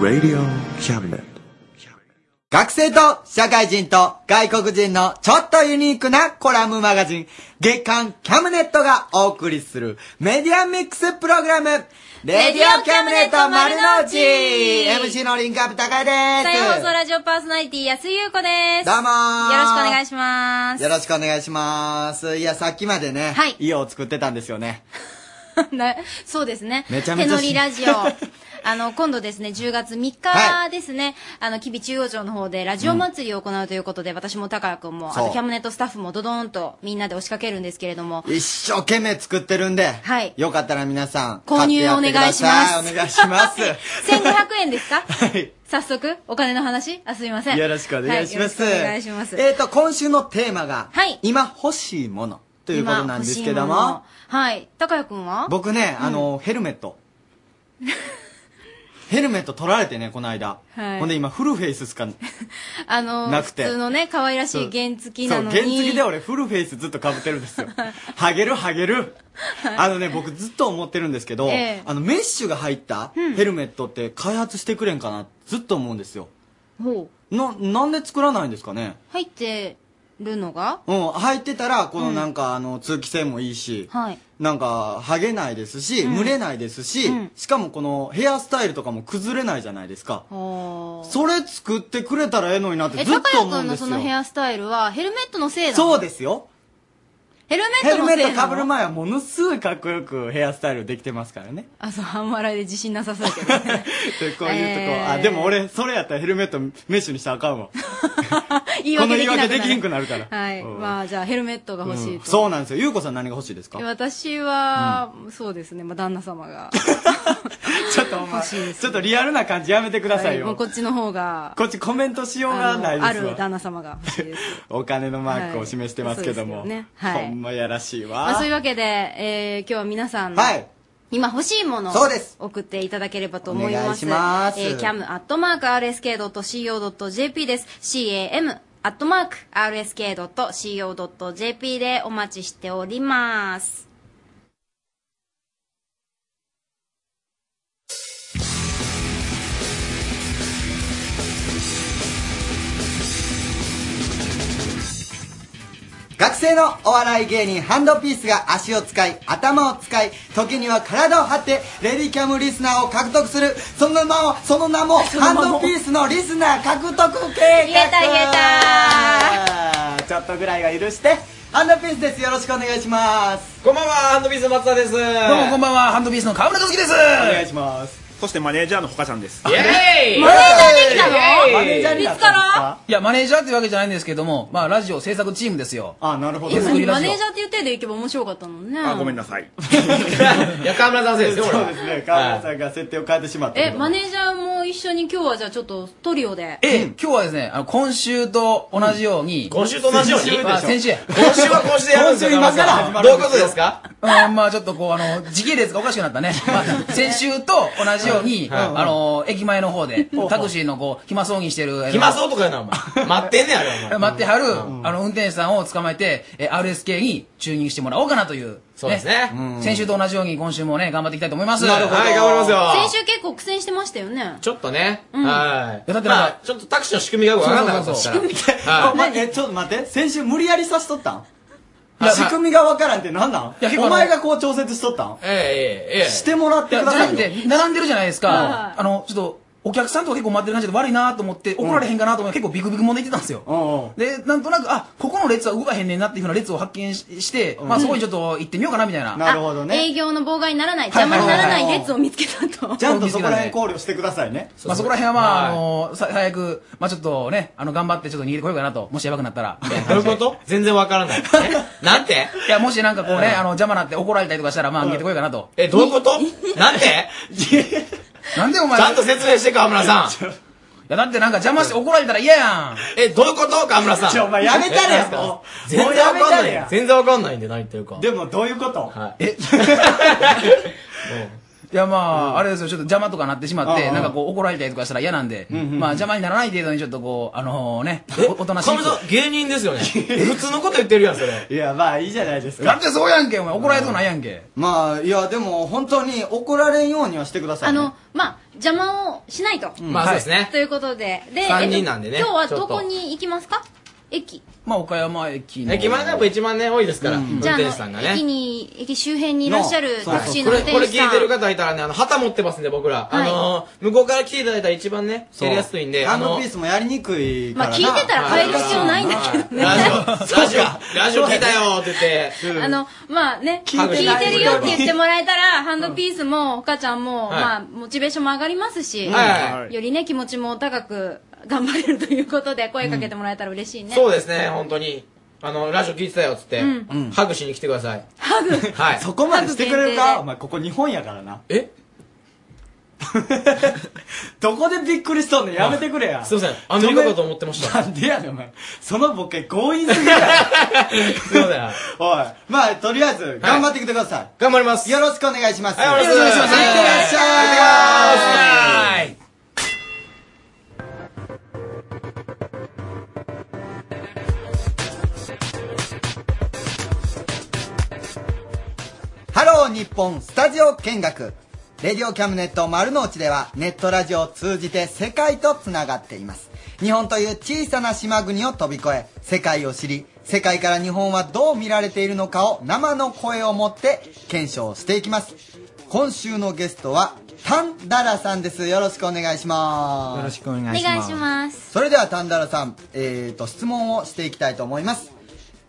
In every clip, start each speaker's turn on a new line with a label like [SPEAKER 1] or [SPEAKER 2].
[SPEAKER 1] Radio Cabinet.
[SPEAKER 2] 学生と社会人と外国人のちょっとユニークなコラムマガジン月刊キャムネットがお送りするメディアミックスプログラムレディオキャムネット丸の内 !MC のリンクアップ高井です
[SPEAKER 3] 再放送ラジオパーソナリティ安井優子です。
[SPEAKER 2] どうもー
[SPEAKER 3] よろしくお願いします。
[SPEAKER 2] よろしくお願いします。いや、さっきまでね、
[SPEAKER 3] はい
[SPEAKER 2] 家を作ってたんですよね。
[SPEAKER 3] なそうですね。
[SPEAKER 2] めちゃめちゃ
[SPEAKER 3] 手乗りラジオ。 あの、今度ですね、10月3
[SPEAKER 2] は
[SPEAKER 3] 日ですね、あの、吉備中央町の方でラジオ祭りを行うということで、私も高谷くんも、あ
[SPEAKER 2] そう
[SPEAKER 3] とキャムネットスタッフもドドーンとみんなで押しかけるんですけれども、
[SPEAKER 2] 一生懸命作ってるんで、
[SPEAKER 3] はい
[SPEAKER 2] よかったら皆さん、
[SPEAKER 3] 購入
[SPEAKER 2] 買ってやってくださ
[SPEAKER 3] お
[SPEAKER 2] お願いします。
[SPEAKER 3] 1500円です か
[SPEAKER 2] はい
[SPEAKER 3] 早速、お金の話あ、すみません。
[SPEAKER 2] よろしくお願いします。
[SPEAKER 3] はよろしくお願いします。
[SPEAKER 2] えっ、と、今週のテーマが、
[SPEAKER 3] はい
[SPEAKER 2] 今欲しいものということなんですけど
[SPEAKER 3] 今欲しい
[SPEAKER 2] も
[SPEAKER 3] の、はい。高谷くんは
[SPEAKER 2] 僕ね、あの、ヘルメッ ト。ヘルメット取られてね、この間。
[SPEAKER 3] はい
[SPEAKER 2] ほんで今、フルフェイスしか、
[SPEAKER 3] あの、
[SPEAKER 2] なくて
[SPEAKER 3] 普通のね、可愛らしい原付なのに。
[SPEAKER 2] そう、原付で俺フルフェイスずっと被ってるん ですよ。ハゲるハゲる。あのね、僕ずっと思ってるんですけど、
[SPEAKER 3] ええ
[SPEAKER 2] あの、メッシュが入ったヘルメットって開発してくれんかな、ずっと思うんですよ。
[SPEAKER 3] ほう
[SPEAKER 2] な、なんで作らないんですかね
[SPEAKER 3] 入ってるのが
[SPEAKER 2] うん、入ってたら、このなんか、あの、通気性もいいし、
[SPEAKER 3] はい。
[SPEAKER 2] なんか、ハゲないですし、
[SPEAKER 3] ん
[SPEAKER 2] 蒸れないですし、
[SPEAKER 3] うん
[SPEAKER 2] しかもこのヘアスタイルとかも崩れないじゃないですか。
[SPEAKER 3] はあ。
[SPEAKER 2] それ作ってくれたらええのになって
[SPEAKER 3] え、
[SPEAKER 2] ずっ
[SPEAKER 3] 高
[SPEAKER 2] と
[SPEAKER 3] 谷
[SPEAKER 2] 思う
[SPEAKER 3] くん
[SPEAKER 2] ん
[SPEAKER 3] の
[SPEAKER 2] です
[SPEAKER 3] そ
[SPEAKER 2] よ。
[SPEAKER 3] のヘアスタイルは、ヘルメットのせいなの
[SPEAKER 2] そうですよ。
[SPEAKER 3] ヘルメ
[SPEAKER 2] ヘ
[SPEAKER 3] ット
[SPEAKER 2] ル
[SPEAKER 3] の
[SPEAKER 2] メ
[SPEAKER 3] せいなの
[SPEAKER 2] ットかぶる前はものすごいかっこよくヘアスタイルできてます からね。
[SPEAKER 3] あ、そう、半笑いで自信なさそうだ けど
[SPEAKER 2] でこ
[SPEAKER 3] ね。
[SPEAKER 2] ういうとこ、
[SPEAKER 3] えー
[SPEAKER 2] あ、でも俺、それやったらヘルメットメッシュにしたらあかんわ。
[SPEAKER 3] 言い訳
[SPEAKER 2] この言い訳できん
[SPEAKER 3] ん
[SPEAKER 2] くなるから
[SPEAKER 3] はい。
[SPEAKER 2] うん
[SPEAKER 3] まあ、じゃあ、ヘルメットが欲しい
[SPEAKER 2] うん
[SPEAKER 3] と。
[SPEAKER 2] そうなんですよ。ゆうこさん何が欲しいですか
[SPEAKER 3] で私は、そうですね、まあ、旦那様 が。
[SPEAKER 2] ちょっとお前、
[SPEAKER 3] 欲しいです
[SPEAKER 2] ちょっとリアルな感じやめてください
[SPEAKER 3] も
[SPEAKER 2] よ。
[SPEAKER 3] うこっちの方が、
[SPEAKER 2] こっちコメントしよう
[SPEAKER 3] あ
[SPEAKER 2] が
[SPEAKER 3] の
[SPEAKER 2] ない
[SPEAKER 3] あ
[SPEAKER 2] です
[SPEAKER 3] る
[SPEAKER 2] わ。
[SPEAKER 3] 旦那様が欲しいです。
[SPEAKER 2] お金のマークを示してますけども。
[SPEAKER 3] はいそうですよねはい
[SPEAKER 2] ほんまやらしいわ。
[SPEAKER 3] まあ、そういうわけで、えー今日は皆さんの、
[SPEAKER 2] はい
[SPEAKER 3] 今欲しいものを
[SPEAKER 2] そうです
[SPEAKER 3] 送っていただければと思い
[SPEAKER 2] お願
[SPEAKER 3] ま
[SPEAKER 2] い
[SPEAKER 3] す。
[SPEAKER 2] します
[SPEAKER 3] えー、cam.rsk.co.jp です。cam. アットマーク RSK.CO.JP でお待ちしております。
[SPEAKER 2] 学生のお笑い芸人ハンドピースが足を使い頭を使い時には体を張ってレディキャムリスナーを獲得するその名をその名 もハンドピースのリスナー獲得計画
[SPEAKER 3] 言えた言
[SPEAKER 2] え たちょっとぐらいは許してハンドピースですよろしくお願いします
[SPEAKER 4] こんばんは、ハンドビーズの松田です。どう
[SPEAKER 5] どうもこん
[SPEAKER 4] ばん
[SPEAKER 5] ばんは、ハンドビースの河村和樹です。
[SPEAKER 2] お願いします
[SPEAKER 6] そしてマネージャーのほかちゃんです。
[SPEAKER 4] は。イェーイ
[SPEAKER 3] マネージャーできたの
[SPEAKER 4] イエーイ
[SPEAKER 2] マネージャーになったんですか
[SPEAKER 5] いや、マネージャーというわけじゃないんですけども、まあ、ラジオ制作チームですよ。
[SPEAKER 2] あなるほど
[SPEAKER 5] 今
[SPEAKER 3] マ
[SPEAKER 5] 作
[SPEAKER 3] ネ
[SPEAKER 5] りラジオ
[SPEAKER 3] ージャーっていう手でいけば面白かったのね。
[SPEAKER 6] あ、ごめんな さい。
[SPEAKER 4] いや、河村さんのせいですよ、俺
[SPEAKER 2] そう
[SPEAKER 4] は
[SPEAKER 2] ですね川村さんが設定を変えてしまったけ
[SPEAKER 3] え、
[SPEAKER 2] ど
[SPEAKER 3] マネージャーも一緒に今日はじゃあちょっとトリオで。
[SPEAKER 5] え、今日はですね、あの、今週と同じように、
[SPEAKER 4] 今週と同じように。
[SPEAKER 2] 先週
[SPEAKER 5] まあ、先週や。
[SPEAKER 4] 今週は今週でやるんですよ、
[SPEAKER 2] 今週今から
[SPEAKER 4] 河村さ
[SPEAKER 2] 始ま
[SPEAKER 4] ん
[SPEAKER 2] る
[SPEAKER 4] どうんいう
[SPEAKER 2] で
[SPEAKER 4] こ
[SPEAKER 2] す
[SPEAKER 4] と
[SPEAKER 2] よ
[SPEAKER 4] ですか
[SPEAKER 5] うん、まあ、ちょっとこう、あの、時系列がおかしくなった ね。まあ、先週と同じように、あの、駅前の方で、タクシーのこう、暇そうにしてる、あの
[SPEAKER 4] 暇そうとかやな、お前。待ってんねやろ、お前。
[SPEAKER 5] 待ってはる、あの、運転手さんを捕まえて、え、RSK に注入してもらおうかなという。
[SPEAKER 4] そうですね。
[SPEAKER 5] 先週と同じように今週もね、頑張っていきたいと思います。
[SPEAKER 2] なるほど
[SPEAKER 4] はい、頑張りますよ。
[SPEAKER 3] 先週結構苦戦してましたよね。
[SPEAKER 4] ちょっとね。はい
[SPEAKER 5] やだって
[SPEAKER 4] い。
[SPEAKER 5] なんか
[SPEAKER 4] まあ、ちょっとタクシーの仕組みがよくわかんなかったですから。
[SPEAKER 5] そう
[SPEAKER 2] あ
[SPEAKER 4] はい
[SPEAKER 2] まえちょっと待って先週無理やりさしとったん
[SPEAKER 5] いや
[SPEAKER 2] 仕組みがわからんって何なん
[SPEAKER 5] いや結構あ
[SPEAKER 2] お
[SPEAKER 5] の
[SPEAKER 2] 前がこう調節しとったん
[SPEAKER 4] ええ、ええ、ええ。
[SPEAKER 2] してもらっ
[SPEAKER 5] い
[SPEAKER 2] て
[SPEAKER 5] や、
[SPEAKER 2] くだ
[SPEAKER 5] じゃ
[SPEAKER 2] さ
[SPEAKER 5] ないく
[SPEAKER 2] よ
[SPEAKER 5] て、並んでるじゃないです
[SPEAKER 3] は
[SPEAKER 5] か。あの、ちょっと、お客さんとか結構待ってる感じで悪いなと思って、怒られへんかなと思って、結構ビクビクもんで行ってたんですよ。
[SPEAKER 2] うんうん
[SPEAKER 5] で、なんとなく、あ、ここの列は動かへんねんなっていうふうな列を発見しして、まあそこにちょっと行ってみようかなみたいな。
[SPEAKER 2] なるほど
[SPEAKER 3] あ
[SPEAKER 2] ね
[SPEAKER 3] 営業の妨害にならない、
[SPEAKER 5] はい
[SPEAKER 3] 邪魔にならない
[SPEAKER 2] はいはいはい
[SPEAKER 3] 列を見つけたと。
[SPEAKER 2] ちゃんとそこら辺考慮してくださいね
[SPEAKER 5] まあそこら辺はまあ、あ
[SPEAKER 4] はい
[SPEAKER 5] の、さ最悪、まあちょっとね、あの、頑張ってちょっと逃げてこようかなと、もしやばくなったら。みたいな
[SPEAKER 4] どうい
[SPEAKER 5] 感
[SPEAKER 4] う
[SPEAKER 5] じで
[SPEAKER 4] こと全然わからない。えなんて
[SPEAKER 5] いや、もしなんかこうね、あの、邪魔なって怒られたりとかしたら、まあ逃げてこようかなと。
[SPEAKER 4] え、どういうことなんて
[SPEAKER 5] なんでお前、
[SPEAKER 4] ち
[SPEAKER 5] い
[SPEAKER 4] ゃんと説明して、河村 さん。
[SPEAKER 5] やだってなんか邪魔して怒られたら嫌やん。
[SPEAKER 4] え、どういうこと河村さん。
[SPEAKER 2] ちょお前やめたれや
[SPEAKER 4] え
[SPEAKER 2] もう
[SPEAKER 4] 全
[SPEAKER 2] もう
[SPEAKER 4] 然
[SPEAKER 2] や
[SPEAKER 4] わ
[SPEAKER 2] め
[SPEAKER 4] か
[SPEAKER 2] た
[SPEAKER 4] ん
[SPEAKER 2] れ
[SPEAKER 4] ない
[SPEAKER 2] や。
[SPEAKER 4] 全然わかんないんで、何言ってるか。
[SPEAKER 2] でもどういうこと
[SPEAKER 4] はい。
[SPEAKER 5] えいやまあ、あれですよ、ちょっと邪魔とかなってしまって、
[SPEAKER 6] ああ
[SPEAKER 5] なんかこう怒られたりとかしたら嫌なんで、まあ邪魔にならない程度にちょっとこう、あのね、おおとなしい。
[SPEAKER 4] カムさん、芸人ですよね。普通のこと言ってるやん、それ。
[SPEAKER 2] いや、まあいいじゃないです
[SPEAKER 5] だっ
[SPEAKER 2] か。
[SPEAKER 5] てそうやんけ、お前怒られそうなんやんけ。
[SPEAKER 2] まあ、いや、でも本当に怒られんようにはしてくださ
[SPEAKER 3] あ
[SPEAKER 2] いね。
[SPEAKER 3] の、まあ、邪魔をしないと。
[SPEAKER 4] まあそうですね
[SPEAKER 3] と。いうことで。で、
[SPEAKER 4] 三人
[SPEAKER 3] えっと
[SPEAKER 4] なんでね
[SPEAKER 3] 今日は
[SPEAKER 4] ちょっ
[SPEAKER 3] ど
[SPEAKER 4] と
[SPEAKER 3] こに行きますか駅。
[SPEAKER 5] まあ岡山駅の。
[SPEAKER 4] 駅前がやっぱ一番ね、多いですから、運
[SPEAKER 3] じゃあ、
[SPEAKER 4] 転手さ
[SPEAKER 3] あ
[SPEAKER 4] んが
[SPEAKER 3] の、
[SPEAKER 4] ね
[SPEAKER 3] 駅。に、駅周辺にいらっしゃるタクシーの
[SPEAKER 4] こ
[SPEAKER 3] 運
[SPEAKER 4] れ、
[SPEAKER 3] 転
[SPEAKER 4] これ
[SPEAKER 3] 手
[SPEAKER 4] 聞
[SPEAKER 3] さ
[SPEAKER 4] い
[SPEAKER 3] ん。
[SPEAKER 4] てる方いたらね、あの、旗持ってますんで、僕ら。
[SPEAKER 3] はい
[SPEAKER 4] あのー、向こうから来ていただいたら一番ね、
[SPEAKER 2] そう
[SPEAKER 4] やりやすいんで。
[SPEAKER 2] ハンド
[SPEAKER 4] の
[SPEAKER 2] ピースもやりにくいからな。
[SPEAKER 3] まあ聞いてたら変える必要ないんだけどね
[SPEAKER 4] ラジ オ、ラジオ、ラジオ聞いたよって言って。
[SPEAKER 3] あの、まあね、聞
[SPEAKER 4] い
[SPEAKER 3] い
[SPEAKER 4] てない
[SPEAKER 3] てるよって言ってもらえたら、ハンドピースも、ほかちゃんも、
[SPEAKER 4] はい
[SPEAKER 3] まあ、モチベーションも上がりますし、
[SPEAKER 4] はい
[SPEAKER 6] はい
[SPEAKER 3] よりね、気持ちも高く頑張れるということで、声かけてもらえたら嬉しいね。
[SPEAKER 4] そうですね、本当に。あの、ラジオ聞いてたよっつって、
[SPEAKER 3] うん
[SPEAKER 4] ハグしに来てください。ハグはい。
[SPEAKER 2] そこまでしてくれる
[SPEAKER 3] ハグ限定
[SPEAKER 2] か
[SPEAKER 3] で
[SPEAKER 2] お前ここ日本やからな
[SPEAKER 4] え
[SPEAKER 2] どこでびっくりしとんねんやめてくれや
[SPEAKER 4] すいません、アメリカかと思ってました。
[SPEAKER 2] なんでやねんお前そのボケ強引すぎるやろ
[SPEAKER 4] すいません。
[SPEAKER 2] おいまあとりあえず頑張ってきてください、
[SPEAKER 4] 頑張ります。
[SPEAKER 2] よろしくお願いします、
[SPEAKER 4] はいお願いします
[SPEAKER 2] いってらっしゃい
[SPEAKER 5] はい。
[SPEAKER 2] ハロー日本スタジオ見学レディオキャムネット丸の内ではネットラジオを通じて世界とつながっています日本という小さな島国を飛び越え世界を知り世界から日本はどう見られているのかを生の声を持って検証していきます今週のゲストはタンダラさんですよろしくお願いします
[SPEAKER 1] よろしくお
[SPEAKER 3] お
[SPEAKER 1] 願いします。
[SPEAKER 3] 願いします。
[SPEAKER 2] それでは丹ダラさん、えー、と質問をしていきたいと思います、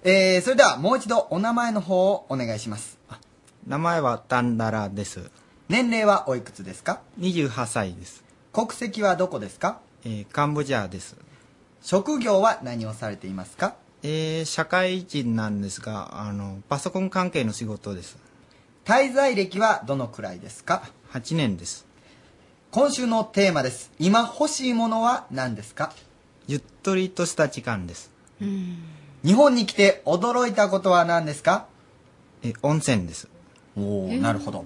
[SPEAKER 2] えー、それではもう一度お名前の方をお願いします
[SPEAKER 1] 名前はタンダラです。
[SPEAKER 2] 年齢はおいくつですか
[SPEAKER 1] 28歳です。
[SPEAKER 2] 国籍はどこですか
[SPEAKER 1] えーカンボジアです。
[SPEAKER 2] 職業は何をされていますか
[SPEAKER 1] えー社会人なんですが、あの、パソコン関係の仕事です。
[SPEAKER 2] 滞在歴はどのくらいですか
[SPEAKER 1] 8年です。
[SPEAKER 2] 今週のテーマです今欲しいものは何ですか
[SPEAKER 1] ゆったりとした時間です。
[SPEAKER 2] 日本に来て驚いたことは何ですか
[SPEAKER 1] えー温泉です。
[SPEAKER 2] おおなるほど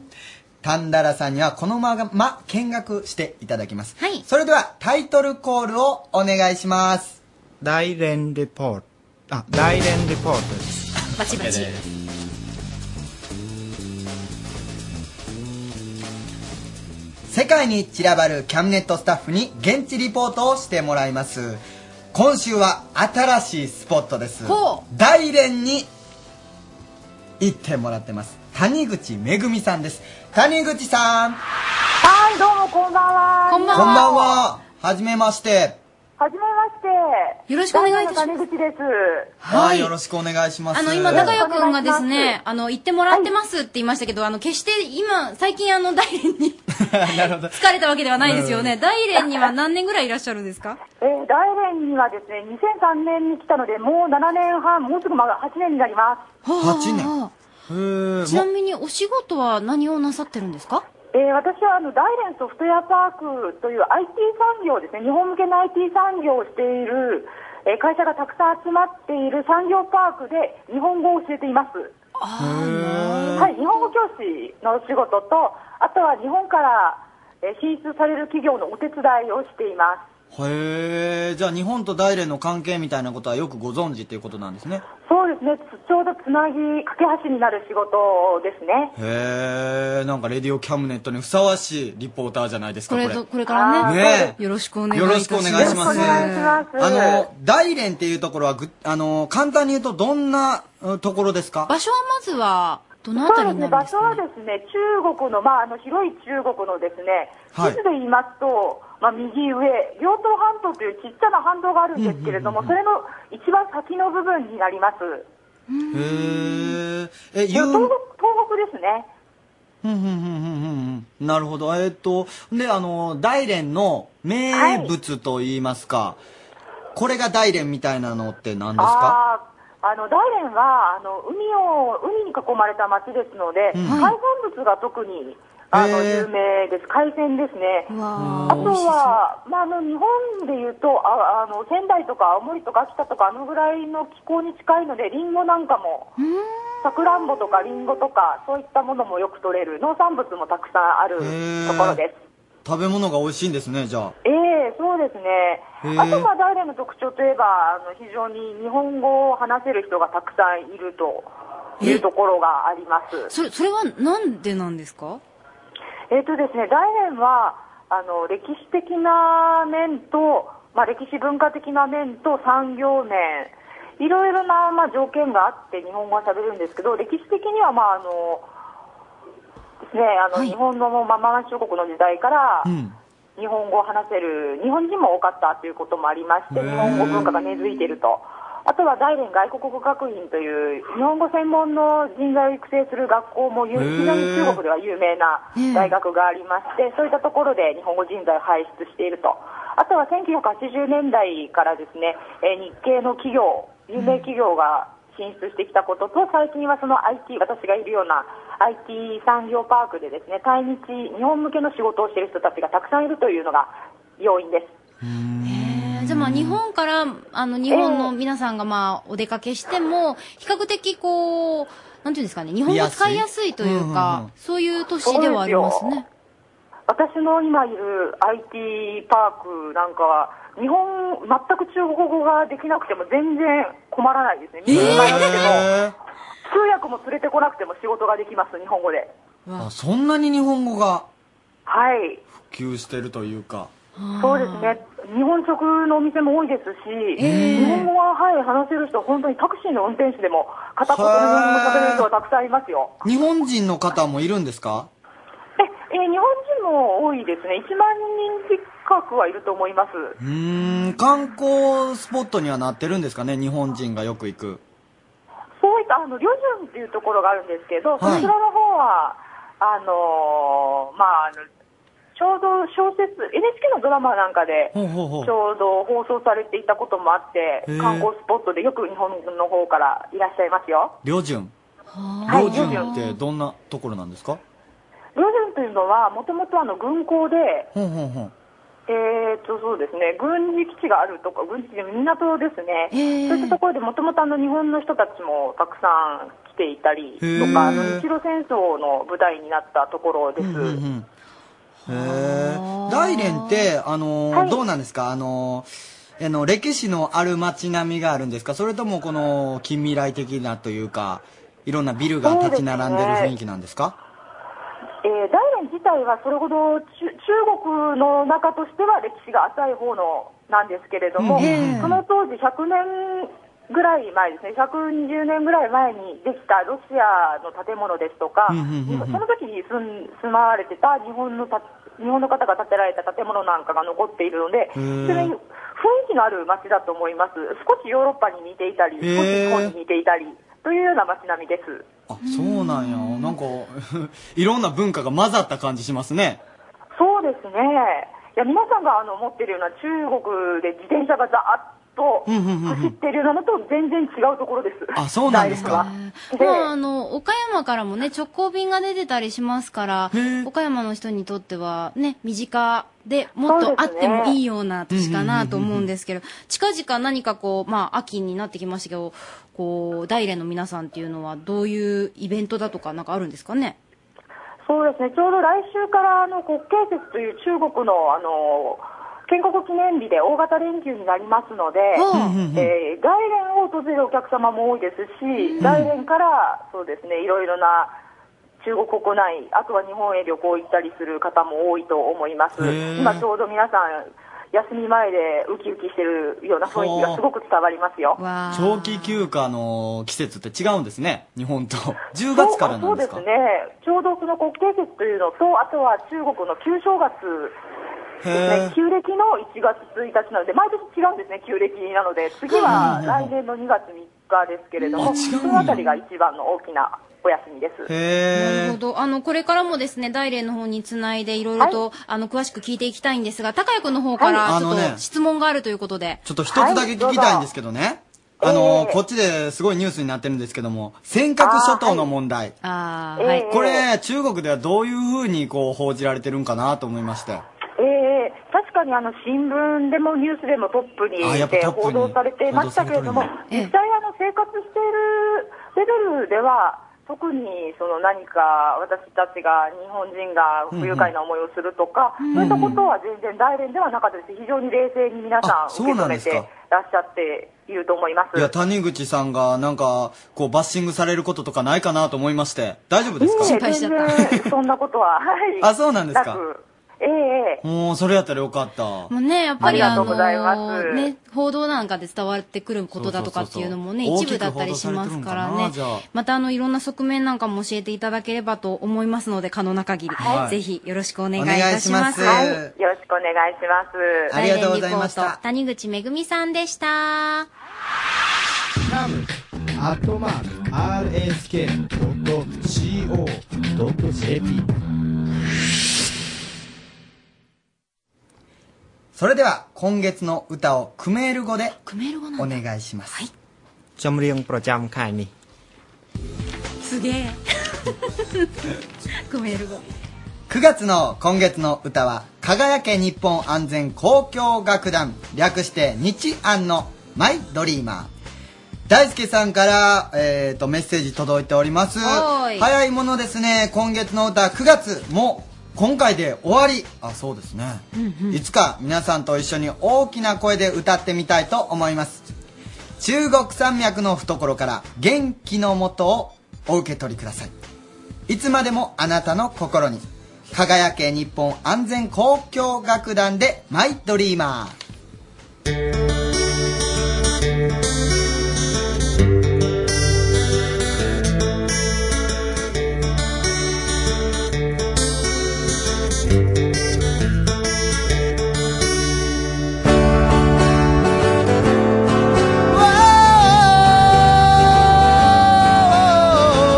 [SPEAKER 2] タンダラさんにはこのまま見学していただきます、
[SPEAKER 3] はい
[SPEAKER 2] それではタイトルコールをお願いします
[SPEAKER 1] 大連レポート、あ、大連レポートです。
[SPEAKER 3] バチバチ。
[SPEAKER 2] 世界に散らばるキャムネットスタッフに現地リポートをしてもらいます今週は新しいスポットです
[SPEAKER 3] ほ
[SPEAKER 2] 大連に行ってもらってます谷口めぐみさんです谷口さんこ
[SPEAKER 7] はい、どうもこんばんは。
[SPEAKER 3] こんばん
[SPEAKER 2] んばんははじめまして
[SPEAKER 7] はじめまして。
[SPEAKER 3] よろしくお願いいたしま
[SPEAKER 7] ダイヤ
[SPEAKER 3] す
[SPEAKER 7] の谷口です。
[SPEAKER 2] はい、よろしくお願いします
[SPEAKER 3] あの、今、
[SPEAKER 7] だ
[SPEAKER 3] 高
[SPEAKER 7] から
[SPEAKER 3] 谷くんがです
[SPEAKER 7] お願いし
[SPEAKER 3] ね、あの、行ってもらってますって言いましたけど、あの、決して今、最近あの、大連 に
[SPEAKER 2] なるほど
[SPEAKER 3] 疲れたわけではないですよね。大連には何年ぐらいいらっしゃるんですか
[SPEAKER 7] えー、大連にはですね、2003年に来たので、もう7年半、もうすぐまだ8年になります。
[SPEAKER 2] 八年
[SPEAKER 3] は
[SPEAKER 2] へー
[SPEAKER 3] あちなみに、お仕事は何をなさってるんですか
[SPEAKER 7] えー私はあの大連ソフトウェアパークという IT 産業ですね、日本向けの IT 産業をしている、えー会社がたくさん集まっている産業パークで日本語を教えています。はい、日本語教師のお仕事と、あとは日本からえー進出される企業のお手伝いをしています。
[SPEAKER 2] へえじゃあ日本と大連の関係みたいなことはよくご存知ということなんですね
[SPEAKER 7] そうですね、つちょうどつなぎ、架け橋になる仕事ですね。
[SPEAKER 2] へえんかレディオキャムネットにふさわしいリポーターじゃないですか
[SPEAKER 3] こ
[SPEAKER 2] これ
[SPEAKER 3] れと、これから
[SPEAKER 2] ね
[SPEAKER 3] ね、
[SPEAKER 2] え
[SPEAKER 3] よろしくお願いい
[SPEAKER 2] よろ
[SPEAKER 3] た
[SPEAKER 2] し
[SPEAKER 3] し
[SPEAKER 2] く
[SPEAKER 3] ま
[SPEAKER 2] お
[SPEAKER 3] す。
[SPEAKER 2] 願いします
[SPEAKER 7] よろしくお願いします
[SPEAKER 2] あの大連っていうところはぐあの簡単に言うとどんなうんところですか
[SPEAKER 3] 場所はまずは、どのあ
[SPEAKER 7] そ
[SPEAKER 3] た
[SPEAKER 7] うです
[SPEAKER 3] りに
[SPEAKER 7] ね、
[SPEAKER 3] なるん
[SPEAKER 7] 場
[SPEAKER 3] です
[SPEAKER 7] 所は
[SPEAKER 3] かね
[SPEAKER 7] ですね、中国の、まあ、あの広い中国のですね、
[SPEAKER 2] はい
[SPEAKER 7] 地図で言いますと、まあ、右上、両島半島というちっちゃな半島があるんですけれども、それの一番先の部分になります。
[SPEAKER 2] へーえ
[SPEAKER 7] 東
[SPEAKER 2] ゆ
[SPEAKER 7] 北
[SPEAKER 2] う
[SPEAKER 7] 東北ですね。
[SPEAKER 2] ふんふんふんふんふんふんなるほどえっとであの大連の名物といいますか、これが大連みたいなのって何ですか
[SPEAKER 7] あーあの大連はあの海を海に囲まれた町ですので、海産物が特にあの
[SPEAKER 2] へ
[SPEAKER 7] 有
[SPEAKER 2] ー
[SPEAKER 7] 名です、海鮮ですね。
[SPEAKER 3] うわ
[SPEAKER 7] あとは、まあ、あの日本でいうとああの仙台とか青森とか秋田とかあのぐらいの気候に近いのでリンゴなんかもさくらんぼとかりんごとかそういったものもよく取れる農産物もたくさんある
[SPEAKER 2] ー
[SPEAKER 7] ところです
[SPEAKER 2] 食べ物が美味しいんですね、じゃあ。
[SPEAKER 7] ええそうですね
[SPEAKER 2] へえ
[SPEAKER 7] あとまあ大連の特徴といえばあの非常に日本語を話せる人がたくさんいるというところがあります
[SPEAKER 3] それ、それはなんでなんですか
[SPEAKER 7] えっ、とですね、大連はあの歴史的な面と、まあ、歴史文化的な面と産業面いろいろな、まあ、条件があって日本語は喋るんですけど歴史的には、まああのですね、あの
[SPEAKER 3] はい
[SPEAKER 7] 日本の、まあ、満州国の時代から、
[SPEAKER 2] ん
[SPEAKER 7] 日本語を話せる日本人も多かったということもありまして
[SPEAKER 2] へー
[SPEAKER 7] 日本語文化が根付いていると。あとは大連外国語学院という日本語専門の人材を育成する学校も有非常に中国ででは有名な大学がありまして、そういったところで日本語人材を輩出していると、あとは1980年代からですね、えー日系の企業、有名企業が進出してきたことと、最近はその IT、私がいるような IT 産業パークでですね、対日、日本向けの仕事をしている人たちがたくさんいるというのが要因です。
[SPEAKER 3] へーじゃあまあ日本からあの日本の皆さんがまあお出かけしても比較的こうなんていうんですかね日本語使いやすいとい
[SPEAKER 2] う
[SPEAKER 3] う
[SPEAKER 2] んうんう
[SPEAKER 3] か
[SPEAKER 2] ん
[SPEAKER 3] そういう都市ではありますね。
[SPEAKER 7] 私の今いる IT パークなんかは、日本、全く中国語ができなくても全然困らないですね。みんなやっても
[SPEAKER 2] へ
[SPEAKER 7] 通訳も連れてこなくても仕事ができます、日本語で。
[SPEAKER 2] ーあそんなに日本語が
[SPEAKER 7] はい。
[SPEAKER 2] 普及してるというか。
[SPEAKER 7] そうですね。日本食のお店も多いですし、日本語は、はい、話せる人、本当にタクシーの運転手でも、片言の日本語を喋れる人はたくさんいますよ。
[SPEAKER 2] 日本人の方もいるんですか
[SPEAKER 7] え、えー日本人も多いですね。1万人近くはいると思います。
[SPEAKER 2] うーん、観光スポットにはなってるんですかね、日本人がよく行く。
[SPEAKER 7] そういった、あの、旅順っていうところがあるんですけど、そちらの方は、あのーまあ、あの、ちょうど小説、NHK のドラマなんかで、
[SPEAKER 2] ほうほうほう
[SPEAKER 7] ち。ょうど放送されていたこともあって
[SPEAKER 2] へえ、
[SPEAKER 7] 観光スポットでよく日本の方からいらっしゃいますよ。
[SPEAKER 2] 旅順。
[SPEAKER 7] はい、
[SPEAKER 2] 旅
[SPEAKER 7] 旅順。
[SPEAKER 2] 順ってどんなところなんですか
[SPEAKER 7] 旅順というのは、もともとあの軍港で、
[SPEAKER 2] ほうほうほう。
[SPEAKER 7] えー、とそうですね軍事基地があるとか、軍事基地の港ですね、
[SPEAKER 3] へー
[SPEAKER 7] そういったところでもともと日本の人たちもたくさん来ていたりとか、あの
[SPEAKER 2] へー
[SPEAKER 7] 日露戦争の舞台になったところです。
[SPEAKER 2] うんうんへー大連って、あのー
[SPEAKER 7] はい
[SPEAKER 2] どうなんですかあのーあの、歴史のある街並みがあるんですかそれともこの、近未来的なというか、いろんなビルが立ち並んでる雰囲気なんですか
[SPEAKER 7] えー大連自体はそれほど中中国の中としては歴史が浅い方のなんですけれども、その当時100年ぐらい前ですね120年ぐらい前にできたロシアの建物ですとか、
[SPEAKER 2] うんうんうんうん
[SPEAKER 7] その時に住ん住まわれてた日本のた日本の方が建てられた建物なんかが残っているので、そ
[SPEAKER 2] ー
[SPEAKER 7] れに雰囲気のある街だと思います少しヨーロッパに似ていたり少し日本に似ていたりというような街並みです。
[SPEAKER 2] あ、そうなんや。なんか、 いろんな文化が混ざった感じしますね。
[SPEAKER 7] そうですね。いや皆さんがあの持ってるような中国で自転車がざーっと
[SPEAKER 2] うんうんうんうん
[SPEAKER 7] 走ってるようなのと全然違うところです。
[SPEAKER 2] あそうなんですか
[SPEAKER 7] 大
[SPEAKER 3] ま
[SPEAKER 7] 連
[SPEAKER 3] あ、あ
[SPEAKER 7] は
[SPEAKER 3] の、岡山からもね、直行便が出てたりしますから、岡山の人にとってはね、身近でもっ
[SPEAKER 7] そう
[SPEAKER 3] と
[SPEAKER 7] で
[SPEAKER 3] あ
[SPEAKER 7] す
[SPEAKER 3] っ
[SPEAKER 7] ね
[SPEAKER 3] てもいいような都市かなと思うんですけど、近々何かこう、まあ、秋になってきましたけど、こう、大連の皆さんっていうのはどういうイベントだとかなんかあるんですかね
[SPEAKER 7] でそうですね。ちょうど来週からあの国慶節という中国のあの建国記念日で大型連休になりますので、
[SPEAKER 3] あ
[SPEAKER 7] えー外連を訪れるお客様も多いですし、外連からそうですねいろいろな中国国内、あとは日本へ旅行行ったりする方も多いと思います。
[SPEAKER 2] へー
[SPEAKER 7] 今ちょうど皆さん休み前でウキウキしてるような雰囲気がすごく伝わりますよ。
[SPEAKER 3] わー
[SPEAKER 2] 長期休暇の季節って違うんですね。日本と。10月からなんですか
[SPEAKER 7] そうですね。ちょうどその国慶節というのと、あとは中国の旧正月です
[SPEAKER 2] へ
[SPEAKER 7] ね。旧暦の1月1日なので、毎年違うんですね、旧暦なので。次は来年の2月3日ですけれども、そのあたりが一番の大きなお休みです。
[SPEAKER 2] え。
[SPEAKER 3] なる
[SPEAKER 2] へ
[SPEAKER 3] ほ
[SPEAKER 2] え。
[SPEAKER 3] ど。あの、これからもですね、大連の方につないで、いろいろと、あの、詳しく聞いていきたいんですが、高谷君の方から、
[SPEAKER 2] はい
[SPEAKER 3] ちょ
[SPEAKER 2] あのね
[SPEAKER 3] っと質問があるということで。
[SPEAKER 2] ちょっと一つだけ聞きたいんですけどね。
[SPEAKER 7] はいど
[SPEAKER 2] あ
[SPEAKER 7] うぞ
[SPEAKER 2] の
[SPEAKER 7] ええ
[SPEAKER 2] こっちですごいニュースになってるんですけども、尖閣諸島の問題。
[SPEAKER 3] あ
[SPEAKER 7] え
[SPEAKER 3] ー、
[SPEAKER 7] ー
[SPEAKER 3] はい。
[SPEAKER 2] これ、中国ではどういうふうにこう報じられてるんかなと思いまして。
[SPEAKER 7] ええ確かにあの新聞でもニュースでもトップに
[SPEAKER 2] あやっぱ
[SPEAKER 7] で
[SPEAKER 2] トップ
[SPEAKER 7] 報
[SPEAKER 2] に
[SPEAKER 7] 道されていましたけれども
[SPEAKER 2] 報道され、
[SPEAKER 3] てるんだ
[SPEAKER 7] 実際、あの生活しているレベルでは、特にその何か私たちが日本人が不愉快な思いをするとか、そういったことは全然大連ではなかったです、非常に冷静に皆さ
[SPEAKER 2] あ
[SPEAKER 7] ん
[SPEAKER 2] そう
[SPEAKER 7] 受け
[SPEAKER 2] な
[SPEAKER 7] 止
[SPEAKER 2] んで
[SPEAKER 7] め
[SPEAKER 2] す
[SPEAKER 7] て
[SPEAKER 2] から
[SPEAKER 7] っしゃっていると思います。
[SPEAKER 2] いや、谷口さんが、なんか、こう、バッシングされることとかないかなと思いまして。大丈夫ですか
[SPEAKER 7] いえ全然そんなことは、はい。
[SPEAKER 2] あそうなんですか
[SPEAKER 7] なくええ
[SPEAKER 2] もう、それやったらよかった。
[SPEAKER 3] もうね、やっぱり
[SPEAKER 7] あ
[SPEAKER 3] あ
[SPEAKER 7] りがと
[SPEAKER 3] の
[SPEAKER 7] うございます
[SPEAKER 3] ね、報道なんかで伝わってくることだとかっていうのもね、
[SPEAKER 2] そうそ
[SPEAKER 3] 一
[SPEAKER 2] うそう
[SPEAKER 3] 部だったりしますから
[SPEAKER 2] 大
[SPEAKER 3] ね
[SPEAKER 2] きく報道されてるんかなじゃあ。
[SPEAKER 3] またあの、いろんな側面なんかも教えていただければと思いますので、可能な限り、
[SPEAKER 2] はい
[SPEAKER 3] ぜひよろしくお願いいたします。
[SPEAKER 2] お
[SPEAKER 7] はい
[SPEAKER 2] 願いします。
[SPEAKER 7] よろしくお願いします。
[SPEAKER 2] ありがとうございまし
[SPEAKER 3] 大連リポー
[SPEAKER 2] た
[SPEAKER 3] ト。谷口めぐみさんでした。
[SPEAKER 8] アットマーク RSK.CO.JP
[SPEAKER 2] それでは、今月の歌をクメール語で
[SPEAKER 3] クメール語な
[SPEAKER 2] お
[SPEAKER 3] んだ。
[SPEAKER 2] 願いします。
[SPEAKER 1] ចំរៀងប្រចាំខែនេះ
[SPEAKER 3] す げえ。クメール語。
[SPEAKER 2] 9月の今月の歌は輝け日本安全交響楽団略して日安のマイドリーマー大輔さんから、えー、とメッセージ届いております
[SPEAKER 3] はーい
[SPEAKER 2] 早いものですね今月の歌9月も今回で終わりあそうですね、いつか皆さんと一緒に大きな声で歌ってみたいと思います中国山脈の懐から元気のもとをお受け取りくださいいつまでもあなたの心に輝け日本安全交響楽団でマイドリーマー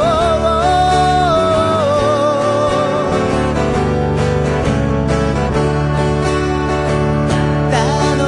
[SPEAKER 9] 「大好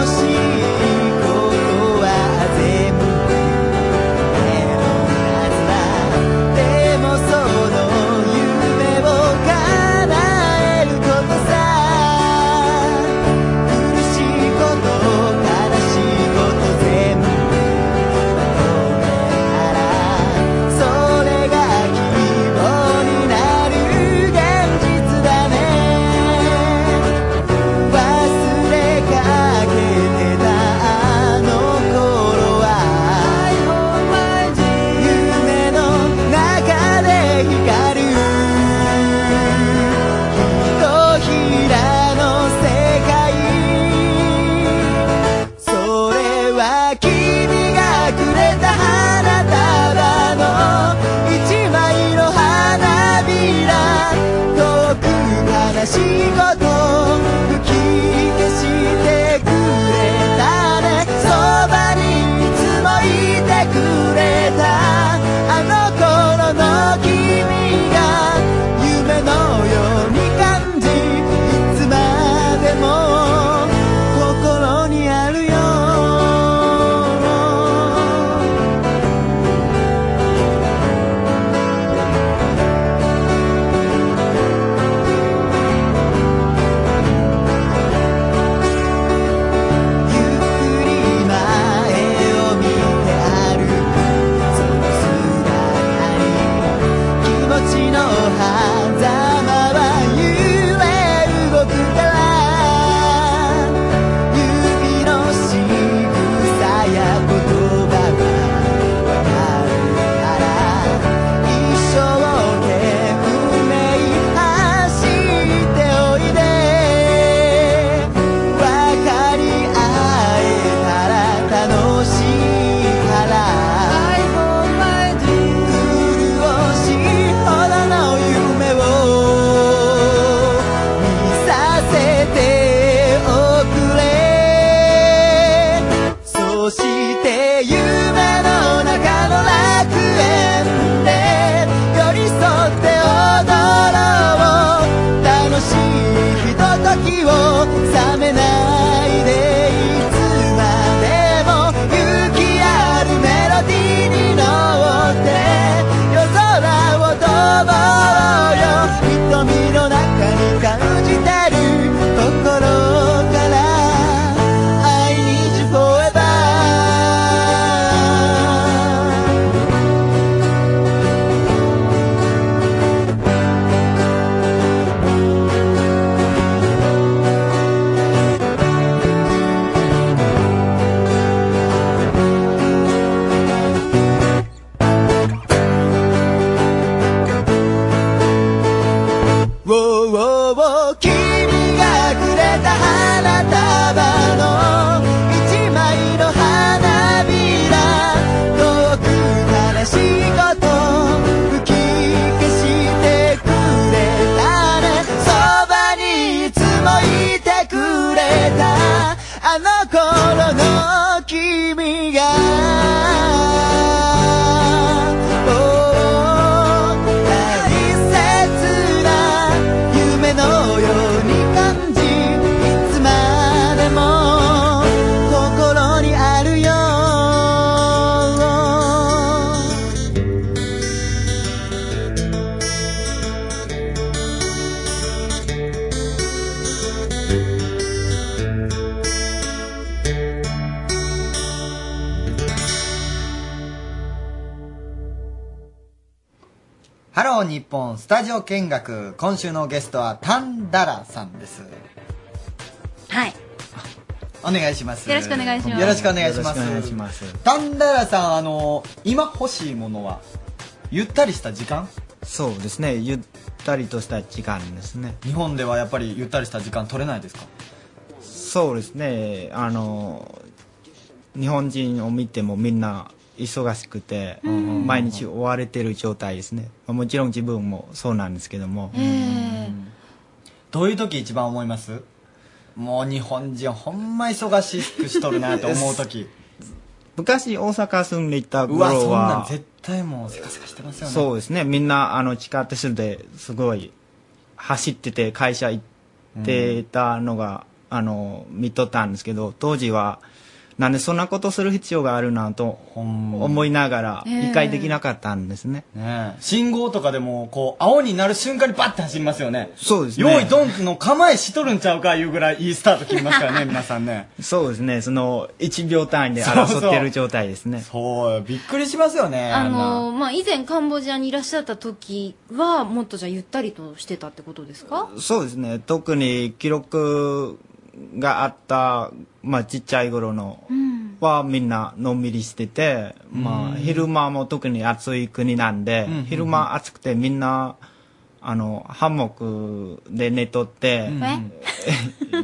[SPEAKER 2] ハロー日本スタジオ見学今週のゲストはタンダラさんです
[SPEAKER 3] はい
[SPEAKER 2] お願いします
[SPEAKER 3] よろしくお願いします
[SPEAKER 2] よろしくお願いします
[SPEAKER 1] よろしくお願いします
[SPEAKER 2] タンダラさんあの今欲しいものはゆったりした時間
[SPEAKER 1] そうですねゆったりとした時間ですね
[SPEAKER 2] 日本ではやっぱりゆったりした時間取れないですか
[SPEAKER 1] そうですねあの日本人を見てもみんな忙しくて
[SPEAKER 2] ん
[SPEAKER 1] 毎日追われてる状態ですねまあもちろん自分もそうなんですけども
[SPEAKER 2] どういう時一番思いますもう日本人ほんま忙しくしとるなと思 う時
[SPEAKER 1] 昔大阪住んでいた
[SPEAKER 2] うわそ
[SPEAKER 1] 頃
[SPEAKER 2] んなん
[SPEAKER 1] は
[SPEAKER 2] 絶対もうせかせかしてますよね
[SPEAKER 1] そうですねみんなあの地下鉄ですごい走ってて会社行ってたのが、あの見とったんですけど当時はなんでそんなことする必要があるなと
[SPEAKER 2] ほんま
[SPEAKER 1] 思いながら
[SPEAKER 3] ええ
[SPEAKER 1] 理解できなかったんですね、
[SPEAKER 2] ねえ信号とかでもこう青になる瞬間にバッて走りますよね
[SPEAKER 1] そうですね
[SPEAKER 2] 用意ドンの構えしとるんちゃうかいうぐらいいいスタート切りま すからね皆さんね
[SPEAKER 1] そうですねその1秒単位で
[SPEAKER 2] そう
[SPEAKER 1] 争
[SPEAKER 2] そ
[SPEAKER 1] っ
[SPEAKER 2] う
[SPEAKER 1] てる状態ですね
[SPEAKER 2] そうびっくりしますよね
[SPEAKER 3] あ
[SPEAKER 2] んな
[SPEAKER 3] のまあ以前カンボジアにいらっしゃった時はもっとじゃあゆったりとしてたってことですか
[SPEAKER 1] そうですね特に記録があった、まあ、ちっちゃい頃のはみんなのんびりしてて、まあ、昼間も特に暑い国なんで、
[SPEAKER 2] うんうん
[SPEAKER 1] 昼間暑くてみんなあのハンモックで寝とって、
[SPEAKER 3] え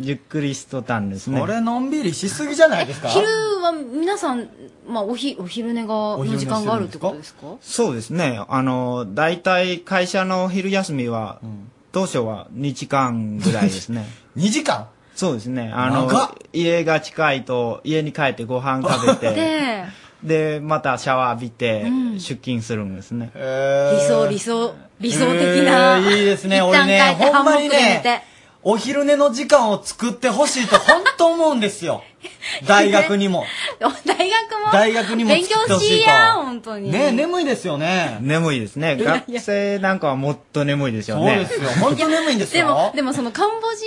[SPEAKER 1] ゆっくりしとったんですね
[SPEAKER 2] これのんびりしすぎじゃない ですか
[SPEAKER 3] 昼は皆さん、まあ、おひお昼寝がの
[SPEAKER 2] 昼寝
[SPEAKER 3] 時間があるってことですか
[SPEAKER 1] そうですねあの大体会社の昼休みは、当初は2時間ぐらいです ね
[SPEAKER 2] 2時間
[SPEAKER 1] そうですねあの
[SPEAKER 2] 長っ
[SPEAKER 1] 家が近いと家に帰ってご飯食べて
[SPEAKER 3] で
[SPEAKER 1] でまたシャワー浴びて出勤するんですね、
[SPEAKER 2] 理
[SPEAKER 3] 理想理想理想的な、
[SPEAKER 2] えーいいですね
[SPEAKER 3] 一
[SPEAKER 2] 俺
[SPEAKER 3] 旦帰
[SPEAKER 2] ね
[SPEAKER 3] って
[SPEAKER 2] ほんま
[SPEAKER 3] ハン
[SPEAKER 2] に
[SPEAKER 3] モックで寝
[SPEAKER 2] ね
[SPEAKER 3] て
[SPEAKER 2] お昼寝の時間を作ってほしいと本当思うんです よ大学にも
[SPEAKER 3] お大学も
[SPEAKER 2] 大学にも
[SPEAKER 3] 勉
[SPEAKER 2] 作って
[SPEAKER 3] 強
[SPEAKER 2] ほしい
[SPEAKER 3] し
[SPEAKER 2] と
[SPEAKER 3] や本当に
[SPEAKER 2] ね眠いですよね
[SPEAKER 1] 眠いですね学生なんかはもっと眠いですよ
[SPEAKER 2] そう
[SPEAKER 1] ね
[SPEAKER 2] ですよ本当眠いんです
[SPEAKER 3] でも
[SPEAKER 2] よ
[SPEAKER 3] でもそのカンボジ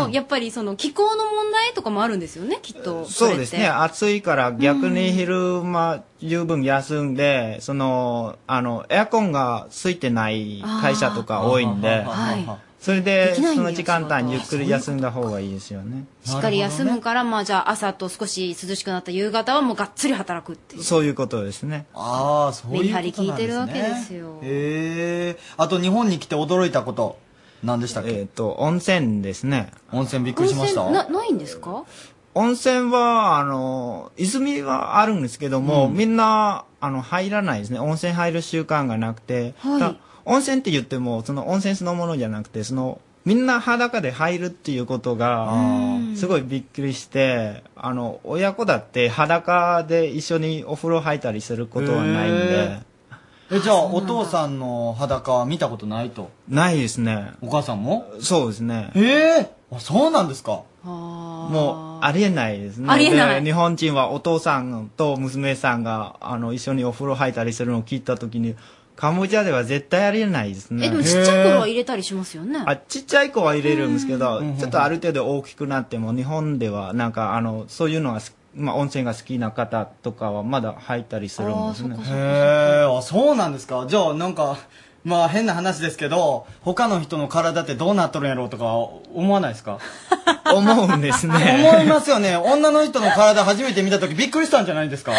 [SPEAKER 3] アの、やっぱりその気候の問題とかもあるんですよねきっと
[SPEAKER 1] そ
[SPEAKER 3] れ
[SPEAKER 1] う
[SPEAKER 3] って
[SPEAKER 1] ですね暑いから逆に昼間十分休んで、そのあのエアコンがついてない会社とか多いんで
[SPEAKER 3] はい
[SPEAKER 1] それで
[SPEAKER 3] できないんや
[SPEAKER 1] その時間帯にゆっくり休んだ方がいいですよね
[SPEAKER 3] しっかり休むから、まあじゃあ朝と少し涼しくなった夕方はもうがっつり働くっていう
[SPEAKER 1] そういうことですね
[SPEAKER 2] ああそういうことなんですね
[SPEAKER 3] メリハリ効いてるわけですよ
[SPEAKER 2] へえあと日本に来て驚いたこと何でしたっけ、
[SPEAKER 1] えっ、と温泉ですね
[SPEAKER 2] 温泉びっくりしました
[SPEAKER 3] 温泉なないんですか
[SPEAKER 1] 温泉はあの泉はあるんですけども、みんなあの入らないですね温泉入る習慣がなくて、
[SPEAKER 3] はい
[SPEAKER 1] ただ温泉って言ってもその温泉そのものじゃなくてそのみんな裸で入るっていうことがすごいびっくりしてあの親子だって裸で一緒にお風呂入ったりすることはないん
[SPEAKER 2] へ
[SPEAKER 1] で
[SPEAKER 2] ーえじゃあお父さんの裸は見たことないと
[SPEAKER 1] ないですね
[SPEAKER 2] お母さんも
[SPEAKER 1] そうですね
[SPEAKER 2] ええあそうなんですか
[SPEAKER 3] あー
[SPEAKER 1] もうありえないですね
[SPEAKER 3] ありえない
[SPEAKER 1] で日本人はお父さんと娘さんがあの一緒にお風呂入ったりするのを聞いた時にカンボジアでは絶対ありえないです
[SPEAKER 3] えでも
[SPEAKER 1] ね
[SPEAKER 3] ちっちゃい頃は入れたりしますよね
[SPEAKER 1] あちっちゃい子は入れるんですけどちょっとある程度大きくなっても日本ではなんかあのそういうのがす、まあ、温泉が好きな方とかはまだ入ったりするんですね
[SPEAKER 2] へえあそうなんですかじゃあなんかまあ変な話ですけど他の人の体ってどうなっとるんやろうとか思わないですか
[SPEAKER 1] 思うんですね
[SPEAKER 2] 思いますよね女の人の体初めて見た時びっくりしたんじゃないですか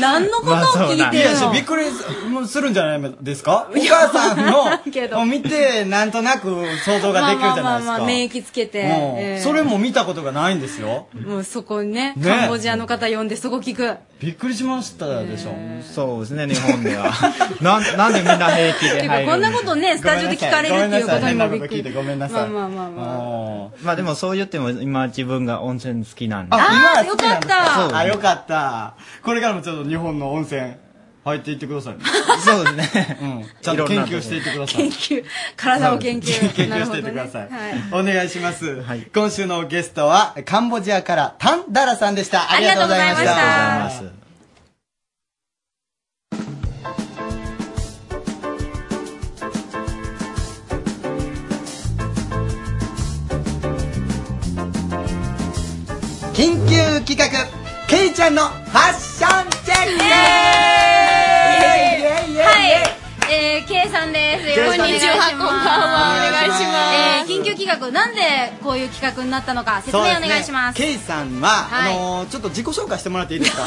[SPEAKER 3] 何のことを聞いてるの、
[SPEAKER 1] まあそうなん
[SPEAKER 2] い
[SPEAKER 1] で
[SPEAKER 2] やしびっくりするんじゃないですかお母さ
[SPEAKER 3] いやけ
[SPEAKER 2] ん
[SPEAKER 3] ど
[SPEAKER 2] のを見てなんとなく想像ができるじゃないです
[SPEAKER 3] まあまあまあま
[SPEAKER 2] か
[SPEAKER 3] あ免疫つけて、
[SPEAKER 2] うん
[SPEAKER 3] ええ
[SPEAKER 2] それも見たことがないんですよ
[SPEAKER 3] もうそこにね
[SPEAKER 2] ね
[SPEAKER 3] カンボジアの方呼んでそこ聞く
[SPEAKER 2] びっくりしましたでしょ
[SPEAKER 1] そうですね日本では なんなんでみんな平気
[SPEAKER 3] て
[SPEAKER 1] で
[SPEAKER 3] いうか
[SPEAKER 1] 入る
[SPEAKER 3] こんな
[SPEAKER 1] です
[SPEAKER 3] ことねスタジオで聞かれるっていうことにもびっくり
[SPEAKER 2] ごめんなさい変なこと聞いてごめんなさい
[SPEAKER 3] まあまあまあまあ
[SPEAKER 2] うん
[SPEAKER 1] まあでもそう言っても今自分が温泉好きなんで
[SPEAKER 2] あ
[SPEAKER 3] よかった
[SPEAKER 2] あ、よかった。これからもちょっと日本の温泉入っていってくださいね。
[SPEAKER 1] そうですね
[SPEAKER 2] うん。 ちゃんと研究していってください。
[SPEAKER 3] 研 究体を研究
[SPEAKER 2] 研究していってください。
[SPEAKER 3] なるほどね
[SPEAKER 2] お願いします、
[SPEAKER 1] はい
[SPEAKER 2] 今週のゲストは、カンボジアからタンダラさんでした。ありがとうございまし
[SPEAKER 3] ありがとうございました
[SPEAKER 2] た。
[SPEAKER 1] ありがとうございます
[SPEAKER 2] 緊急企画ケイちゃんのファッションチェックイエーイイエーイイエーイ
[SPEAKER 3] はいえー、K さんです。よろしくお願いします。
[SPEAKER 9] こんにちはこんばんはお願いします
[SPEAKER 3] えー緊急企画、なんでこういう企画になったのか、説明お願いします。
[SPEAKER 2] ケイさんは、
[SPEAKER 3] はい
[SPEAKER 2] あのーちょっと自己紹介してもらっていい ですか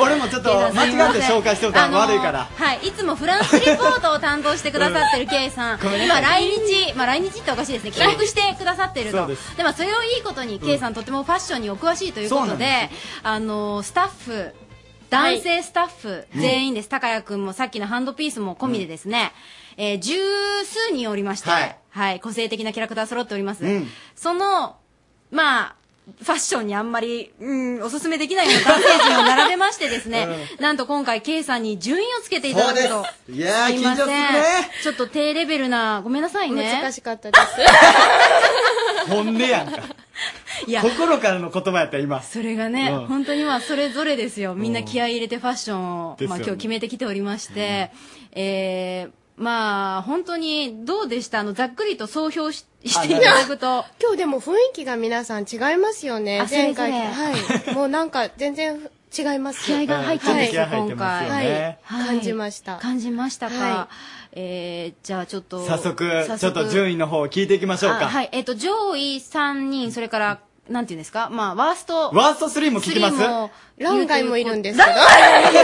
[SPEAKER 2] 俺もちょっと
[SPEAKER 3] ケイさん
[SPEAKER 2] 間
[SPEAKER 3] す
[SPEAKER 2] 違っ
[SPEAKER 3] いませ
[SPEAKER 2] て
[SPEAKER 3] ん
[SPEAKER 2] 紹介しておいたら
[SPEAKER 3] あの
[SPEAKER 2] 悪
[SPEAKER 3] ー
[SPEAKER 2] いから、
[SPEAKER 3] はいいつもフランスリポートを担当してくださってる K さ ん今来日まあ来日っておかしいですね帰国してくださってる
[SPEAKER 2] そう
[SPEAKER 3] と
[SPEAKER 2] で
[SPEAKER 3] ですもそれをいいことに K さんとてもファッションにお詳しいというこ
[SPEAKER 2] そうな
[SPEAKER 3] と
[SPEAKER 2] ん
[SPEAKER 3] で
[SPEAKER 2] で
[SPEAKER 3] あのースタッフ男性スタッフ全員です高谷君もさっきのハンドピースも込みでですねえー十数人おりまして
[SPEAKER 2] はい
[SPEAKER 3] はい個性的なキャラクター揃っております
[SPEAKER 2] うん
[SPEAKER 3] そのまあファッションにあんまり、うん、おすすめできないような男性陣を並べましてです ね、なんと今回、K さんに順位をつけていただく
[SPEAKER 2] そう
[SPEAKER 3] と
[SPEAKER 2] で。すいやー
[SPEAKER 3] いません
[SPEAKER 2] 緊張するね
[SPEAKER 3] ちょっと低レベルな、ごめんなさ いね。
[SPEAKER 9] 難しかったです。
[SPEAKER 2] 本音やんか
[SPEAKER 3] いや、
[SPEAKER 2] 心からの言葉やった今
[SPEAKER 3] それがね、
[SPEAKER 2] うん
[SPEAKER 3] 本当にまあ、それぞれですよ。みんな気合い入れてファッションを、
[SPEAKER 2] ですよ
[SPEAKER 3] まあ
[SPEAKER 2] ね
[SPEAKER 3] 今日決めてきておりまして、えー、まあ、本当に、どうでしたあの、ざっくりと総評ししていただくと。
[SPEAKER 9] 今日でも雰囲気が皆さん違いますよね
[SPEAKER 3] あ。
[SPEAKER 9] 前回と。
[SPEAKER 3] それぞ
[SPEAKER 9] はい。もうなんか全然違います。
[SPEAKER 3] 気合が入ってますよ、
[SPEAKER 2] はい
[SPEAKER 3] 今回。
[SPEAKER 9] は、
[SPEAKER 2] はいい
[SPEAKER 9] 感じました。
[SPEAKER 3] 感じましたか、
[SPEAKER 9] は
[SPEAKER 3] えーじゃあちょっと
[SPEAKER 2] 早速ちょっと順
[SPEAKER 3] 位
[SPEAKER 2] 位の方を聞いていきましょうか、
[SPEAKER 3] はいえっ、と上位3人それからなんていうんですかまあワースト
[SPEAKER 2] ワースト3も聞きます
[SPEAKER 3] 3も
[SPEAKER 9] ランガイもいるんですけど
[SPEAKER 3] ランガイ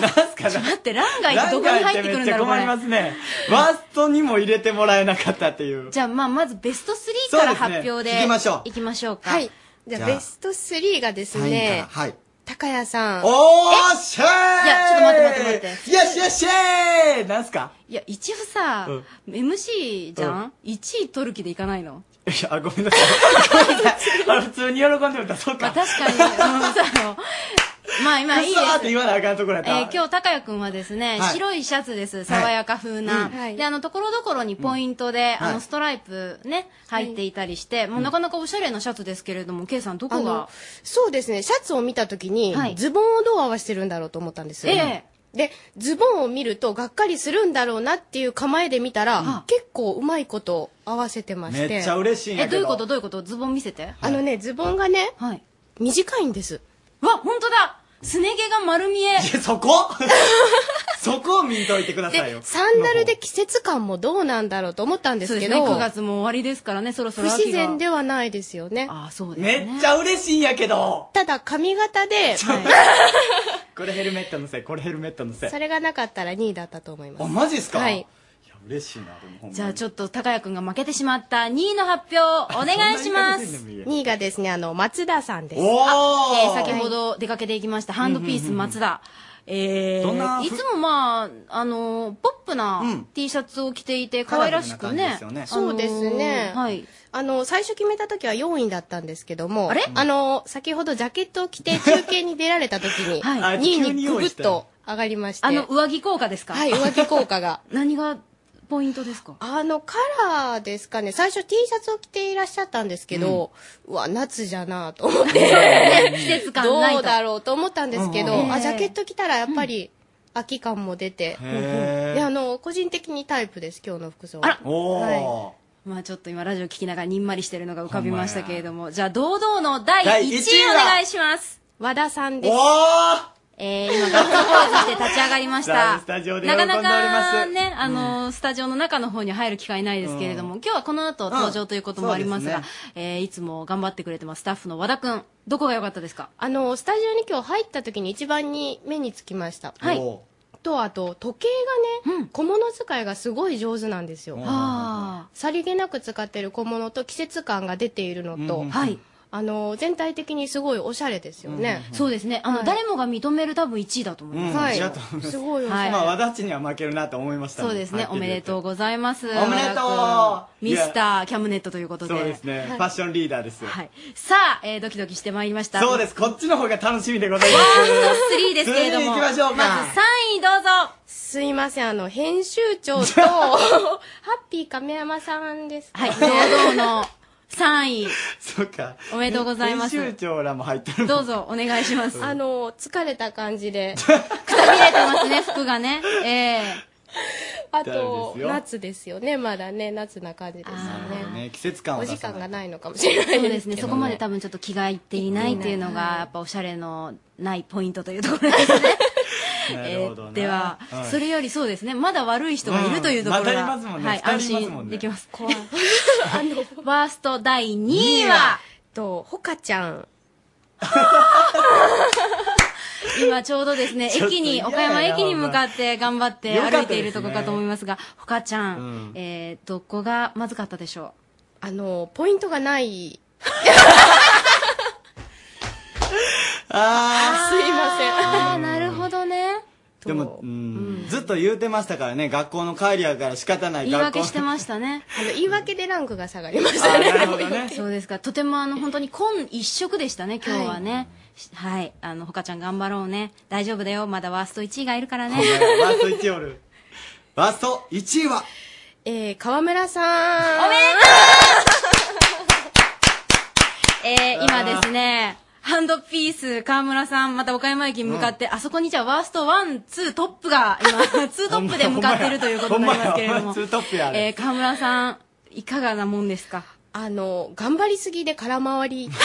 [SPEAKER 2] なんすかね
[SPEAKER 3] 待ってランガイってどこに入ってくるんだろうこ
[SPEAKER 2] ランガーってめっちゃ困りま
[SPEAKER 3] れ
[SPEAKER 2] すねワーストにも入れてもらえなかったっていう
[SPEAKER 3] じゃあまあまずベスト3から
[SPEAKER 2] そうですね
[SPEAKER 3] 発表で
[SPEAKER 2] 聞きましょう
[SPEAKER 3] いきましょうか
[SPEAKER 9] はい。じ
[SPEAKER 2] じ
[SPEAKER 9] ゃ
[SPEAKER 2] ゃ
[SPEAKER 9] あ
[SPEAKER 2] あ
[SPEAKER 9] ベスト3がです
[SPEAKER 2] 三位
[SPEAKER 9] ね
[SPEAKER 2] か、らはい
[SPEAKER 9] 高谷さん。
[SPEAKER 2] おーしゃーい
[SPEAKER 3] いやちょっと待って待って待って
[SPEAKER 2] よしよっしゃーなんすか
[SPEAKER 3] いや一応さ、MC じゃん、1位取る気でいかないの
[SPEAKER 2] いやあごめんなさいごめんなさいあの普通に喜んでもたそう
[SPEAKER 3] まあ
[SPEAKER 2] かく
[SPEAKER 3] 確かに、うん、そ うよまあ
[SPEAKER 2] そ
[SPEAKER 3] 今いいです
[SPEAKER 2] ーって言わなあかんところやった
[SPEAKER 3] えー今日、高谷くんはですね、
[SPEAKER 2] はい
[SPEAKER 3] 白いシャツです。爽やか風な。
[SPEAKER 9] うんはい
[SPEAKER 3] で、あの、ところどころにポイントで、
[SPEAKER 2] うん
[SPEAKER 3] あ
[SPEAKER 2] は
[SPEAKER 3] の、
[SPEAKER 2] い
[SPEAKER 3] ストライプね、入っていたりして、もうなかなかおしゃれなシャツですけれども、ケイさん、ど
[SPEAKER 9] あ
[SPEAKER 3] こ
[SPEAKER 9] の
[SPEAKER 3] が、
[SPEAKER 9] そうですね、シャツを見たときに、
[SPEAKER 3] はい
[SPEAKER 9] ズボンをどう合わせてるんだろうと思ったんですよ。
[SPEAKER 3] え
[SPEAKER 9] で、ズボンを見ると、がっかりするんだろうなっていう構えで見たら、結構うまいこと合わせてまして。
[SPEAKER 2] めっちゃ嬉しいん
[SPEAKER 3] え、
[SPEAKER 2] やけ
[SPEAKER 3] ど
[SPEAKER 2] ど
[SPEAKER 3] ういうことどういうことズボン見せて。
[SPEAKER 9] あのね、ズボンがね、
[SPEAKER 3] はい。
[SPEAKER 9] 短いんです。
[SPEAKER 3] うわ、ほんとだすね毛が丸見え。
[SPEAKER 2] いやそこ そこを見といてくださいよ
[SPEAKER 9] で、サンダルで季節感もどうなんだろうと思ったんで
[SPEAKER 3] そう
[SPEAKER 9] す
[SPEAKER 3] で
[SPEAKER 9] け
[SPEAKER 3] すね、
[SPEAKER 9] ど、
[SPEAKER 3] 9月も終わりですからね、そろそ
[SPEAKER 9] 不
[SPEAKER 3] ろ秋が。
[SPEAKER 9] 自然。ではないですよね。
[SPEAKER 3] ああ、そうですね。
[SPEAKER 2] めっちゃ嬉しいんやけど
[SPEAKER 9] ただ、髪 型で、
[SPEAKER 2] これヘルメットのせいこれヘルメットのせい
[SPEAKER 9] それがなかったら2位だったと思い
[SPEAKER 2] あ
[SPEAKER 9] ます。
[SPEAKER 2] マジっすか
[SPEAKER 9] はい
[SPEAKER 2] いや嬉しいなでもほんまに
[SPEAKER 3] じゃあちょっと高谷くんが負けてしまった2位の発表、お願いしま
[SPEAKER 2] そんなに楽
[SPEAKER 3] す
[SPEAKER 2] ん。でもいいや
[SPEAKER 9] 2位がですね、あの、松田さんです。
[SPEAKER 2] お
[SPEAKER 3] え
[SPEAKER 2] ー
[SPEAKER 3] ー先ほど出かけていきました、ハンドピース松田。え
[SPEAKER 2] どんな
[SPEAKER 3] ー、いつもまあ、あのー、ポップな
[SPEAKER 2] うん
[SPEAKER 3] T シャツを着ていて、可愛らしくね。
[SPEAKER 2] カラフルな感じです
[SPEAKER 9] よねそうですね
[SPEAKER 3] あのーはい。
[SPEAKER 9] あの、最初決めた時は4位だったんですけども、
[SPEAKER 3] あれ
[SPEAKER 9] の、先ほどジャケットを着て中継に出られた時に、
[SPEAKER 3] はい
[SPEAKER 9] 2位にググッと上がりまして、
[SPEAKER 3] あの、上着効果ですか
[SPEAKER 9] はい、上着効果が。
[SPEAKER 3] 何がポイントですか
[SPEAKER 9] あの、カラーですかね、最初 T シャツを着ていらっしゃったんですけど、うわ、夏じゃなぁと思って、
[SPEAKER 3] 季節感ないと。
[SPEAKER 9] どうだろうと思ったんですけど、
[SPEAKER 3] うんうん
[SPEAKER 9] あ、ジャケット着たらやっぱり秋感も出て、
[SPEAKER 2] へ
[SPEAKER 9] で、あ
[SPEAKER 2] ー
[SPEAKER 9] の、個人的にタイプです、今日の服装は。
[SPEAKER 3] あら
[SPEAKER 2] おー
[SPEAKER 3] まあちょっと今ラジオ聞きながらにんまりしてるのが浮かびましたけれども、じゃあ堂々の第1
[SPEAKER 2] 第
[SPEAKER 3] 位
[SPEAKER 2] 一位は
[SPEAKER 3] お願いします。
[SPEAKER 9] 和田さんです。
[SPEAKER 2] おー
[SPEAKER 3] えー、今、ガッツポーズして立ち上がりまし
[SPEAKER 2] さあ
[SPEAKER 3] た。
[SPEAKER 2] スタジオで喜ん
[SPEAKER 3] な
[SPEAKER 2] でお
[SPEAKER 3] か
[SPEAKER 2] ります
[SPEAKER 3] なかね、あのースタジオの中の方に入る機会ないですけれども、今日はこの後登場ということもありますが、
[SPEAKER 2] うんそう
[SPEAKER 3] えーいつも頑張ってくれてます、スタッフの和田くん、どこが良かったですか
[SPEAKER 9] あの、スタジオに今日入った時に一番に目につきました。
[SPEAKER 3] はい
[SPEAKER 2] お
[SPEAKER 9] と、あと、時計がね、小物使いがすごい上手なんですよ。
[SPEAKER 3] あ
[SPEAKER 9] さりげなく使ってる小物と季節感が出ているのと、
[SPEAKER 3] あ、はい。
[SPEAKER 9] あの、全体的にすごいおしゃれですよね。
[SPEAKER 3] そうですね、あの、
[SPEAKER 9] はい
[SPEAKER 3] 誰もが認める多分1位だと思い
[SPEAKER 2] ー
[SPEAKER 3] ま
[SPEAKER 2] う
[SPEAKER 3] す。
[SPEAKER 2] ん
[SPEAKER 9] はい
[SPEAKER 2] ありがとうございます
[SPEAKER 9] すごいおしゃ
[SPEAKER 3] は
[SPEAKER 9] れ。
[SPEAKER 3] い
[SPEAKER 2] まあ和田っちには負けるなと思いましたもん
[SPEAKER 3] そうですね、おめでとう
[SPEAKER 2] う
[SPEAKER 3] ございます。お
[SPEAKER 2] おめでとう
[SPEAKER 3] ミスターキャムネットということで。
[SPEAKER 2] そうですねファッションリーダーです
[SPEAKER 3] はい。さあ、えードキドキしてまいりました。。
[SPEAKER 2] そうですすこっちの方が楽しみでござい
[SPEAKER 3] ワ
[SPEAKER 2] ま
[SPEAKER 3] ー
[SPEAKER 2] す
[SPEAKER 3] スト3ですけれども。
[SPEAKER 2] 次に行きましょうか
[SPEAKER 3] まず3位どうぞ。
[SPEAKER 9] すいません、あの、編集長 と、ハッピー亀山さんです。
[SPEAKER 3] はい、堂々の3位。
[SPEAKER 2] そうか
[SPEAKER 3] おめでとうございます
[SPEAKER 2] 編集長らも入ってる
[SPEAKER 3] どうぞお願いします。
[SPEAKER 9] あの、疲れた感 じで。
[SPEAKER 3] くたびれてますね、服がね。ええ
[SPEAKER 9] あ
[SPEAKER 2] そうで、
[SPEAKER 9] と
[SPEAKER 2] すよ
[SPEAKER 9] 夏ですよね。まだね、夏な感じですよ
[SPEAKER 2] もん
[SPEAKER 9] ね。
[SPEAKER 2] ね季節感
[SPEAKER 9] お
[SPEAKER 2] を
[SPEAKER 9] 時
[SPEAKER 2] 出さ
[SPEAKER 9] 間
[SPEAKER 2] な
[SPEAKER 9] が
[SPEAKER 2] い
[SPEAKER 9] ないのかもしれない
[SPEAKER 3] そうで
[SPEAKER 9] ですすけ
[SPEAKER 3] ね、そ
[SPEAKER 9] ど。
[SPEAKER 3] こまで多分ちょっと気が入っていないっていうのが、やっぱおしゃれのないポイントというところですね。え
[SPEAKER 10] なるほどな
[SPEAKER 3] ーでは、
[SPEAKER 10] はい
[SPEAKER 3] それよりそうですね、まだ悪い人がいるというところが、
[SPEAKER 10] うんまだいますもんね
[SPEAKER 3] はい、
[SPEAKER 10] 二
[SPEAKER 3] 安
[SPEAKER 10] 人いますもん
[SPEAKER 3] 心
[SPEAKER 10] ね
[SPEAKER 3] できます。怖い。あの、ワースト第2位は、と、ほかちゃん。今ちょうどですね、
[SPEAKER 10] ちょっと
[SPEAKER 3] 駅に、
[SPEAKER 10] 嫌やな
[SPEAKER 3] 岡山駅に向かって頑張って
[SPEAKER 10] よかった
[SPEAKER 3] 歩いているとこかと思いますが、ほかちゃん、
[SPEAKER 10] うん
[SPEAKER 3] えー、どこがまずかったでしょう
[SPEAKER 9] あの、ポイント がない。
[SPEAKER 2] あ
[SPEAKER 9] すいません。
[SPEAKER 3] ああ、なるほどね。
[SPEAKER 2] ーでも、うん、ずっと言うてましたからね、学校の帰りやから仕方ない。
[SPEAKER 3] 言い訳して
[SPEAKER 2] す。
[SPEAKER 3] ましたね。
[SPEAKER 9] あの、言い訳でランクが下がりまし
[SPEAKER 2] あ
[SPEAKER 9] たね。
[SPEAKER 2] なるほどね。
[SPEAKER 3] そうですか。とてもあの、本当に紺一色でしたね、今日はね。しはい。あの、ほかちゃん頑張ろうね。大丈夫だよ。まだワースト1位がいるからね。
[SPEAKER 2] ワースト1位おる。ワースト1位は、
[SPEAKER 9] えー、河村さ ん。
[SPEAKER 3] えー、今ですね、ハンドピース、河村さん、また岡山駅に向かって、あそこにじゃあワースト1、2トップが、今、2トッ プで向かってるということになりますけれど
[SPEAKER 2] ほんまや
[SPEAKER 3] も
[SPEAKER 2] ツ。ートップや
[SPEAKER 3] えー、
[SPEAKER 2] ね。
[SPEAKER 3] 河村さん、いかがなもんですか
[SPEAKER 9] あの、頑張りすぎで空回り。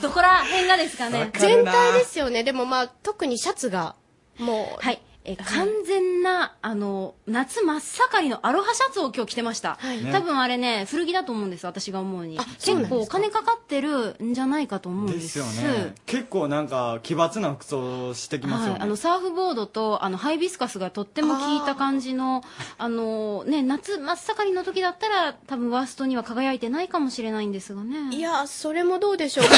[SPEAKER 3] どこら辺がですかね
[SPEAKER 9] 全体ですよね。でもまあ、特にシャツが、もう。
[SPEAKER 3] はい。えー完全な、あの、夏真っ盛りのアロハシャツを今日着てました。
[SPEAKER 9] いね
[SPEAKER 3] 多分あれね、古着だと思うんです、私が思うに。
[SPEAKER 9] そうなん
[SPEAKER 3] 結
[SPEAKER 9] ですか
[SPEAKER 3] 構お金かかってるんじゃないかと思うんで。
[SPEAKER 2] ですすよね。結構なんか、奇抜な服装してきますよ
[SPEAKER 3] はい、あ
[SPEAKER 2] ね
[SPEAKER 3] の。サーフボードとあのハイビスカスがとっても効いた感じのあの、ね、夏真っ盛りの時だったら多分ワーストには輝いてないかもしれないんですがね
[SPEAKER 9] いや、それもどうで しょうか。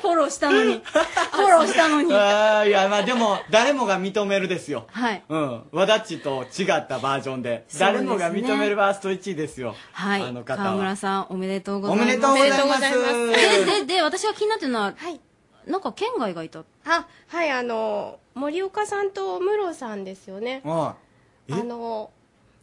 [SPEAKER 3] フォローしたのにフォローしたのには
[SPEAKER 2] あーいや、まあでも、誰もが認めるですよ。
[SPEAKER 3] い、
[SPEAKER 2] うん。わだっちと違ったバージョンで、
[SPEAKER 3] そうです
[SPEAKER 2] 誰
[SPEAKER 3] ね
[SPEAKER 2] もが認めるワースト1位ですよ。
[SPEAKER 3] はい
[SPEAKER 2] あの、方
[SPEAKER 3] 川
[SPEAKER 2] は
[SPEAKER 3] 村。さんおめでとうござ
[SPEAKER 2] お
[SPEAKER 3] いま
[SPEAKER 2] め
[SPEAKER 3] す
[SPEAKER 2] でとうございます。
[SPEAKER 9] おめ
[SPEAKER 3] ででで私が気になってるのは、
[SPEAKER 9] はい
[SPEAKER 3] なんか県外がいた
[SPEAKER 9] あ、はい、あの、森岡さんとムロさんですよね。
[SPEAKER 2] うんえ
[SPEAKER 9] あの、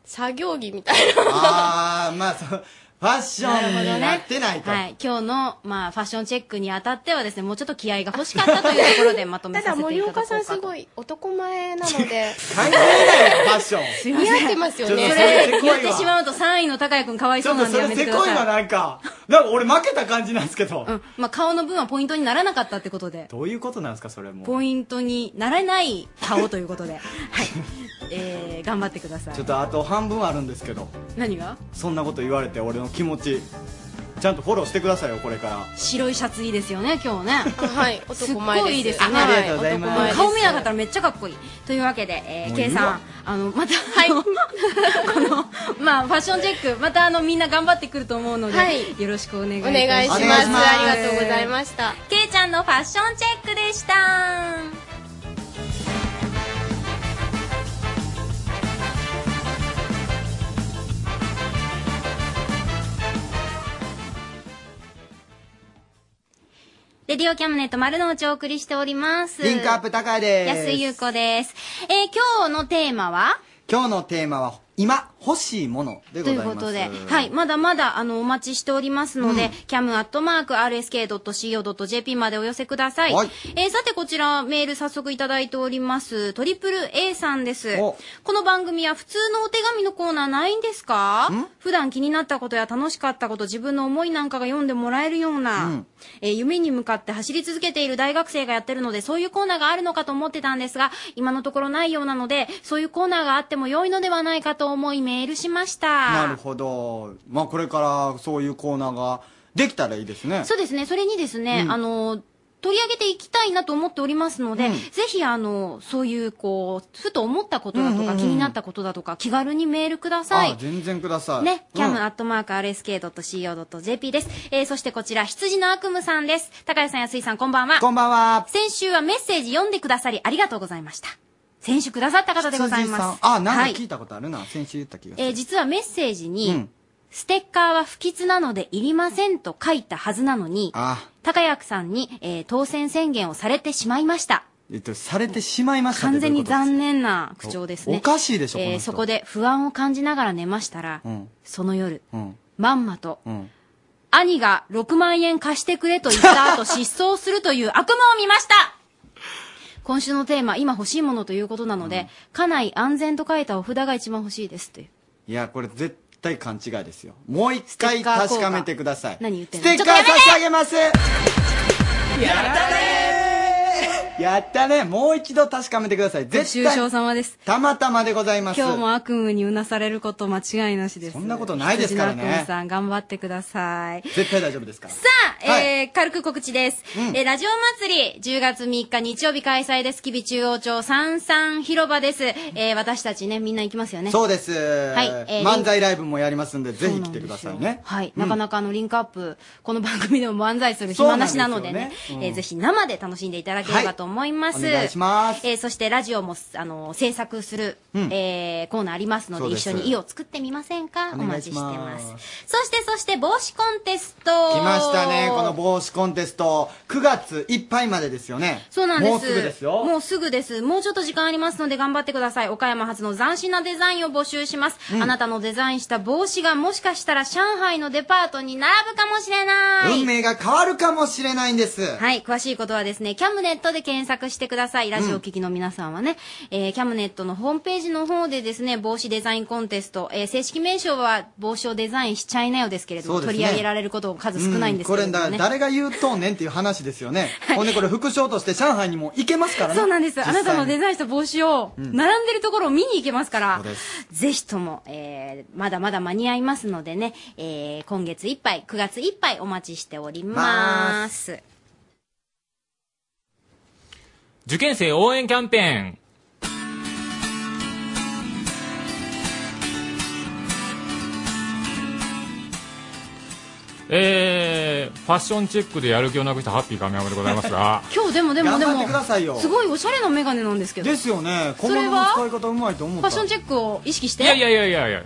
[SPEAKER 9] 作業着みたいな。
[SPEAKER 2] あー、まあ、そう、ファッションになってないと。
[SPEAKER 3] はい、今日の、まあ、ファッションチェックにあたってはですねもうちょっと気合が欲しかったというところでまと めさ
[SPEAKER 9] ただ
[SPEAKER 3] せてい
[SPEAKER 9] 森
[SPEAKER 3] ただこう
[SPEAKER 9] 岡
[SPEAKER 3] かと
[SPEAKER 9] さ んすごい男前なので、
[SPEAKER 2] 関係ないよ、ファッション。
[SPEAKER 3] すいま
[SPEAKER 9] 似
[SPEAKER 3] せん
[SPEAKER 9] 合ってますよ
[SPEAKER 2] ちょ
[SPEAKER 9] ね。
[SPEAKER 2] っ
[SPEAKER 3] そ
[SPEAKER 2] と
[SPEAKER 9] そ
[SPEAKER 2] れ
[SPEAKER 3] れ
[SPEAKER 9] れ、
[SPEAKER 2] せこいわ
[SPEAKER 3] 言ってしまうと3位の高谷君かわい
[SPEAKER 2] ち
[SPEAKER 3] そ
[SPEAKER 2] ょ
[SPEAKER 3] う
[SPEAKER 2] っと
[SPEAKER 3] なんで
[SPEAKER 2] そ
[SPEAKER 3] や
[SPEAKER 2] れ
[SPEAKER 3] め
[SPEAKER 2] せ
[SPEAKER 3] てくだ
[SPEAKER 2] こいわ、
[SPEAKER 3] さい
[SPEAKER 2] なんか。なんか俺負けた感じなんですけど。
[SPEAKER 3] うんまあ、顔の分はポイントにならなかったってことで
[SPEAKER 2] どういうことなんですか、それも。
[SPEAKER 3] ポイントにならない顔という ことで、はいえー、頑張ってください
[SPEAKER 2] ちょっとあと半分あるんですけど、
[SPEAKER 3] 何が
[SPEAKER 2] そんなこと言われて俺の気持ち、ちゃんとフォローしてくださいよ、これから。
[SPEAKER 3] 白いシャツいいですよね今日ね
[SPEAKER 9] はい、
[SPEAKER 3] すっ
[SPEAKER 9] 男前です。
[SPEAKER 3] ごいいいですよね、
[SPEAKER 9] は
[SPEAKER 2] ありがとうございます
[SPEAKER 9] 男前です
[SPEAKER 3] 顔見なかったらめっちゃかっこいいというわけで、えー、
[SPEAKER 2] もういいわ
[SPEAKER 3] K さんあの また、はい、この、まあ、ファッションチェックまたあのみんな頑張ってくると思うので、
[SPEAKER 9] はい
[SPEAKER 3] よろしくお願いい
[SPEAKER 9] お
[SPEAKER 3] た
[SPEAKER 9] 願いします。
[SPEAKER 2] お願いします
[SPEAKER 9] ありがとうございました。
[SPEAKER 3] K ちゃんのファッションチェックでしたレディオキャムネット丸の内をお送りしております
[SPEAKER 2] リンクアップ高いです。
[SPEAKER 3] 安井優子です、えー、今日のテーマは
[SPEAKER 2] 今日のテーマは、今欲しいものでご
[SPEAKER 3] と
[SPEAKER 2] ざ
[SPEAKER 3] い
[SPEAKER 2] いうます。
[SPEAKER 3] ことで、はい、。まだまだ、あの、お待ちしておりますので、cam.rsk.co.jp までお寄せください。
[SPEAKER 2] はい
[SPEAKER 3] えーさて、こちら、メール早速いただいております。トリプル A さんです
[SPEAKER 2] お。
[SPEAKER 3] この番組は普通のお手紙のコーナーないんですか普段気になったことや楽しかったこと、自分の思いなんかが読んでもらえるような、
[SPEAKER 2] うん
[SPEAKER 3] えー夢に向かって走り続けている大学生がやってるので、そういうコーナーがあるのかと思ってたんですが、今のところないようなので、そういうコーナーがあっても良いのではないかと思いメールしました。
[SPEAKER 2] なるほど。まあこれからそういうコーナーができたらいいですね。
[SPEAKER 3] そうですね、それにですね、
[SPEAKER 2] うん
[SPEAKER 3] あの、取り上げていきたいなと思っておりますので、
[SPEAKER 2] うん
[SPEAKER 3] ぜひ、あの、そういう、こう、ふと思ったことだとか、
[SPEAKER 2] うんうんうん
[SPEAKER 3] 気になったことだとか、気軽にメールくださ
[SPEAKER 2] あ
[SPEAKER 3] い、。
[SPEAKER 2] 全然ください。
[SPEAKER 3] ね、
[SPEAKER 2] うん
[SPEAKER 3] cam.rsk.co.jp です。えー、そしてこちら、羊の悪夢さんです。高谷さん、安井さん、こんばんは。
[SPEAKER 2] こんばんは。
[SPEAKER 3] 先週はメッセージ読んでくださり、ありがとうございました。先週くださった方でございます
[SPEAKER 2] 羊。さんあ、な
[SPEAKER 3] は
[SPEAKER 2] ん
[SPEAKER 3] い
[SPEAKER 2] か聞いたことあるな。先週言った気がする。
[SPEAKER 3] えー実はメッセージに、
[SPEAKER 2] うん
[SPEAKER 3] ステッカーは不吉なのでいりませんと書いたはずなのに、
[SPEAKER 2] あ、
[SPEAKER 3] 高谷さんに、えー当選宣言をされてしまいました。
[SPEAKER 2] えっと、されてしまいましたって
[SPEAKER 3] 完全に
[SPEAKER 2] どういうことです
[SPEAKER 3] 残念な口調ですね。
[SPEAKER 2] おおかしいでしょこの人
[SPEAKER 3] えーそこで不安を感じながら寝ましたら、
[SPEAKER 2] うん
[SPEAKER 3] その夜、
[SPEAKER 2] うん。
[SPEAKER 3] まんまと、
[SPEAKER 2] うん。
[SPEAKER 3] 兄が6万円貸してくれと言った 後失踪するという悪夢を見ました今週のテーマ、今欲しいものということなので、家内安全と書いたお札が一番欲しいですという。
[SPEAKER 2] いや、これ絶対勘違いですよ。もう一回確かめてください。
[SPEAKER 3] 何言ってん
[SPEAKER 2] ス
[SPEAKER 3] の
[SPEAKER 2] テッカー
[SPEAKER 3] ちょっと
[SPEAKER 2] 差
[SPEAKER 3] やめて
[SPEAKER 2] し上げます
[SPEAKER 5] やったね
[SPEAKER 2] やったね。もう一度確かめてください。
[SPEAKER 3] ご
[SPEAKER 2] 絶
[SPEAKER 3] 愁傷
[SPEAKER 2] 対。
[SPEAKER 3] 様です。
[SPEAKER 2] たまたまでございます。
[SPEAKER 3] 今日も悪夢にうなされること間違いなしです。そんなこと
[SPEAKER 2] ないですからね
[SPEAKER 3] さん、頑張ってください。
[SPEAKER 2] 絶対大丈夫ですから。
[SPEAKER 3] さあ、えー軽く告知です。えーラジオ祭り、10月3日日曜日開催です。吉備中央町三三広場です。えー私たちね、みんな行きますよね。
[SPEAKER 2] そうです。
[SPEAKER 3] はいえー
[SPEAKER 2] 漫才ライブもやりますんで、ぜひ来てくださいね。
[SPEAKER 3] はい、
[SPEAKER 2] うん
[SPEAKER 3] なかなかあのリンクアップ、この番組でも漫才する
[SPEAKER 2] そうな
[SPEAKER 3] 暇
[SPEAKER 2] んですよね
[SPEAKER 3] なしなのでね、
[SPEAKER 2] うん
[SPEAKER 3] えーぜひ生で楽しんでいただければ
[SPEAKER 2] はい
[SPEAKER 3] と思います。
[SPEAKER 2] お願いします
[SPEAKER 3] えーそしてラジオも、あの、制作する、
[SPEAKER 2] うん
[SPEAKER 3] えーコーナーありますの
[SPEAKER 2] そう
[SPEAKER 3] で、
[SPEAKER 2] で
[SPEAKER 3] 一
[SPEAKER 2] す
[SPEAKER 3] 緒に意を作ってみませんかお
[SPEAKER 2] お願い
[SPEAKER 3] 待ち
[SPEAKER 2] し
[SPEAKER 3] して
[SPEAKER 2] ま
[SPEAKER 3] ますす。そして、そして、帽子コンテスト
[SPEAKER 2] 来ましたね、この帽子コンテスト。9月いっぱいまでですよね。
[SPEAKER 3] そうなんです。
[SPEAKER 2] もうすぐですよ。
[SPEAKER 3] もうすぐです。もうちょっと時間ありますので頑張ってください。岡山発の斬新なデザインを募集します。
[SPEAKER 2] うん
[SPEAKER 3] あなたのデザインした帽子がもしかしたら上海のデパートに並ぶかもしれない。
[SPEAKER 2] 運命が変わるかもしれないんです。
[SPEAKER 3] はい、詳しいことはですね、キャムネットで検索してください。ラジオ聴きの皆さんはね、えーキャムネットのホームページの方でですね、帽子デザインコンテスト、えー正式名称は帽子をデザインしちゃいなよですけれども、
[SPEAKER 2] そうですね
[SPEAKER 3] 取り上げられること数少ないんですけ
[SPEAKER 2] う
[SPEAKER 3] れど
[SPEAKER 2] こ
[SPEAKER 3] も、
[SPEAKER 2] れ
[SPEAKER 3] ね
[SPEAKER 2] だ、誰が言うとんねんっていう話ですよ ね。ほんでこれ副賞として上海にも行けますからね。
[SPEAKER 3] そうなんです。あなたのデ
[SPEAKER 2] ザ
[SPEAKER 3] ザインした帽子を、
[SPEAKER 2] うん
[SPEAKER 3] 並んでるところを見に行けますから
[SPEAKER 2] そうで、
[SPEAKER 3] ぜひとも、えー、まだまだ間に合いますのでね、えー、今月いっぱい、9月いっぱいお待ちしております。
[SPEAKER 10] 受験生応援キャンペーンえー、ファッションチェックでやる気をなくしたハッピー亀山でございます が
[SPEAKER 3] 今日でもでもで
[SPEAKER 2] 頑張って
[SPEAKER 3] も
[SPEAKER 2] くださいよ、
[SPEAKER 3] すごいおしゃれなメガネなんですけど。
[SPEAKER 2] ですよね。小
[SPEAKER 3] そ
[SPEAKER 2] 物
[SPEAKER 3] れ
[SPEAKER 2] の
[SPEAKER 3] は
[SPEAKER 2] 使い方うまいと思
[SPEAKER 3] フ
[SPEAKER 2] っ
[SPEAKER 3] ァ
[SPEAKER 2] た。
[SPEAKER 3] ッションチェックを意識して
[SPEAKER 10] いやいやいやいやいや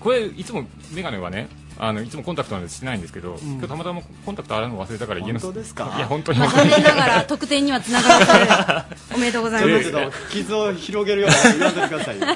[SPEAKER 10] これいつも眼鏡はねあのいつもコンタクトなんでしないんですけど、今日たまたまコンタクト洗うの忘れたから家の
[SPEAKER 2] 本当ですか
[SPEAKER 10] いや本当に
[SPEAKER 3] まあ、残念ながら得点にはつながら ず、おめでとうございます。
[SPEAKER 2] だけど傷を広げるような言わせてくださいよ。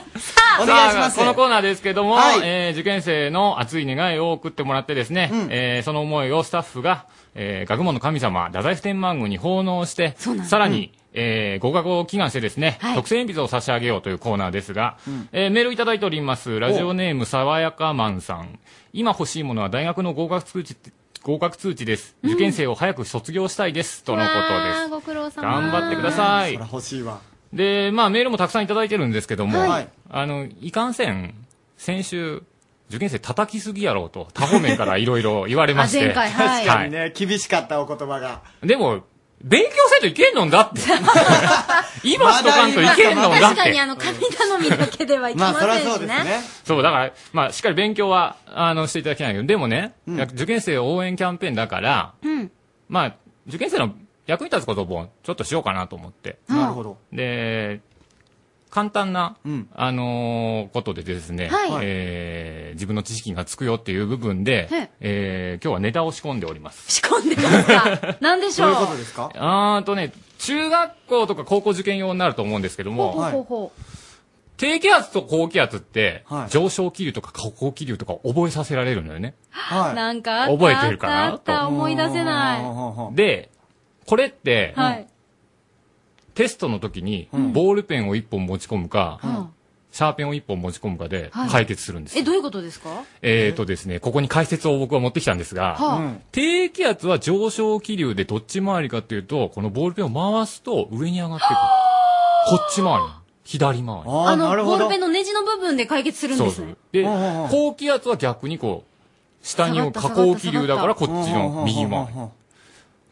[SPEAKER 2] お願いします
[SPEAKER 10] さあこのコーナーですけども、
[SPEAKER 2] はい
[SPEAKER 10] えー受験生の熱い願いを送ってもらってですね、えーその思いをスタッフが、えー学問の神様太宰府天満宮に奉納してさらに、えー合格を祈願してですね、特選鉛筆を差し上げようというコーナーですが、えーメールいただいておりますラジオネーム爽やかマンさん今欲しいものは大学の合格通知って合格通知です受験生を早く卒業したいです、とのことです
[SPEAKER 3] ご苦労様。
[SPEAKER 10] 頑張ってください。
[SPEAKER 2] そら欲しいわ。
[SPEAKER 10] で、まあメールもたくさんいただいてるんですけども、、
[SPEAKER 3] はい
[SPEAKER 10] あの、いかんせん、先週、受験生叩きすぎやろうと、他方面からいろいろ言われまして。
[SPEAKER 3] あ前回はい
[SPEAKER 2] 確かにね、厳しかったお言葉が。
[SPEAKER 10] いでも、勉強せんといけんのんだって。今しとかんといけんのんだっ
[SPEAKER 3] 確か
[SPEAKER 10] て
[SPEAKER 3] に。あの、神頼みだけではいきませんしね。。
[SPEAKER 10] そう、だから、まあ、しっかり勉強は、あの、していただきたいんだけど、でもね、受験生応援キャンペーンだから、
[SPEAKER 3] うん。
[SPEAKER 10] まあ、受験生の役に立つことをちょっとしようかなと思って。
[SPEAKER 2] なるほど。
[SPEAKER 10] で、簡単な、あのーことでですね、
[SPEAKER 2] はい
[SPEAKER 10] えー自分の知識がつくよっていう部分で
[SPEAKER 3] はい、
[SPEAKER 10] えー今日はネタを仕込んでおります。
[SPEAKER 3] 仕込んでますかなんでしょう。
[SPEAKER 2] ですか
[SPEAKER 10] あーとね、中学校とか高校受験用になると思うんですけど
[SPEAKER 3] ほう
[SPEAKER 10] も、
[SPEAKER 3] ほうほうほう。
[SPEAKER 10] 低気圧と高気圧って、上昇気流とか下降気流とか覚えさせられるのよね。
[SPEAKER 3] なんかあった
[SPEAKER 10] 覚えてるか
[SPEAKER 3] あ
[SPEAKER 10] な
[SPEAKER 3] ったあった
[SPEAKER 10] と。
[SPEAKER 3] 思い出せない。
[SPEAKER 10] で、これって、
[SPEAKER 3] はい。
[SPEAKER 10] テストの時に、ボールペンを1本持ち込むか、
[SPEAKER 3] うん
[SPEAKER 10] シャーペンを1本持ち込むかで
[SPEAKER 3] はい
[SPEAKER 10] 解決するんですよ
[SPEAKER 3] え、どういうことですか
[SPEAKER 10] えーとですね、ここに解説を僕は持ってきたんですが、
[SPEAKER 3] はあうん
[SPEAKER 10] 低気圧は上昇気流でどっち回りかというと、このボールペンを回すと上に上がってくる。こっち回り。左回り。
[SPEAKER 3] あの、ボールペンのネジの部分で解決するん
[SPEAKER 10] そう
[SPEAKER 3] で
[SPEAKER 10] そ
[SPEAKER 3] す
[SPEAKER 10] う
[SPEAKER 3] ね。。
[SPEAKER 10] で、高気圧は逆にこう、下に
[SPEAKER 3] 下がった
[SPEAKER 10] 下降気流だからこ
[SPEAKER 2] 下
[SPEAKER 10] っ
[SPEAKER 2] がった
[SPEAKER 10] ち
[SPEAKER 2] 下がった
[SPEAKER 10] の右回り。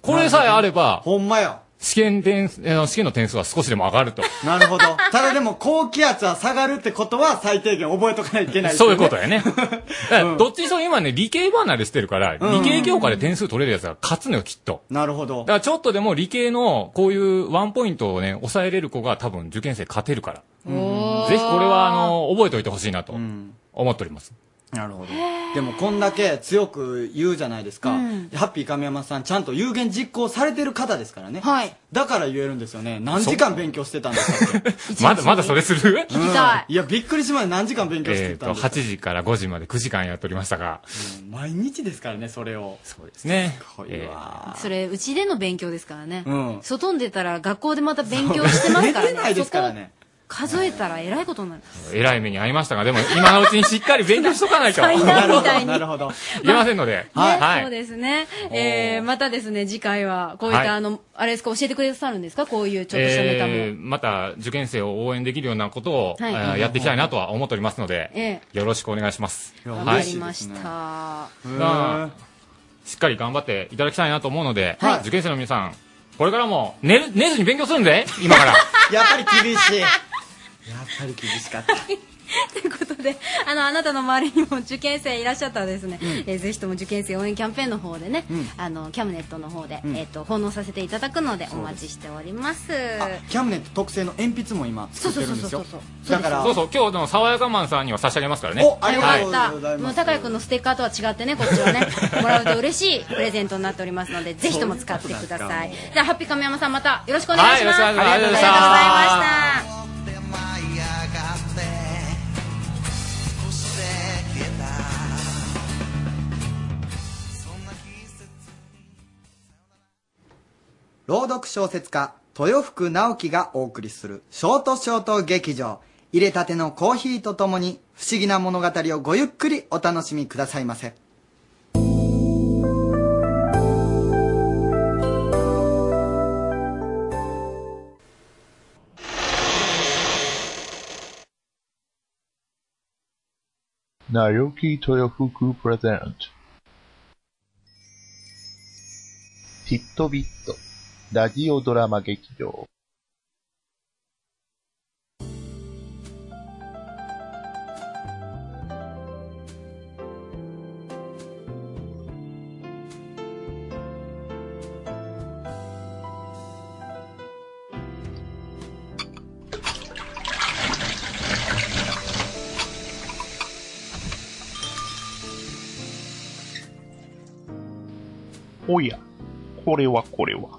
[SPEAKER 10] これさえあれば、
[SPEAKER 2] ほんまや。
[SPEAKER 10] 試験点、えー試験の点数は少しでも上がると。
[SPEAKER 2] なるほど。ただでも、高気圧は下がるってことは最低限覚えとかないといけない、
[SPEAKER 10] そういうこ と。やね。だからどっちにしろ今ね、理系離れしてるから、
[SPEAKER 2] うん
[SPEAKER 10] 理系教科で点数取れるやつが勝つのよ、きっと。
[SPEAKER 2] なるほど
[SPEAKER 10] だ。からちょっとでも理系のこういうワンポイントをね、抑えれる子が多分受験生勝てるから。
[SPEAKER 2] おー
[SPEAKER 10] ぜひこれはあの、覚えておいてほしいなと思っております。
[SPEAKER 2] なるほど。でも、こんだけ強く言うじゃないですか。
[SPEAKER 10] うん
[SPEAKER 2] ハッピー亀山さん、ちゃんと有言実行されてる方ですからね。
[SPEAKER 3] はい。
[SPEAKER 2] だから言えるんですよね。何時間勉強してたんです かって
[SPEAKER 10] まだ、まだそれする
[SPEAKER 2] うん
[SPEAKER 3] た
[SPEAKER 2] いや、びっくりしました。何時間勉強し
[SPEAKER 10] え
[SPEAKER 2] て
[SPEAKER 10] った
[SPEAKER 2] んで
[SPEAKER 10] と、
[SPEAKER 2] すか、
[SPEAKER 10] 8時から5時まで9時間やっておりましたが、
[SPEAKER 2] 毎日ですからね、それを。
[SPEAKER 10] そうですね。え
[SPEAKER 3] それ、うちでの勉強ですからね
[SPEAKER 10] う。ん
[SPEAKER 3] 外に出たら学校でまた勉強してますからね。
[SPEAKER 2] 寝てないですからね。
[SPEAKER 3] 数えたらえらいことになる。
[SPEAKER 10] えらい目に遭いましたが、でも今のうちにしっかり勉強しとかないと。
[SPEAKER 3] 災難みたいに
[SPEAKER 10] なる ほど。いけませんので。
[SPEAKER 3] ねそうですね。えー、またですね、次回は、こういっ
[SPEAKER 10] はい
[SPEAKER 3] た、あの、あれですか、教えてくださるんですかこういうちょっとしたネタも。
[SPEAKER 10] えーまた受験生を応援できるようなことを、
[SPEAKER 3] はい
[SPEAKER 10] えーやっていきたいなとは思っておりますので、
[SPEAKER 3] え
[SPEAKER 10] よろしくお願いします。
[SPEAKER 3] え、わ
[SPEAKER 10] は
[SPEAKER 3] か
[SPEAKER 10] い
[SPEAKER 3] りました。
[SPEAKER 10] まあしっかり頑張っていただきたいなと思うので、受験生の皆さん、これからも寝る寝ずに勉強するんで、今から。
[SPEAKER 2] やっぱり厳しい。やっぱり厳しかった。
[SPEAKER 3] あの、あなたの周りにも受験生いらっしゃったらですね、
[SPEAKER 2] うん
[SPEAKER 3] えーぜひとも受験生応援キャンペーンの方でね、
[SPEAKER 2] うん
[SPEAKER 3] あの、キャムネットの方で、
[SPEAKER 2] うん
[SPEAKER 3] えっ、と、奉納させていただくので、お
[SPEAKER 2] そうです
[SPEAKER 3] 待ちしております。
[SPEAKER 2] キャムネット特製の鉛筆も今作ってるんですよ
[SPEAKER 3] そうそうそうそう。
[SPEAKER 2] だから、
[SPEAKER 10] そうそう、今日の爽やかマンさんには差し上げますからね。
[SPEAKER 2] おありがとうございます
[SPEAKER 3] ま
[SPEAKER 10] は
[SPEAKER 3] た、もう、高井くんのステッカーとは違ってね、こっちはね、もらうと嬉しいプレゼントになっておりますので、ぜひとも使ってください。じゃあ、ハッピー亀山さん、またよろしくお願いします。
[SPEAKER 10] はいよろしくお願いしますありがとうございました
[SPEAKER 3] ありがとうございました。
[SPEAKER 2] 朗読小説家、豊福直樹がお送りする、ショートショート劇場、入れたてのコーヒーとともに、不思議な物語をごゆっくりお楽しみくださいませ。
[SPEAKER 11] Naoki Toyofuku Present ティットビットラジオドラマ劇場おや、これはこれは。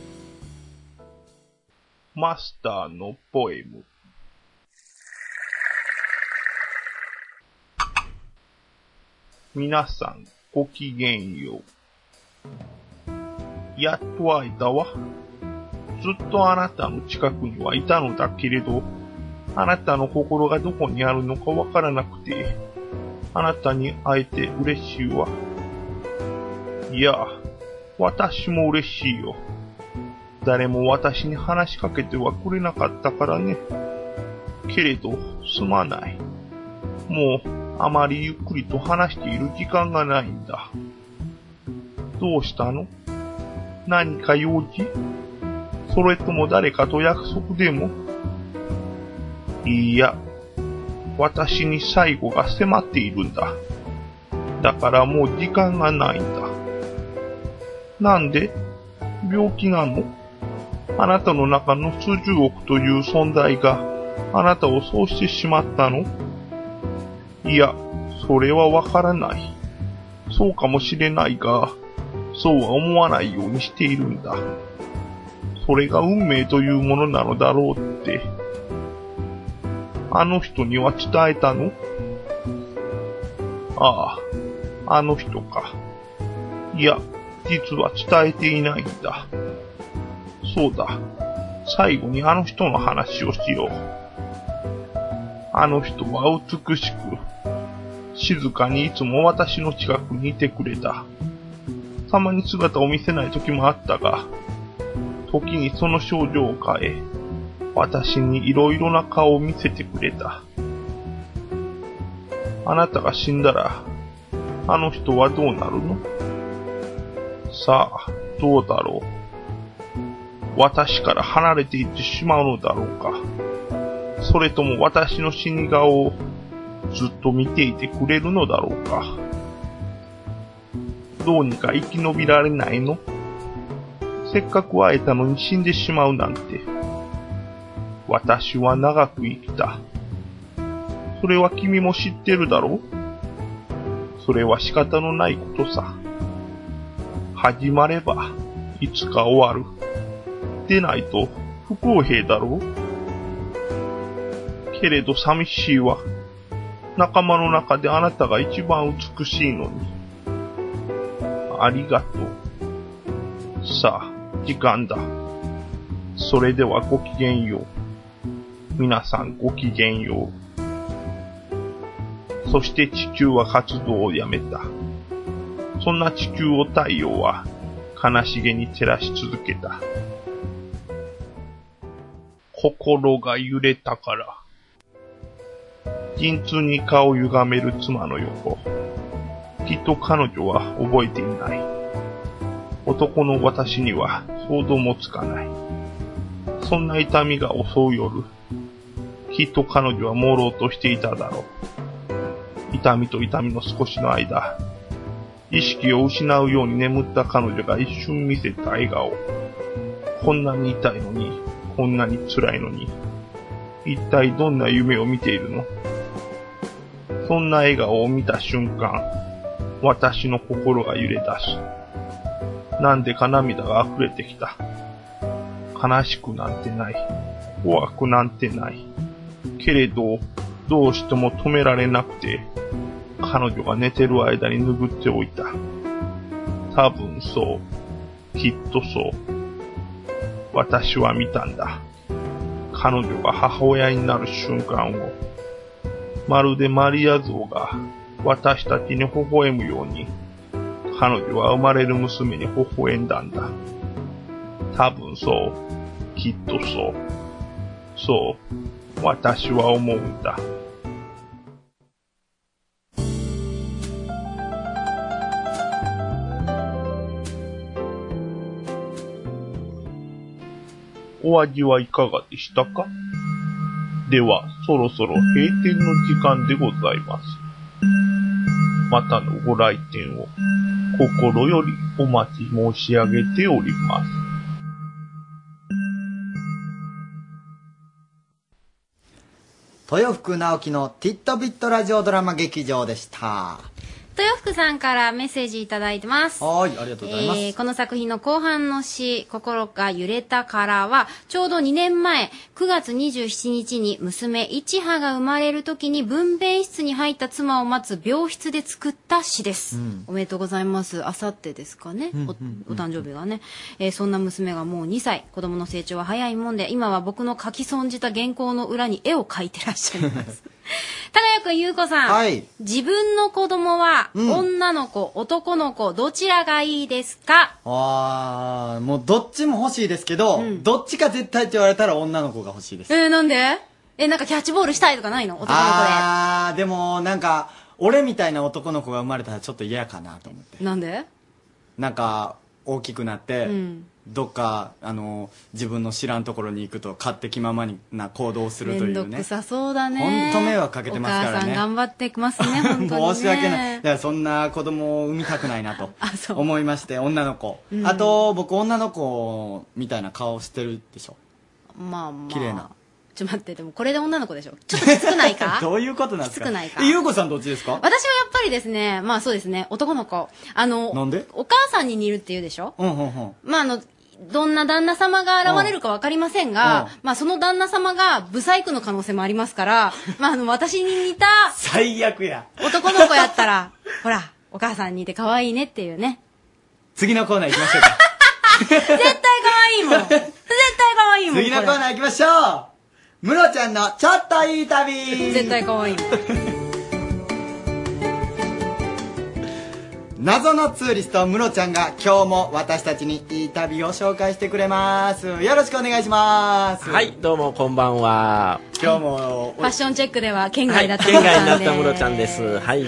[SPEAKER 11] マスターのポエム。皆さん、ごきげんよう。やっと会えたわ。ずっとあなたの近くにはいたのだけれど、あなたの心がどこにあるのかわからなくて、あなたに会えて嬉しいわ。いや、私も嬉しいよ。誰も私に話しかけてはくれなかったからね。けれど、すまない。もう、あまりゆっくりと話している時間がないんだ。どうしたの何か用事それとも誰かと約束でもいいや、私に最後が迫っているんだ。だからもう時間がないんだ。なんで病気なのあなたの中の数十億という存在があなたをそうしてしまったのいや、それはわからない。そうかもしれないが、そうは思わないようにしているんだ。それが運命というものなのだろうって。あの人には伝えたのああ、あの人か。いや、実は伝えていないんだ。そうだ。最後にあの人の話をしよう。あの人は美しく、静かにいつも私の近くにいてくれた。たまに姿を見せない時もあったが、時にその症状を変え、私にいろいろな顔を見せてくれた。あなたが死んだら、あの人はどうなるのさあ、どうだろう。私から離れていってしまうのだろうか。それとも私の死に顔をずっと見ていてくれるのだろうか。どうにか生き延びられないのせっかく会えたのに死んでしまうなんて。私は長く生きた。それは君も知ってるだろうそれは仕方のないことさ。始まれば、いつか終わる。でないと、不公平だろうけれど寂しいわ。仲間の中であなたが一番美しいのに。ありがとう。さあ、時間だ。それではごきげんよう。皆さんごきげんよう。そして地球は活動をやめた。そんな地球を太陽は悲しげに照らし続けた。心が揺れたから。陣痛に顔を歪める妻の横。きっと彼女は覚えていない。男の私には想像もつかない。そんな痛みが襲う夜、きっと彼女は朦朧としていただろう。痛みと痛みの少しの間、意識を失うように眠った彼女が一瞬見せた笑顔。こんなに痛いのに、こんなに辛いのに、一体どんな夢を見ているのそんな笑顔を見た瞬間、私の心が揺れ出す。なんでか涙が溢れてきた。悲しくなんてない。怖くなんてない。けれど、どうしても止められなくて、彼女が寝てる間に拭っておいた。多分そう。きっとそう。私は見たんだ。彼女が母親になる瞬間を、まるでマリア像が私たちに微笑むように、彼女は生まれる娘に微笑んだんだ。多分そう。きっとそう。そう。私は思うんだ。お味はいかがでしたかでは、そろそろ閉店の時間でございます。またのご来店を心よりお待ち申し上げております。
[SPEAKER 2] 豊福直樹のティットビットラジオドラマ劇場でした。
[SPEAKER 3] 豊福さんからメッセージいただいてます。
[SPEAKER 2] はーい、ありがとうございます。
[SPEAKER 3] えーこの作品の後半の詩「心が揺れたから」はちょうど2年前9月27日に娘一葉が生まれる時に分娩室に入った妻を待つ病室で作った詩です、
[SPEAKER 12] うん
[SPEAKER 3] おめでとうございますあさってですかね、
[SPEAKER 12] うん
[SPEAKER 3] お
[SPEAKER 12] うん
[SPEAKER 3] お誕生日がね、えーそんな娘がもう2歳子供の成長は早いもんで今は僕の書き損じた原稿の裏に絵を描いてらっしゃいます高谷君優子さん、
[SPEAKER 2] はい
[SPEAKER 3] 自分の子供は、女の子男の子どちらがいいですか
[SPEAKER 2] あー、もうどっちも欲しいですけど、どっちか絶対って言われたら女の子が欲しいです。
[SPEAKER 3] えー、なんでえなんかキャッチボールしたいとかないの男の子
[SPEAKER 2] あー、でもなんか、俺みたいな男の子が生まれたらちょっと嫌かなと思って。
[SPEAKER 3] でなんで
[SPEAKER 2] なんか、大きくなって、
[SPEAKER 3] うん
[SPEAKER 2] どっか、あの、自分の知らんところに行くと、勝手気ままにな行動をする
[SPEAKER 3] め
[SPEAKER 2] とい
[SPEAKER 3] んど
[SPEAKER 2] うね
[SPEAKER 3] く。さそうだね
[SPEAKER 2] ほんと迷惑かけてますからね
[SPEAKER 3] お母さん頑張って ますね本当に、ね、
[SPEAKER 2] 申し訳ない。だからそんな子供を産みたくないなと思いまして、女の子。
[SPEAKER 3] うん
[SPEAKER 2] あと、僕女の子みたいな顔してるでしょ。
[SPEAKER 3] まあまあ
[SPEAKER 2] 綺麗な。
[SPEAKER 3] ちょっと待ってでもこれで女の子でしょちょっときつくない か
[SPEAKER 2] どういうことなんですか
[SPEAKER 3] きつくないか
[SPEAKER 2] えゆうこさんどっちですか
[SPEAKER 3] 私はやっぱりですねまあそうですね男の子あの
[SPEAKER 2] なんで
[SPEAKER 3] お母さんに似るって言うでしょ
[SPEAKER 2] うんうんうん。
[SPEAKER 3] まああのどんな旦那様が現れるかわかりません
[SPEAKER 2] うん
[SPEAKER 3] が、まあその旦那様がブサイクの可能性もあります から、まああの私に似た
[SPEAKER 2] 最悪や。
[SPEAKER 3] 男の子やったら、ほら、お母さんにいて可愛いねっていうね。
[SPEAKER 2] 次のコーナー行きましょうか。
[SPEAKER 3] 絶対可愛いもん 絶対可愛いもん
[SPEAKER 2] 次のコーナー行きましょうムロちゃんのちょっといい旅
[SPEAKER 3] 絶対可愛いもん。
[SPEAKER 2] 謎のツーリストムロちゃんが今日も私たちにいい旅を紹介してくれます。よろしくお願いします。
[SPEAKER 13] はい、どうもこんばんは。
[SPEAKER 2] 今日も
[SPEAKER 3] ファッションチェックでは県外だった
[SPEAKER 13] 県外
[SPEAKER 3] な
[SPEAKER 13] にな
[SPEAKER 3] っ
[SPEAKER 13] ったムロちゃん
[SPEAKER 3] で。
[SPEAKER 13] です。はい。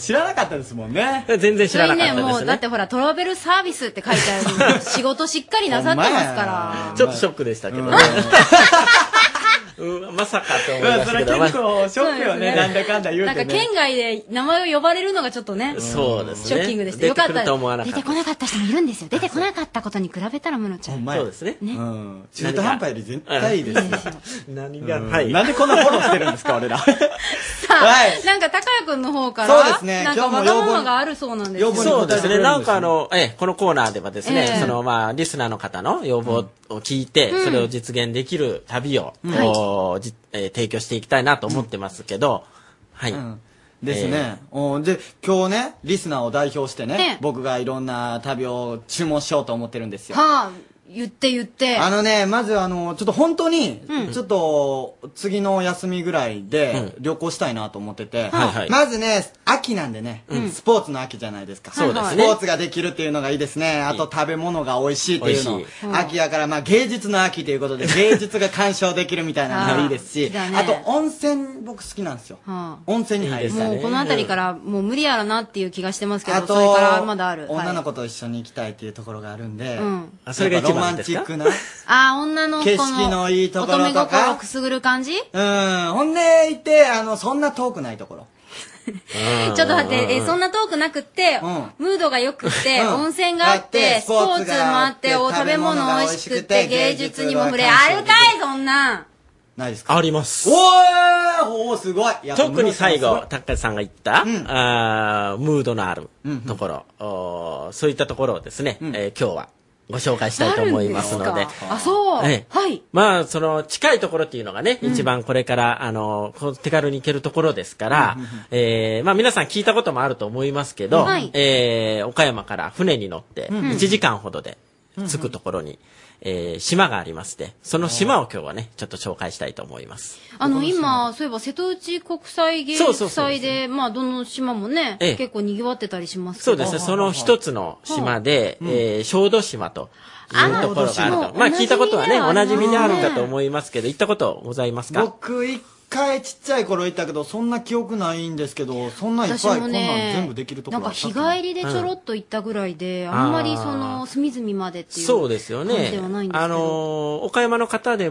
[SPEAKER 2] 知らなかったですもんね。
[SPEAKER 13] 全然知らなかった
[SPEAKER 3] それにね、もうだっ
[SPEAKER 13] で
[SPEAKER 3] てほら、トラベルサービスって書いてある仕事しっかりなさってますから。
[SPEAKER 13] すね。ちょっとショックでしたけどね。うん、まさかと思い
[SPEAKER 2] ま
[SPEAKER 13] ま
[SPEAKER 2] あ、
[SPEAKER 13] し
[SPEAKER 2] そ
[SPEAKER 13] た
[SPEAKER 2] れ
[SPEAKER 13] けど。
[SPEAKER 2] 結構ショックよね、
[SPEAKER 3] そ
[SPEAKER 2] な
[SPEAKER 3] うんで
[SPEAKER 2] だかんだ言う
[SPEAKER 3] なん
[SPEAKER 2] て
[SPEAKER 3] か
[SPEAKER 2] ね。
[SPEAKER 3] 県外で名前を呼ばれるのがちょっとね、
[SPEAKER 13] そうです
[SPEAKER 3] シ
[SPEAKER 13] ね。
[SPEAKER 3] ョッキングでした。よかって
[SPEAKER 13] 出く
[SPEAKER 3] た。
[SPEAKER 13] ると思わなか
[SPEAKER 3] 出
[SPEAKER 13] ってた。
[SPEAKER 3] こなかった人もいるんですよ。出てこなかったことに比べたら、ムロちゃん。
[SPEAKER 13] そうですね。
[SPEAKER 2] うん。中途半端より絶対いいですよ。 何
[SPEAKER 13] が
[SPEAKER 2] うん
[SPEAKER 13] はい
[SPEAKER 2] なんでこんなフォローしてるんですか、俺ら。
[SPEAKER 3] さあ、
[SPEAKER 2] はい
[SPEAKER 3] なんか、高谷くんの方から、
[SPEAKER 13] そうですね
[SPEAKER 3] なんか、
[SPEAKER 13] 今日
[SPEAKER 3] わ
[SPEAKER 13] も
[SPEAKER 3] が
[SPEAKER 13] 要望
[SPEAKER 3] ままがあるそうなんですよ。
[SPEAKER 13] そうですね。なんかあの、ええ、このコーナーではですね、
[SPEAKER 3] ええ
[SPEAKER 13] そのまあ、リスナーの方の要望を聞いて、
[SPEAKER 3] うん
[SPEAKER 13] それを実現できる旅を、
[SPEAKER 2] うん
[SPEAKER 13] こうじえー提供していきたいなと思ってますけど、はい。
[SPEAKER 2] です
[SPEAKER 13] え
[SPEAKER 2] ね、うんで、今日ね、リスナーを代表してね、
[SPEAKER 3] ね
[SPEAKER 2] 僕がいろんな旅を注文しようと思ってるんですよ。
[SPEAKER 3] はあ、言って言って。
[SPEAKER 2] あのね、まずあの、ちょっと本当に、
[SPEAKER 3] うん
[SPEAKER 2] ちょっと、次の休みぐらいで旅行したいなと思ってて、
[SPEAKER 13] はいはい
[SPEAKER 2] まずね、秋なんでね、
[SPEAKER 13] うん
[SPEAKER 2] スポーツの秋じゃないですか。
[SPEAKER 13] そうですね
[SPEAKER 2] スポーツができるっていうのがいいですね。あと食べ物が美味しいっていうの
[SPEAKER 13] 美。味し
[SPEAKER 3] い
[SPEAKER 2] 秋やから、まあ芸術の秋ということ で、芸術が鑑賞できるみたいなのがいいですし、
[SPEAKER 3] あー
[SPEAKER 2] あと温泉僕好きなんですよ。
[SPEAKER 3] は
[SPEAKER 2] 温泉に入り
[SPEAKER 3] あ、
[SPEAKER 2] たい
[SPEAKER 3] もうこの辺りからもう無理やらなっていう気がしてますけど、
[SPEAKER 2] あと
[SPEAKER 3] それからまだある。
[SPEAKER 2] 女の
[SPEAKER 3] はい
[SPEAKER 2] 子と一緒に行きたいっていうところがあるんで、
[SPEAKER 3] うん
[SPEAKER 2] あ
[SPEAKER 13] それが一
[SPEAKER 2] やっ
[SPEAKER 13] 番
[SPEAKER 2] ぱロマン
[SPEAKER 13] です
[SPEAKER 2] チ
[SPEAKER 13] か
[SPEAKER 2] ックな
[SPEAKER 3] ああ、女の子
[SPEAKER 2] 景
[SPEAKER 3] の
[SPEAKER 2] 色のいいところとか
[SPEAKER 3] 乙女心くすぐる感じ
[SPEAKER 2] うんほんでいてあのそんな遠くないところ
[SPEAKER 3] ちょっと待って、えーそん
[SPEAKER 2] な
[SPEAKER 3] な遠くなくって、ムードが良くって、
[SPEAKER 2] うん
[SPEAKER 3] 温泉があって、スポーツもあって、お食べ物美味しくて、芸術にも触れ、あるかい、そんなん。
[SPEAKER 2] ないです
[SPEAKER 13] かあります。
[SPEAKER 2] おーおーすごいやっぱ
[SPEAKER 13] 特に最
[SPEAKER 2] 村
[SPEAKER 13] 後
[SPEAKER 2] さ、
[SPEAKER 13] 高橋さんが言った、あームードのあるところ、おーそういったところをですね、えー今日はご紹介したいと思いますので。
[SPEAKER 3] あ、そう。
[SPEAKER 13] ええ
[SPEAKER 3] はい。
[SPEAKER 13] まあ、その、近いところっていうのがね、
[SPEAKER 3] うん
[SPEAKER 13] 一番これから、あの、こう手軽に行けるところですから、えーまあ皆さん聞いたこともあると思いますけど、
[SPEAKER 12] はい
[SPEAKER 13] えー岡山から船に乗って、
[SPEAKER 12] うん
[SPEAKER 13] 1時間ほどで着くところに、えー島がありまして、その島を今日はね、ちょっと紹介したいと思います。
[SPEAKER 3] あの、今、そういえば、瀬戸内国際芸
[SPEAKER 13] そうそう
[SPEAKER 3] 術
[SPEAKER 13] そう
[SPEAKER 3] 祭で、まあ、どの島もね、
[SPEAKER 13] ええ
[SPEAKER 3] 結構賑わってたりしますけ
[SPEAKER 13] そう
[SPEAKER 3] ど
[SPEAKER 13] ですね、その一つの島で、えー小豆島と。いうところがある
[SPEAKER 2] あ
[SPEAKER 13] と。まあ聞いたことはね、
[SPEAKER 2] お
[SPEAKER 13] お
[SPEAKER 2] 馴
[SPEAKER 13] 馴
[SPEAKER 2] 染
[SPEAKER 13] 染
[SPEAKER 2] み
[SPEAKER 13] み
[SPEAKER 2] で
[SPEAKER 13] で
[SPEAKER 2] はあ
[SPEAKER 13] あ
[SPEAKER 2] りま
[SPEAKER 13] る
[SPEAKER 2] すね
[SPEAKER 13] かと思いますけど、行ったことございますか
[SPEAKER 2] 僕一回ちっちゃい頃行ったけどそんな記憶ないんですけどそんなんいっぱい
[SPEAKER 3] 私
[SPEAKER 2] こ
[SPEAKER 3] も
[SPEAKER 2] ん
[SPEAKER 3] ね
[SPEAKER 2] なん全部できるとこ
[SPEAKER 3] な
[SPEAKER 2] ろ
[SPEAKER 3] んか日
[SPEAKER 2] あったっ
[SPEAKER 3] 帰りでちょろっと行ったぐらいで、あんまりその隅々までっていう
[SPEAKER 13] そうですよ
[SPEAKER 3] 感じ
[SPEAKER 13] ね
[SPEAKER 3] ではないん。です
[SPEAKER 13] あ
[SPEAKER 3] けど、
[SPEAKER 13] のー、岡山の方で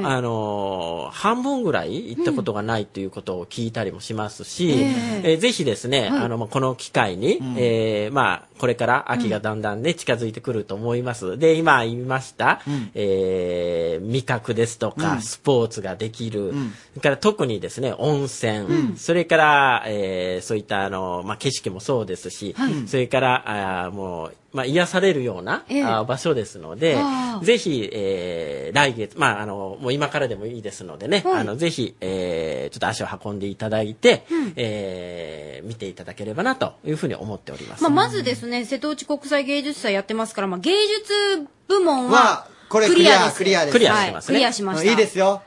[SPEAKER 3] はい
[SPEAKER 13] あのー、半分ぐらい行ったことがないということを聞いたりもしますし、
[SPEAKER 12] うん
[SPEAKER 13] えーぜひですね、
[SPEAKER 12] はい
[SPEAKER 13] あの、まあこの機会に、えーまあ、これから秋がだんだんね、近づいてくると思います。で、今言いました、えー味覚ですとか、
[SPEAKER 12] うん
[SPEAKER 13] スポーツができる、
[SPEAKER 12] ん
[SPEAKER 13] それから特にですね、温泉、
[SPEAKER 12] うん
[SPEAKER 13] それから、えーそういった、あの、まあ、景色もそうですし、
[SPEAKER 12] はい
[SPEAKER 13] それから、あーもう、まあ、癒されるような、
[SPEAKER 12] ええ
[SPEAKER 13] あー場所ですので
[SPEAKER 12] あ、ー
[SPEAKER 13] ぜひ、えー来月、まあ、あの、もう今からでもいいですのでね、
[SPEAKER 12] はい
[SPEAKER 13] あの、ぜひ、えーちょっと足を運んでいただいて、
[SPEAKER 3] うん
[SPEAKER 13] えー見ていただければな、というふうに思っております。
[SPEAKER 3] まあ、まずですね、瀬戸内国際芸術祭やってますから、まあ、芸術部門
[SPEAKER 2] は
[SPEAKER 3] は、
[SPEAKER 2] これク
[SPEAKER 3] ク
[SPEAKER 2] リ
[SPEAKER 3] リ
[SPEAKER 2] ア
[SPEAKER 3] アです
[SPEAKER 2] クリアです
[SPEAKER 13] クリアしてます
[SPEAKER 3] はいク
[SPEAKER 13] ね
[SPEAKER 3] リアしました
[SPEAKER 2] いいですよ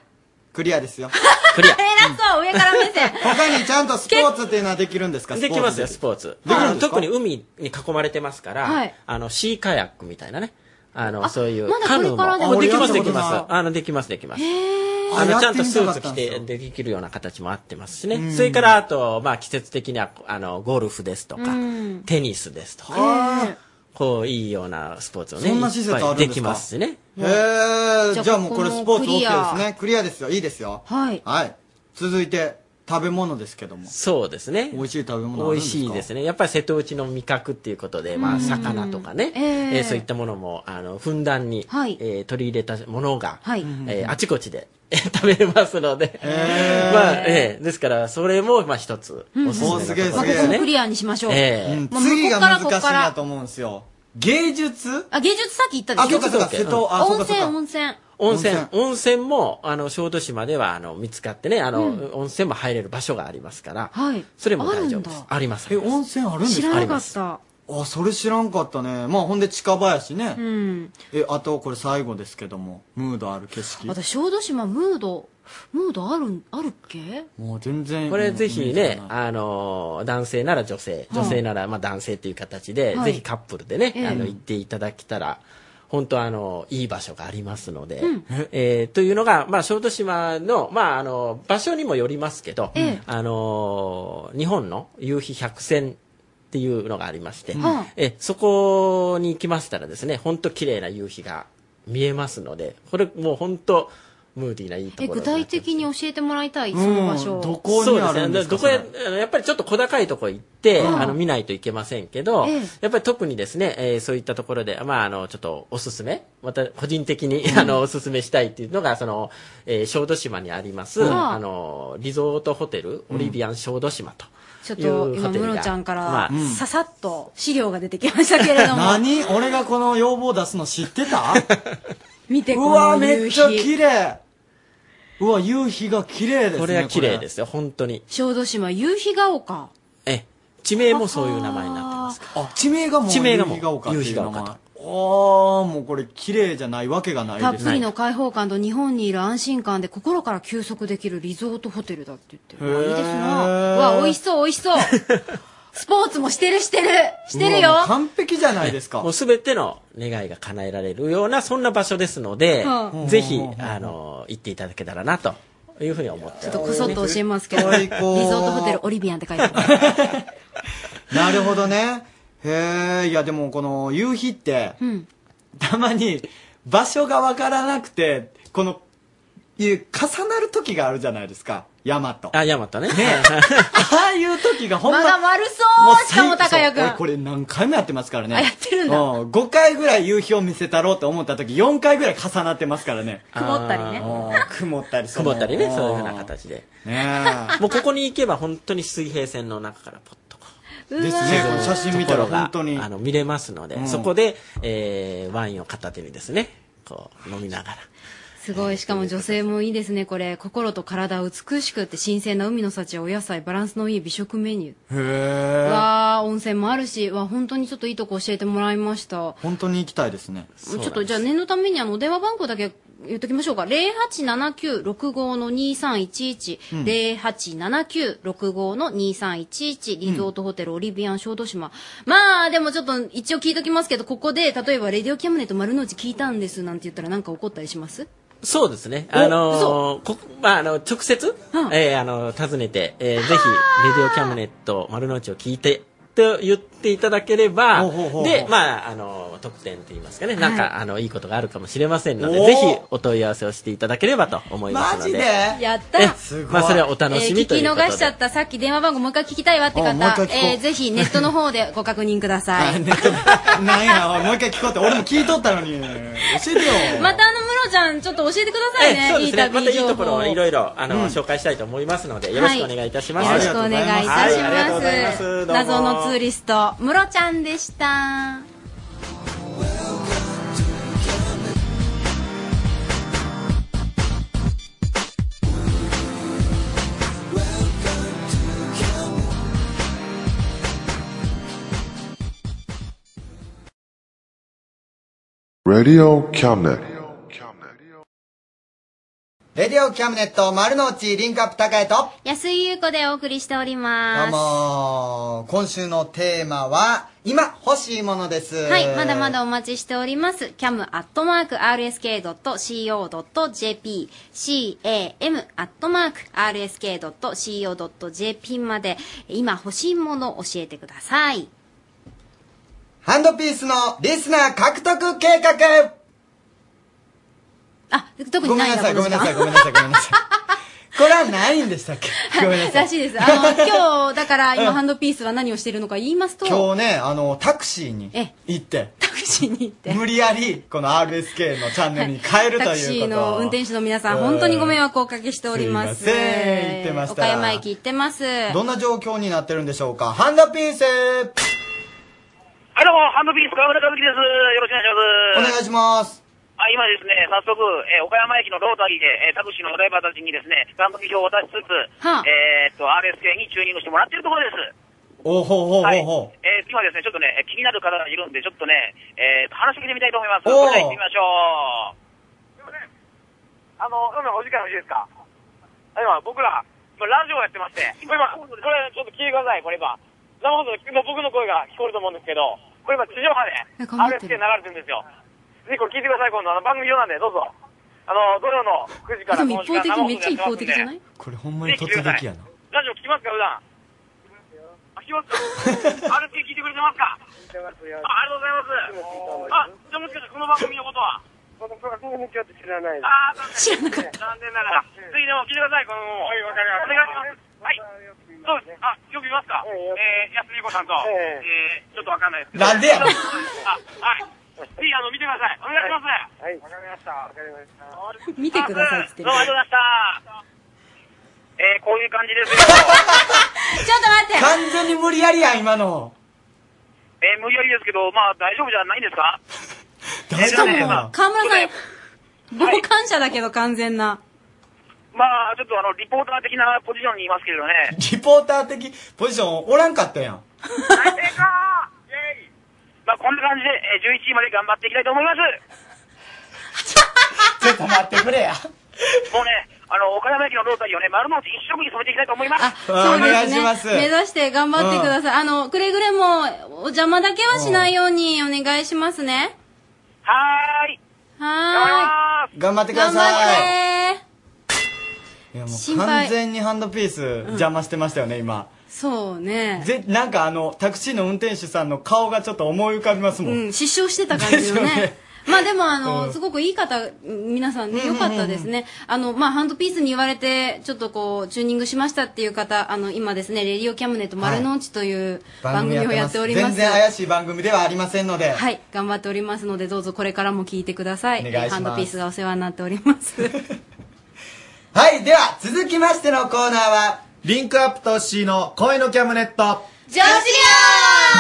[SPEAKER 2] クリアですよ
[SPEAKER 3] 偉そう、上から目線。
[SPEAKER 2] 他にちゃんとスポーツっていうのはできるんですか
[SPEAKER 13] できますよ、
[SPEAKER 2] ス
[SPEAKER 13] ス
[SPEAKER 2] ポ
[SPEAKER 13] ポーツ。あの特に海に囲まれてますから、
[SPEAKER 2] はい
[SPEAKER 13] あの、シーカヤックみたいなね。あの、そういう、
[SPEAKER 2] まだ
[SPEAKER 13] カヌー
[SPEAKER 2] これからでも
[SPEAKER 13] も。あできます、
[SPEAKER 2] や
[SPEAKER 13] で
[SPEAKER 2] ったこと
[SPEAKER 13] き
[SPEAKER 2] ない
[SPEAKER 13] ます。あの、できます、できます。
[SPEAKER 2] あ
[SPEAKER 13] あの、ちゃんとスー
[SPEAKER 2] やってみたかった
[SPEAKER 13] ツ着
[SPEAKER 2] んです
[SPEAKER 13] てできるような形もあってますし
[SPEAKER 2] う
[SPEAKER 13] ね。
[SPEAKER 2] ん
[SPEAKER 13] それから、あと、まあ、季節的には、あの、ゴルフですとか
[SPEAKER 2] うん、
[SPEAKER 13] テニスですとか、
[SPEAKER 2] ー
[SPEAKER 13] こう、いいようなスポーツをね、
[SPEAKER 2] そんな施設あるんですか
[SPEAKER 13] いっぱいできますしね。
[SPEAKER 2] へえ
[SPEAKER 3] じゃあ
[SPEAKER 2] じゃあもうこれスポーツ
[SPEAKER 3] ここもク
[SPEAKER 2] OK
[SPEAKER 3] リア
[SPEAKER 2] ですねクリアですよいいですよ
[SPEAKER 3] はい
[SPEAKER 2] はい続いて食べ物ですけども
[SPEAKER 13] そうですね。
[SPEAKER 2] 美味しい食べ物あ
[SPEAKER 13] 美
[SPEAKER 2] るんで
[SPEAKER 13] 味
[SPEAKER 2] すか
[SPEAKER 13] しいですね。やっぱり瀬戸内の味覚っていうことで、ま
[SPEAKER 2] う
[SPEAKER 13] あ、
[SPEAKER 2] ん
[SPEAKER 13] 魚とかね、
[SPEAKER 2] え
[SPEAKER 13] え
[SPEAKER 2] え
[SPEAKER 13] ーそういったものも、あの、ふんだんに、えー取り入れたものが、
[SPEAKER 3] はい
[SPEAKER 13] えーあちこちで食べれますので、まあ、えーですから、それも、まあ、一つ、おすすめのところで
[SPEAKER 2] うん
[SPEAKER 3] まあ、こ
[SPEAKER 13] す
[SPEAKER 3] こも
[SPEAKER 13] ね。
[SPEAKER 3] クリアにしましょう。
[SPEAKER 13] ええ
[SPEAKER 3] もう向こう
[SPEAKER 2] 次が難しい
[SPEAKER 3] からここか
[SPEAKER 2] な
[SPEAKER 3] ら
[SPEAKER 2] と思うんですよ芸術
[SPEAKER 3] あ、芸術さっき言ったでしょ
[SPEAKER 2] あそうかそうか瀬戸あそう
[SPEAKER 3] 温
[SPEAKER 2] かそう
[SPEAKER 3] 泉、
[SPEAKER 2] か
[SPEAKER 3] 温泉。
[SPEAKER 13] 温泉、温泉も、あの、小豆島では、あの、見つかってね、あの、
[SPEAKER 3] うん
[SPEAKER 13] 温泉も入れる場所がありますから、
[SPEAKER 3] はい。
[SPEAKER 13] それも大丈夫です。あります。え、温
[SPEAKER 2] 泉あるん
[SPEAKER 3] 知らなかった。
[SPEAKER 2] あそれ知らんかったねまあほんで近場やしね
[SPEAKER 3] うん。
[SPEAKER 2] えあとこれ最後ですけどもムードある景色
[SPEAKER 3] 私、小豆島、ムード、ムードある、あるっけ
[SPEAKER 2] もう全然
[SPEAKER 13] これぜひね
[SPEAKER 2] も、
[SPEAKER 13] あの、男性なら女性、
[SPEAKER 3] はい
[SPEAKER 13] 女性ならまあ男性という形で、
[SPEAKER 3] はい
[SPEAKER 13] ぜひカップルでね、
[SPEAKER 12] ええ
[SPEAKER 13] あの、行っていただけたら、本当あの、いい場所がありますので、
[SPEAKER 12] うん
[SPEAKER 13] えーというのが、まあ、小豆島の、まあ、あの、場所にもよりますけど、
[SPEAKER 12] ええ
[SPEAKER 13] あの、日本の夕日百選っていうのがありまして、
[SPEAKER 12] うん
[SPEAKER 13] えそこに行きましたらですね、本当綺麗な夕日が見えますので、これもう本当、ムーディーないいと
[SPEAKER 3] え、
[SPEAKER 13] ころ
[SPEAKER 3] 具
[SPEAKER 13] で。
[SPEAKER 3] 体的に教えてもらいたい、その場所。
[SPEAKER 13] そうねどこや、あのやっぱりちょっと小高いとこ行って、
[SPEAKER 3] うん
[SPEAKER 13] あの、見ないといけませんけど、
[SPEAKER 3] ええ
[SPEAKER 13] やっぱり特にですね、えーそういったところで、まあ、あの、ちょっとおすすめ、また個人的に、あの、おすすめしたいっていうのが、その、えー小豆島にあります、
[SPEAKER 3] うん
[SPEAKER 13] あの、リゾートホテル、オリビアン小豆島と。
[SPEAKER 3] ちょっと、今、
[SPEAKER 13] いうホテル
[SPEAKER 3] ム
[SPEAKER 13] が
[SPEAKER 3] ロちゃんか
[SPEAKER 13] まあ
[SPEAKER 3] ら
[SPEAKER 13] うん、
[SPEAKER 3] ささっと資料が出てきましたけれど も。
[SPEAKER 2] 何俺がこの要望出すの知ってた
[SPEAKER 3] 見て、
[SPEAKER 2] う
[SPEAKER 3] こ
[SPEAKER 2] わ、
[SPEAKER 3] の
[SPEAKER 2] め
[SPEAKER 3] 夕
[SPEAKER 2] っちゃ
[SPEAKER 3] 日。
[SPEAKER 2] 綺麗うわ、夕日が綺麗ですね。
[SPEAKER 13] これは綺麗ですよ、本当に。
[SPEAKER 3] 小豆島、夕日が丘。
[SPEAKER 13] え、地名もそういう名前になってます。
[SPEAKER 2] あ、地名がもう
[SPEAKER 13] 地名が
[SPEAKER 2] 夕
[SPEAKER 13] もう
[SPEAKER 2] 日が丘っていう名前
[SPEAKER 13] 夕日が丘
[SPEAKER 2] おー、もうこれ綺麗じゃないわけがないです
[SPEAKER 3] たっぷりの開放感と日本にいる安心感で心から休息できるリゾートホテルだって言ってる。あいいですな。うわ、美味しそう、美味しそう。スポーツもしてる、してる。してるよ。
[SPEAKER 2] 璧じゃないですか。
[SPEAKER 13] もうすべての願いが叶えられるような、そんな場所ですので
[SPEAKER 3] う、ん
[SPEAKER 13] ぜひ、あの、行っていただけたらな、というふうに思って
[SPEAKER 3] ちょ
[SPEAKER 13] お
[SPEAKER 3] っと
[SPEAKER 13] りま
[SPEAKER 3] こ
[SPEAKER 13] す。
[SPEAKER 3] そっと教えますけど、リ
[SPEAKER 13] 最
[SPEAKER 3] ゾー
[SPEAKER 13] 高
[SPEAKER 3] トホテルオリビアンって書 いてある。
[SPEAKER 2] なるほどね。へえ、いやでもこの夕日って、
[SPEAKER 3] うん。
[SPEAKER 2] たまに場所がわからなくて、この、いう重なる時があるじゃないですか。山と。
[SPEAKER 13] あ、山とね。
[SPEAKER 2] ああいう時がほんま
[SPEAKER 3] まだ悪そ
[SPEAKER 2] もう
[SPEAKER 3] うしかも高
[SPEAKER 2] 最
[SPEAKER 3] 谷
[SPEAKER 2] 後そう俺
[SPEAKER 3] く
[SPEAKER 2] こ
[SPEAKER 3] ん。
[SPEAKER 2] れ何回もやってますからね。
[SPEAKER 3] あやってるんだ
[SPEAKER 2] うん、5回ぐらい夕日を見せたろうと思った時、4回ぐらい重なってますからね。
[SPEAKER 13] 曇ったりね
[SPEAKER 2] うん。曇ったりその
[SPEAKER 13] 曇ったりね、そういうふうな形で。
[SPEAKER 2] ね
[SPEAKER 13] もうここに行けば本当に水平線の中からポッとこ
[SPEAKER 3] う
[SPEAKER 13] う。
[SPEAKER 3] わ
[SPEAKER 2] この写真見たら本
[SPEAKER 13] 当に。あの、見れますので、
[SPEAKER 2] うん
[SPEAKER 13] そこで、えーワインを片手にですね、こう、飲みながら。
[SPEAKER 3] すごい。しかも女性もいいですね、これ。心と体を美しくって新鮮な海の幸やお野菜、バランスのいい美食メニュー。
[SPEAKER 2] へえ。
[SPEAKER 3] わあ温泉もあるし、わあ本当にちょっといいとこ教えてもらいました。
[SPEAKER 2] 本当に行きたいですね。
[SPEAKER 3] ちょっとじゃあ念のためにあのお電話番号だけ言っときましょうか。零八七九六五の二三一一
[SPEAKER 12] うん
[SPEAKER 3] 零八七九六五の二三一一リゾートホテルオリビアン小豆島。まあでもちょっと一応聞いときますけどここで例えばレディオキャムネと丸の内聞いたんですなんて言ったらなんか怒ったりします？
[SPEAKER 13] そうですね。
[SPEAKER 3] お
[SPEAKER 13] あのーこまあ、あの、直接、
[SPEAKER 3] うん
[SPEAKER 13] えーあの、訪ねて、えーぜひ、レディオキャムネット、丸の内を聞いて、と言っていただければ、
[SPEAKER 2] うほう
[SPEAKER 13] で、まあ、あの、特典と言いますかね、なん
[SPEAKER 3] は
[SPEAKER 13] か、あの、いいことがあるかもしれませんので、
[SPEAKER 2] おー
[SPEAKER 13] ぜひ、お問い合わせをしていただければと思いますので。
[SPEAKER 3] やった。
[SPEAKER 13] すごいまあ、それはお楽しみということで。
[SPEAKER 3] えー聞き逃しちゃったさっき電話番号もう一回聞きたいわって
[SPEAKER 13] あもう一
[SPEAKER 3] 方
[SPEAKER 13] 回聞こ、う
[SPEAKER 3] えーぜひネットの方でご確認くださ い。
[SPEAKER 2] なんや、おいもう一回聞こうって。俺も聞いとったのに。教えてよ。
[SPEAKER 3] またあの、ムロちゃん、ちょっと教えてください
[SPEAKER 13] ええ
[SPEAKER 3] ね。
[SPEAKER 13] そうで
[SPEAKER 3] いい
[SPEAKER 13] すね。
[SPEAKER 3] 旅
[SPEAKER 13] またいい
[SPEAKER 3] 情
[SPEAKER 13] ところ
[SPEAKER 3] 報を
[SPEAKER 13] をいろいろ、あの、紹介したいと思いますので、よろしくお願いいたします。
[SPEAKER 3] はい、よろしくお願いいたし
[SPEAKER 13] はいありがとうござい
[SPEAKER 3] ま,、
[SPEAKER 13] ますす。どうも
[SPEAKER 3] 謎のツーリストムロちゃんでした
[SPEAKER 14] レディオキャムネット
[SPEAKER 2] レディオキャムネット丸の内リンクアップ高江と。
[SPEAKER 3] 安井優子でお送りしており
[SPEAKER 2] どう
[SPEAKER 3] ます
[SPEAKER 2] も今週のテーマは、今欲しいものです。
[SPEAKER 3] はい、まだま。だお待ちしております。cam.rsk.co.jp、cam.rsk.co.jp まで、今欲しいものを教えてください。
[SPEAKER 2] ハンドピースのリスナー獲得計画
[SPEAKER 3] あ、特
[SPEAKER 2] ご
[SPEAKER 3] に
[SPEAKER 2] めん
[SPEAKER 3] ない
[SPEAKER 2] な
[SPEAKER 3] な
[SPEAKER 2] さい、ご
[SPEAKER 3] こ
[SPEAKER 2] め
[SPEAKER 3] の
[SPEAKER 2] ん
[SPEAKER 3] 時間
[SPEAKER 2] なさい、ごめんなさい、ごめんなさい。これはないんで したっけごめんなさい。
[SPEAKER 3] らしいです。あの、今日、だから
[SPEAKER 2] うん
[SPEAKER 3] 今ハンドピースは何をしているのか言いますと、
[SPEAKER 2] 今日ね、あの、タクシーに行って、
[SPEAKER 3] タクシーに行って、
[SPEAKER 2] 無理やり、この RSK のチャンネルに変えるということを。
[SPEAKER 3] タクシーの運転手の皆さん、
[SPEAKER 2] うん
[SPEAKER 3] 本当にご迷惑をおかけしております。
[SPEAKER 2] すいません行ってました
[SPEAKER 3] 岡山駅行ってます。
[SPEAKER 2] どんな状況になってるんでしょうかハンドピース
[SPEAKER 15] はい、どうも、ハンドピース川村和樹です。よろしくお
[SPEAKER 2] お
[SPEAKER 15] 願いします。
[SPEAKER 2] 願いします。
[SPEAKER 15] あ今ですね、早速、えー岡山駅のロータリーで、えータクシーのドライバーたちにですね、番組表を渡しつつ、
[SPEAKER 2] はあ
[SPEAKER 15] えーっと、RSK にチューニングしてもらっているところです。
[SPEAKER 2] おほうほうほうほ
[SPEAKER 15] えー今ですね、ちょっとね、気になる方がいるんで、ちょっとね、えー話してみたいと思います。
[SPEAKER 2] お
[SPEAKER 15] それ
[SPEAKER 2] ー
[SPEAKER 15] では行ってみましょう。あの、今お時間よろしいですか今、僕ら、今、ラジオをやってまして、今、これ、ちょっと聞いてください、これ今。生放送で今僕の声が聞こえると思うんですけど、これ今、地上波で、
[SPEAKER 16] 頑張って
[SPEAKER 15] RSK 流れてるんですよ。ぜひこれ聞いてください、今度。あの、番組用なんで、どうぞ。あの、土曜の9時から
[SPEAKER 3] でも
[SPEAKER 15] この
[SPEAKER 3] 一
[SPEAKER 15] 時
[SPEAKER 3] 方
[SPEAKER 15] 間
[SPEAKER 3] 的にめっちゃ一
[SPEAKER 15] 生放送
[SPEAKER 3] 方
[SPEAKER 15] で
[SPEAKER 3] 的じゃない
[SPEAKER 2] これほんまに突撃やな。
[SPEAKER 15] ラジオ聞きますか、普段。聞きます よ。ある 聞いてくれてますかあありがとうございます。あ、じゃあもしかしてこの番組のことはこの番組ちょっと知らないああ、知らなかった。残念ながら。次でも聞いてください、このはい、わかりました。お願いします。はい。そうです。あ、よく見ますかえー、安彦さんと、えー、ちょっとわかんないですけど。
[SPEAKER 2] なんでやねん
[SPEAKER 15] あ、はい。ぜひ、あの、見てください。お願いします。はい、わかりました。わかりました。
[SPEAKER 3] 見てくださいっつって
[SPEAKER 15] どうもありがとうございました。えー、こういう感じですよ。
[SPEAKER 3] ちょっと待って
[SPEAKER 2] 完全に無理やりやん、今の。
[SPEAKER 15] えー、無理やりですけど、まあ、大丈夫じゃないんですか
[SPEAKER 2] 大
[SPEAKER 3] しかも、河村さん、傍観者だけど完全な。
[SPEAKER 15] まあ、ちょっとあの、リポーター的なポジションにいますけどね。
[SPEAKER 2] リポーター的ポジションおらんかったやん。
[SPEAKER 15] まあ、こんな感じで、えー、11時まで頑張っていきたいと思います。
[SPEAKER 2] ちょっと待ってくれや。
[SPEAKER 15] もうね、あの、岡山駅のロータリーをね、丸の内一色に染めていきたいと思います。
[SPEAKER 2] あお願いします。
[SPEAKER 3] 目指して頑張ってください。あの、くれぐれも、お邪魔だけはしないようにお願いしますね。
[SPEAKER 15] はーい。
[SPEAKER 3] はーい。
[SPEAKER 2] 頑張ってください
[SPEAKER 3] 頑張って
[SPEAKER 2] いやも
[SPEAKER 3] 心
[SPEAKER 2] う
[SPEAKER 3] 配
[SPEAKER 2] 完全にハンドピース邪魔してましたよね、今。
[SPEAKER 3] そうね。
[SPEAKER 2] ぜなんかあの、タクシーの運転手さんの顔がちょっと思い浮かびますもん。
[SPEAKER 3] うん、失笑してた 感じのね。まあでもあの、
[SPEAKER 2] うん
[SPEAKER 3] すごくいい方、皆さんね、良かったですね。あの、まあハンドピースに言われて、ちょっとこう、チューニングしましたっていう方、あの、今ですね、レディオキャムネット丸の内という番組をやっておりま
[SPEAKER 2] 全
[SPEAKER 3] す。
[SPEAKER 2] 然怪しい番組ではありませんので。
[SPEAKER 3] はい、頑張っておりますので、どうぞこれからも聞いてください。
[SPEAKER 2] お願いします
[SPEAKER 3] ハンドピースがお世話になっております。
[SPEAKER 2] はい、では、続きましてのコーナーは、
[SPEAKER 12] リンクアップと C の声のキャムネット。
[SPEAKER 3] 女子寮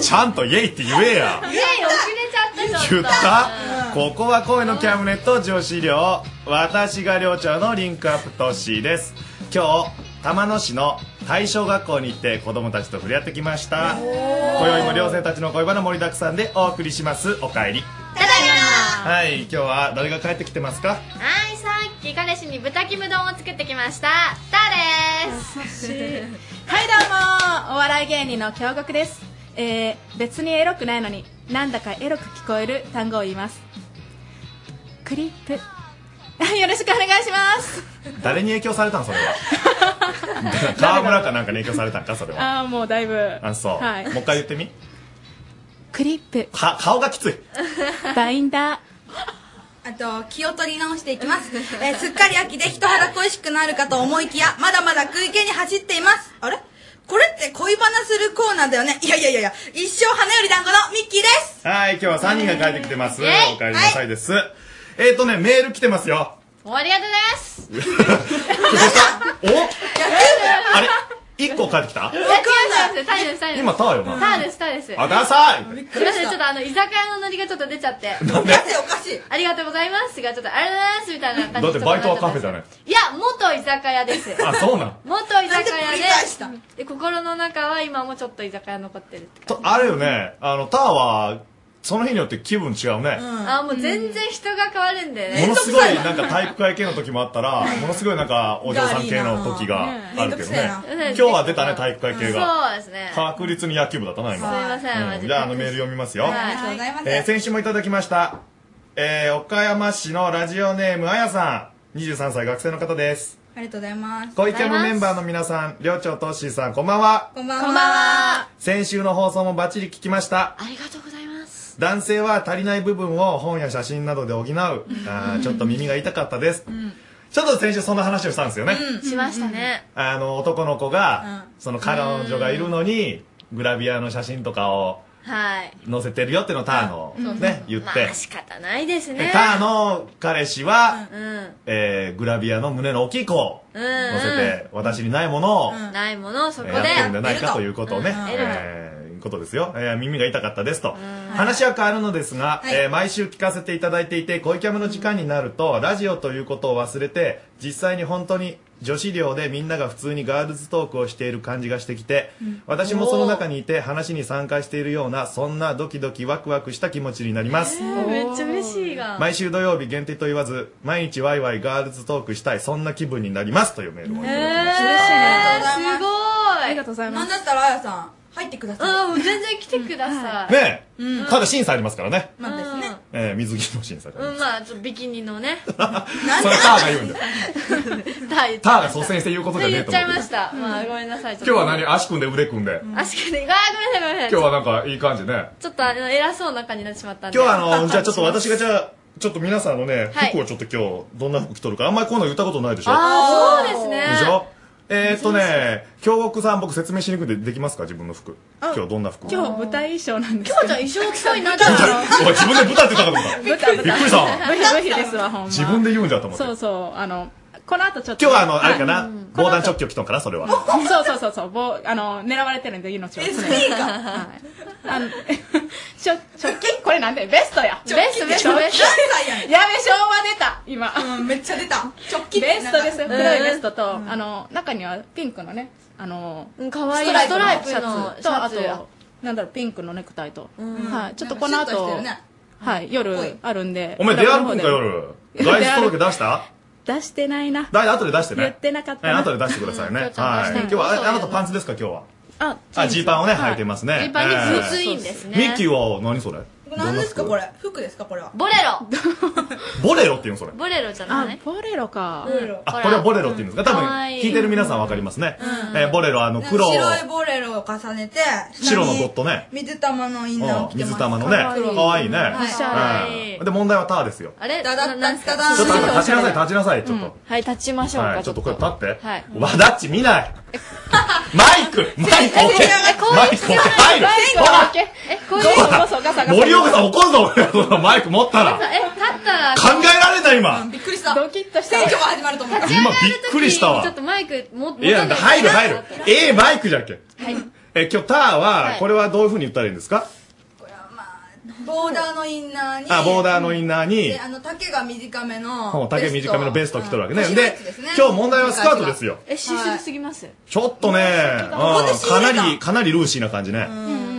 [SPEAKER 12] ちゃんとイエイって言えや。
[SPEAKER 16] イエイ遅れちゃったちょ
[SPEAKER 12] 言
[SPEAKER 16] っ
[SPEAKER 12] っ
[SPEAKER 16] と
[SPEAKER 12] たここは声のキャムネット女子寮私が寮長のリンクアップトッシーです今日玉野市の大正学校に行って子供たちと触れ合ってきました今宵も寮生たちの恋バナ盛りだくさんでお送りしますおかえり
[SPEAKER 16] ただいま
[SPEAKER 12] はい今日は誰が帰ってきてますか
[SPEAKER 16] はいさっき彼氏に豚キム丼を作ってきましたターです
[SPEAKER 17] はいどうもお笑い芸人の京極です、えー、別にエロくないのになんだかエロく聞こえる単語を言いますクリップ よろしくお願いします
[SPEAKER 12] 誰に影響されたんそれ は川村かなんかに影響されたんかそれは
[SPEAKER 17] ああもうだいぶ
[SPEAKER 12] あそう、
[SPEAKER 17] はい
[SPEAKER 12] もう一回言ってみ
[SPEAKER 17] クリップ
[SPEAKER 12] か顔がきつい
[SPEAKER 17] バインダー
[SPEAKER 18] あと気を取り直していきます、えーすっかり秋で人肌恋しくなるかと思いきやまだまだ食い気に走っていますあれこれって恋バナするコーナーだよねいやいやいやいや一生花より団子のミッキーです
[SPEAKER 12] はい、今日は3人が帰ってきてます。
[SPEAKER 16] イェイ
[SPEAKER 12] お帰りなさいです。えっ、ー、とね、メール来てますよ。
[SPEAKER 16] おありがとうございます
[SPEAKER 12] おあれ ?1 個帰ってきた
[SPEAKER 16] ですタイですタイです
[SPEAKER 12] 今ターよな
[SPEAKER 16] ターですターです
[SPEAKER 12] あダサい
[SPEAKER 16] すいませんちょっとあの居酒屋のノリがちょっと出ちゃって
[SPEAKER 12] なんで
[SPEAKER 16] ありがとうございますがちょっとありがとうございますみたいな感じ
[SPEAKER 12] だってバイトは
[SPEAKER 16] か
[SPEAKER 12] カフェじゃない。
[SPEAKER 16] いや元居酒屋です
[SPEAKER 12] あ、そうなん。
[SPEAKER 16] 元居酒屋でで心の中は今もちょっと居酒屋残ってるって
[SPEAKER 12] と、あれよね、あの、ターは、その日によって気分違うね。
[SPEAKER 16] あもう全然人が変わるんでね
[SPEAKER 12] ものすごいなんか体育会系の時もあったら、ものすごいなんかお嬢さん系の時があるけどね。今日は出たね、体育会系が。
[SPEAKER 16] そうですね
[SPEAKER 12] 確実に野球部だったな、今。
[SPEAKER 16] すいませんマジ
[SPEAKER 12] う
[SPEAKER 16] で
[SPEAKER 12] じゃあ、あのメール読みますよ。
[SPEAKER 16] はい
[SPEAKER 18] ありがとうございます、
[SPEAKER 12] えー先週もいただきました、えー岡山市のラジオネームあやさん23歳学生の方です
[SPEAKER 18] ありがとうございます
[SPEAKER 12] 小池のメンバーの皆さん寮長とっしーさんこんばんは
[SPEAKER 18] こんばんは
[SPEAKER 12] こんばん先週の放送もバッチリ聞きました
[SPEAKER 16] ありがとうございます
[SPEAKER 12] 男性は足りない部分を本や写真などで補うあーちょっと耳が痛かったです、ちょっと先週そんな話をしたんですよね、
[SPEAKER 16] しましたね
[SPEAKER 12] あの男の子が、その彼女がいるのにグラビアの写真とかを
[SPEAKER 16] はい
[SPEAKER 12] 載せてるよっていうのをターの、
[SPEAKER 16] そうそう
[SPEAKER 12] ね言って、
[SPEAKER 16] まあ仕方ないですね
[SPEAKER 12] でターの彼氏は、
[SPEAKER 16] うん
[SPEAKER 12] えーグラビアの胸の大きい子を
[SPEAKER 16] うん
[SPEAKER 12] 乗せて、私にないものを、
[SPEAKER 16] うんないものをそこ
[SPEAKER 12] えー
[SPEAKER 16] で
[SPEAKER 12] やってるんじゃないかということをね、
[SPEAKER 16] うん得ると
[SPEAKER 12] えーいうことですよ、えー耳が痛かったですと、話は変わるのですが、えー毎週聞かせていただいていて恋キャムの時間になると、ラジオということを忘れて実際に本当に女子寮でみんなが普通にガールズトークをしている感じがしてきて、私もその中にいて話に参加しているようなそんなドキドキワクワクした気持ちになります、
[SPEAKER 16] めっちゃ嬉しいが
[SPEAKER 12] 毎週土曜日限定と言わず毎日ワイワイガールズトークしたいそんな気分になりますというメールをいただきました
[SPEAKER 16] えー、すごいありがとうござい
[SPEAKER 18] なんだったらあやさん入ってください。
[SPEAKER 16] うん、全然来てください。
[SPEAKER 12] ねえ、
[SPEAKER 16] うん
[SPEAKER 12] ただ審査ありますからね。
[SPEAKER 16] まあですね。
[SPEAKER 12] えー水着の審査が。
[SPEAKER 16] うん、まあ、ちょっとビキニのね。
[SPEAKER 12] それターが言うんだよ。
[SPEAKER 16] ター言っち
[SPEAKER 12] タ
[SPEAKER 16] ゃいま
[SPEAKER 12] ーが
[SPEAKER 16] し
[SPEAKER 12] 率先して言うこと
[SPEAKER 16] た。
[SPEAKER 12] じゃ
[SPEAKER 16] 言っ
[SPEAKER 12] ねえと
[SPEAKER 16] ちゃい
[SPEAKER 12] 思って。
[SPEAKER 16] ました。まあ、ごめんなさい。今
[SPEAKER 12] 今日は何足組んで腕組んで。
[SPEAKER 16] 足組んで、あー、ごめんなさい、ごめんなさい。
[SPEAKER 12] 今日はなんかいい感じね。
[SPEAKER 16] ちょっとあの偉そうな感じになってしまったんで。
[SPEAKER 12] 今日はあの、じゃあちょっと私がじゃあ、ちょっと皆さんのね、
[SPEAKER 16] はい
[SPEAKER 12] 服をちょっと今日、どんな服着とるか、あんまりこういうの言ったことないでしょ
[SPEAKER 16] ああ、そうですね。
[SPEAKER 12] でしょえー、っとね、京極さん僕説明しにくいんでできますか自分の服。今日どんな服
[SPEAKER 17] 今日舞台衣装なんです
[SPEAKER 16] 今日じゃあ衣装っぽいな、じ
[SPEAKER 12] お前自分で豚って言ったかと思った。
[SPEAKER 17] ぶたぶ
[SPEAKER 12] び
[SPEAKER 17] た
[SPEAKER 12] っくりした
[SPEAKER 17] ブヒブヒですわほんま
[SPEAKER 12] 自分で言うんじゃと思って。
[SPEAKER 17] そうそうあのこの後ちょっと
[SPEAKER 12] 今日はあの、あれかな、
[SPEAKER 17] うん
[SPEAKER 12] 防弾チョッキを着とんかな、それは。
[SPEAKER 17] そうそうそうそう、ぼあの狙われてるんで命を常に。
[SPEAKER 16] いいか
[SPEAKER 17] はいあの しょ直近これなんでベストや。
[SPEAKER 16] ベストベストベスト
[SPEAKER 17] やべ昭和出た今。
[SPEAKER 18] めっちゃ出た。直
[SPEAKER 17] 近ベストです。
[SPEAKER 16] うん
[SPEAKER 17] 黒いベストとあの中にはピンクのねあの
[SPEAKER 16] 可愛い
[SPEAKER 17] ストライプ
[SPEAKER 16] ストライプの
[SPEAKER 17] のシャツとあ
[SPEAKER 16] シャツ
[SPEAKER 17] となんだろうピンクのネクタイと。
[SPEAKER 16] ん
[SPEAKER 17] はいちょっとこの
[SPEAKER 16] なんかシュッとして
[SPEAKER 17] 後
[SPEAKER 16] るね
[SPEAKER 17] はい夜あるんで。
[SPEAKER 12] お前出歩くんか、
[SPEAKER 17] 夜。
[SPEAKER 12] 夜。外出届出した
[SPEAKER 17] 出してないな。
[SPEAKER 12] だい後で出してね。
[SPEAKER 17] 言ってなかった
[SPEAKER 12] え
[SPEAKER 17] な。
[SPEAKER 12] 後で出してくださいね。
[SPEAKER 17] う
[SPEAKER 12] は
[SPEAKER 17] ん
[SPEAKER 12] い。
[SPEAKER 17] ちゃんと出して
[SPEAKER 12] 今日は、ああなたパンツですか、今日は。
[SPEAKER 17] あ
[SPEAKER 12] あ、ジーパンをね、
[SPEAKER 18] は
[SPEAKER 12] 履
[SPEAKER 18] い
[SPEAKER 12] いてますね。
[SPEAKER 18] ジーパンに
[SPEAKER 12] えー
[SPEAKER 18] ブーツインですね
[SPEAKER 12] ミッキーは、何それ
[SPEAKER 18] これ何ですかこれ服ですかこれは。
[SPEAKER 16] ボレロ
[SPEAKER 12] ボレロって言うんそれ。
[SPEAKER 16] ボレロじゃ
[SPEAKER 17] ないボレロか。
[SPEAKER 12] あ、これはボレロって言うんですか多分
[SPEAKER 18] かわ、いい
[SPEAKER 12] 聞いてる皆さんわかりますね。えーボレロ、あの、黒、
[SPEAKER 18] 白いボレロを重ねて、
[SPEAKER 12] 白のドットね。
[SPEAKER 18] 水玉のインナーを着
[SPEAKER 12] うん
[SPEAKER 18] てます。
[SPEAKER 12] 水玉のね。かわいいね。
[SPEAKER 18] は
[SPEAKER 12] う
[SPEAKER 18] い
[SPEAKER 12] んで、問題はターですよ。
[SPEAKER 16] あれ
[SPEAKER 18] だだだだ
[SPEAKER 12] ちょっとあなた立ちなさ
[SPEAKER 16] い。
[SPEAKER 12] い、立ちなさい、ちょっと。
[SPEAKER 16] はい、立ちましょう
[SPEAKER 12] は
[SPEAKER 16] か。
[SPEAKER 12] い、ちょっとこれ立って。
[SPEAKER 16] はい
[SPEAKER 12] わだっち見ない。マイクマイク置け
[SPEAKER 16] こう
[SPEAKER 12] マイ
[SPEAKER 16] いう
[SPEAKER 12] ク置
[SPEAKER 16] 必
[SPEAKER 12] け
[SPEAKER 16] 要ない
[SPEAKER 12] 入る
[SPEAKER 16] マイク
[SPEAKER 12] ほら
[SPEAKER 16] 置けえ、こういう
[SPEAKER 12] ほら森岡さん怒るぞ、俺このマイク持ったら。考
[SPEAKER 16] え、立ったら。
[SPEAKER 12] えられない、今。
[SPEAKER 18] びっくりした。
[SPEAKER 17] ドキッとした。
[SPEAKER 18] 選挙が始まると思った。
[SPEAKER 12] 今びっくりしたわ
[SPEAKER 16] ちょっとマイク持って。
[SPEAKER 12] いや、入る入る。ええマイクじゃっけ。
[SPEAKER 16] はい。
[SPEAKER 12] え、今日ター
[SPEAKER 16] は
[SPEAKER 12] は、
[SPEAKER 16] い
[SPEAKER 12] これはどういう風に言ったらいいんですか
[SPEAKER 18] ボーダーのインナーに。
[SPEAKER 12] あ、ボーダーのインナーに
[SPEAKER 18] で、あの、丈が短めの。
[SPEAKER 12] ほう丈短めのベストを着とるわけね。
[SPEAKER 18] う
[SPEAKER 12] で
[SPEAKER 18] ん腰のやつですね、
[SPEAKER 12] 今日問題はスカートですよ。
[SPEAKER 16] え、シュシュすぎます。
[SPEAKER 12] ちょっとね、うんかなり、かなりルーシーな感じね。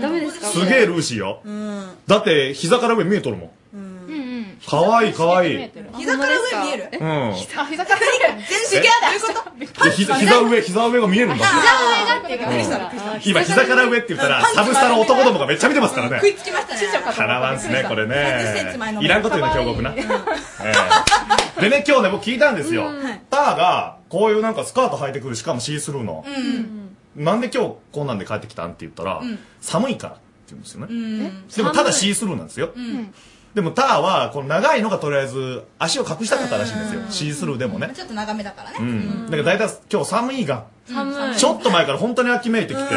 [SPEAKER 16] ダメですか
[SPEAKER 12] すげえルーシーよ。だって、膝から上見えとるもん。かわいいかわいい。で
[SPEAKER 18] 膝から上見える
[SPEAKER 12] うん
[SPEAKER 18] あ、
[SPEAKER 17] 膝から
[SPEAKER 18] 上。全身ケアだ。そういうこと
[SPEAKER 12] 膝膝上、膝上が見えるんだ。
[SPEAKER 18] 膝上がっていうか
[SPEAKER 12] うん
[SPEAKER 18] びっくりしたびっくりした
[SPEAKER 12] 今、膝から上って言ったら、サブスタの男どもがめっちゃ見てますから
[SPEAKER 18] 食い
[SPEAKER 12] ね。
[SPEAKER 18] つきましたね。
[SPEAKER 12] かなわんすね、これ
[SPEAKER 18] 30セン
[SPEAKER 12] ね
[SPEAKER 18] チ前。の
[SPEAKER 12] いらんこと言うな、京極な。ええでね、今日ね、僕聞いたんですよ。ターが、こういうなんかスカート履いてくる、しかもシースルーの。
[SPEAKER 18] うん。
[SPEAKER 12] なんで今日こんなんで帰ってきたんって言ったら、
[SPEAKER 18] うん
[SPEAKER 12] 寒いからって言うんですよね。
[SPEAKER 18] うん。
[SPEAKER 12] でもただシースルーなんですよ。
[SPEAKER 18] うん。
[SPEAKER 12] でもターは、この長いのがとりあえず足を隠したかったらしいんですよ。シースルーでもね。
[SPEAKER 18] ちょっと長めだからね。
[SPEAKER 12] うん。だから大体今日寒いが、
[SPEAKER 18] 寒
[SPEAKER 12] ちょっと前から本当に秋めいてきて、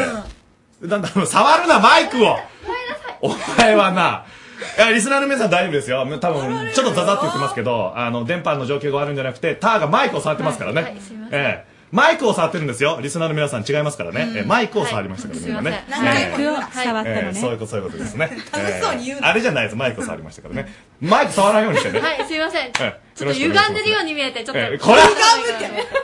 [SPEAKER 12] なんだろう、触るな、マイクをお前はな、いや、リスナーの皆さん大丈夫ですよ。多分、ちょっとザザって言ってますけど、あの、電波の状況が悪いんじゃなくて、ターがマイクを触ってますからね。
[SPEAKER 18] はいはいすいません
[SPEAKER 12] ええ。マイクを触ってるんですよ。リスナーの皆さん違いますからね。ええマイクを触りましたから、みんなね。
[SPEAKER 18] 何回も
[SPEAKER 12] ええ
[SPEAKER 18] 言うな。触
[SPEAKER 12] ええそういうこと、そういうことですね。
[SPEAKER 18] 楽しそうに言うな
[SPEAKER 12] ええあれじゃないです。マイクを触りましたからね。マイク触らないようにしてね。
[SPEAKER 16] はい、すいません。ちょっ
[SPEAKER 12] ええ
[SPEAKER 16] と歪んでるように見えて、ちょっと。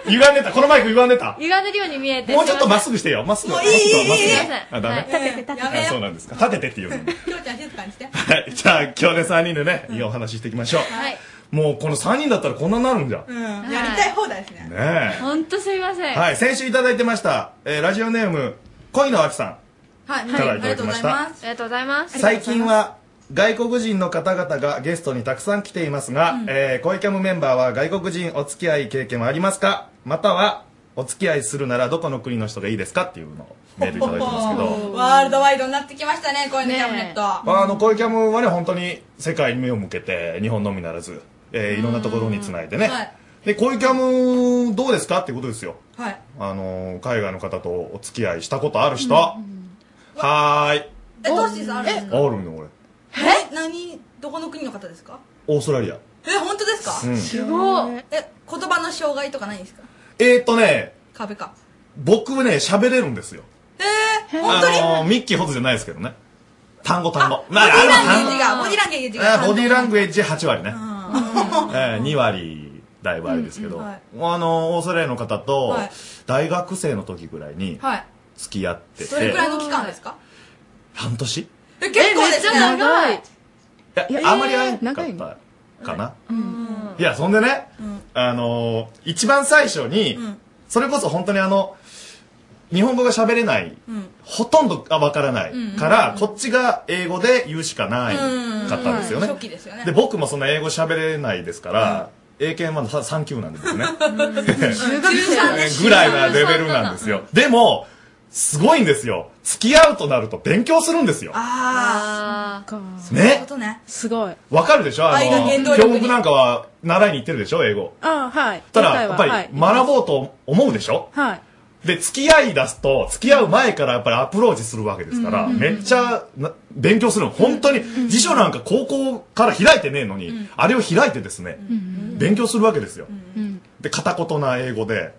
[SPEAKER 12] 歪んでた。このマイク歪んでた。
[SPEAKER 16] 歪んでるように見えて。
[SPEAKER 12] もうちょっとまっ
[SPEAKER 16] す
[SPEAKER 12] すぐしてよ。まっすぐ。
[SPEAKER 16] もういい
[SPEAKER 12] まっすぐまっすぐ
[SPEAKER 16] いいいいいい
[SPEAKER 12] あ、ダメ。
[SPEAKER 16] はい立てて立てて
[SPEAKER 12] あそうなんですか。立ててって言うの。
[SPEAKER 18] きょうちゃん静かにして。
[SPEAKER 12] はい。じゃあ、今日ね、3人でね、いいお話ししていきましょう。
[SPEAKER 16] はい。
[SPEAKER 12] もう、この3人だったらこんなになるんじゃ。
[SPEAKER 18] うん。やりたい放題ですね。
[SPEAKER 12] ね
[SPEAKER 16] ほんとすいませ
[SPEAKER 12] え。
[SPEAKER 16] ん。。
[SPEAKER 12] はい。先週いただいてました、えーラジオネーム、恋のあきさん。
[SPEAKER 18] はい
[SPEAKER 12] はいありがとうございます
[SPEAKER 16] ありがとうございます。
[SPEAKER 12] 最近は外国人の方々がゲストにたくさん来ていますが、えー、恋キャムメンバーは外国人お付き合い経験はありますかまたはお付き合いするならどこの国の人がいいですかっていうのをメールいただいてますけど
[SPEAKER 18] ワールドワイドになってきましたね、こういうのキャムネット。
[SPEAKER 12] あの恋キャムはね本当に世界に目を向けて日本のみならず、えー、いろんなところにつないでね、
[SPEAKER 18] はい
[SPEAKER 12] で恋キャムどうですかってことですよ
[SPEAKER 18] はい。
[SPEAKER 12] あのー海外の方とお付き合いしたことある人、はーい
[SPEAKER 18] え、トッシーさんあるんです
[SPEAKER 12] あ
[SPEAKER 18] か
[SPEAKER 12] るの俺
[SPEAKER 18] え何どこの国の方ですか
[SPEAKER 12] オーストラリア
[SPEAKER 18] え、本当ですか
[SPEAKER 12] うん
[SPEAKER 18] すごい。え、言葉の障害とかないんですか
[SPEAKER 12] えー、っとね
[SPEAKER 18] 壁か。
[SPEAKER 12] 僕ね喋れるんですよ
[SPEAKER 18] えー、本当に
[SPEAKER 12] あのーミッキーほどじゃないですけどね単語単語まあ
[SPEAKER 18] ボディー
[SPEAKER 12] あの
[SPEAKER 18] ラン
[SPEAKER 12] 単語
[SPEAKER 18] ゲージが、ボディーランゲージ
[SPEAKER 12] あ
[SPEAKER 18] が。
[SPEAKER 12] ーボディーランゲー
[SPEAKER 18] ン
[SPEAKER 12] ジ8割ね、えー、2割だいぶあれですけど、
[SPEAKER 18] うんうんは
[SPEAKER 12] あのーオーストラリアの方と
[SPEAKER 18] はい
[SPEAKER 12] 大学生の時ぐらいに
[SPEAKER 18] はい。
[SPEAKER 12] 付き合ってて、
[SPEAKER 18] どれくらいの期間ですか
[SPEAKER 12] 半年い
[SPEAKER 18] え、結構ですね。
[SPEAKER 16] めっちゃ長い。
[SPEAKER 12] や
[SPEAKER 18] いや
[SPEAKER 12] あんまり会え
[SPEAKER 18] えー
[SPEAKER 12] なかったかな、
[SPEAKER 18] うん。
[SPEAKER 12] いやそんでね、
[SPEAKER 18] うん
[SPEAKER 12] あのー一番最初に、
[SPEAKER 18] うん
[SPEAKER 12] それこそ本当にあの日本語が喋れない、ほとんどがわからない
[SPEAKER 18] うん
[SPEAKER 12] から、こっちが英語で言うしかない
[SPEAKER 18] うん
[SPEAKER 12] かったんですよね。
[SPEAKER 18] 初期ですよね
[SPEAKER 12] で、僕もそんな英語喋れないですから、英検は3級なんですよね。 ぐらいなレベルなんですよ。でも、すごいんですよ。付き合うとなると勉強するんですよ。
[SPEAKER 18] あ
[SPEAKER 12] あねそういうこと
[SPEAKER 18] ね
[SPEAKER 17] すごい
[SPEAKER 12] わかるでしょあ
[SPEAKER 17] 愛が原動
[SPEAKER 12] の、
[SPEAKER 17] 力
[SPEAKER 12] 教
[SPEAKER 17] に
[SPEAKER 12] 僕なんかは習いに行ってるでしょ英語。
[SPEAKER 17] あはい
[SPEAKER 12] た
[SPEAKER 17] 今
[SPEAKER 12] だ、
[SPEAKER 17] 回
[SPEAKER 12] や
[SPEAKER 17] は
[SPEAKER 12] っぱり学ぼうと思うでしょ
[SPEAKER 17] はいはい
[SPEAKER 12] で、付き合い出すと、付き合う前からやっぱりアプローチするわけですから、
[SPEAKER 17] うんうんうん
[SPEAKER 12] めっちゃな勉強するの。本当に、辞書なんか高校から開いてねえのに、あれを開いてですね、勉強するわけですよ。で、片言な英語で、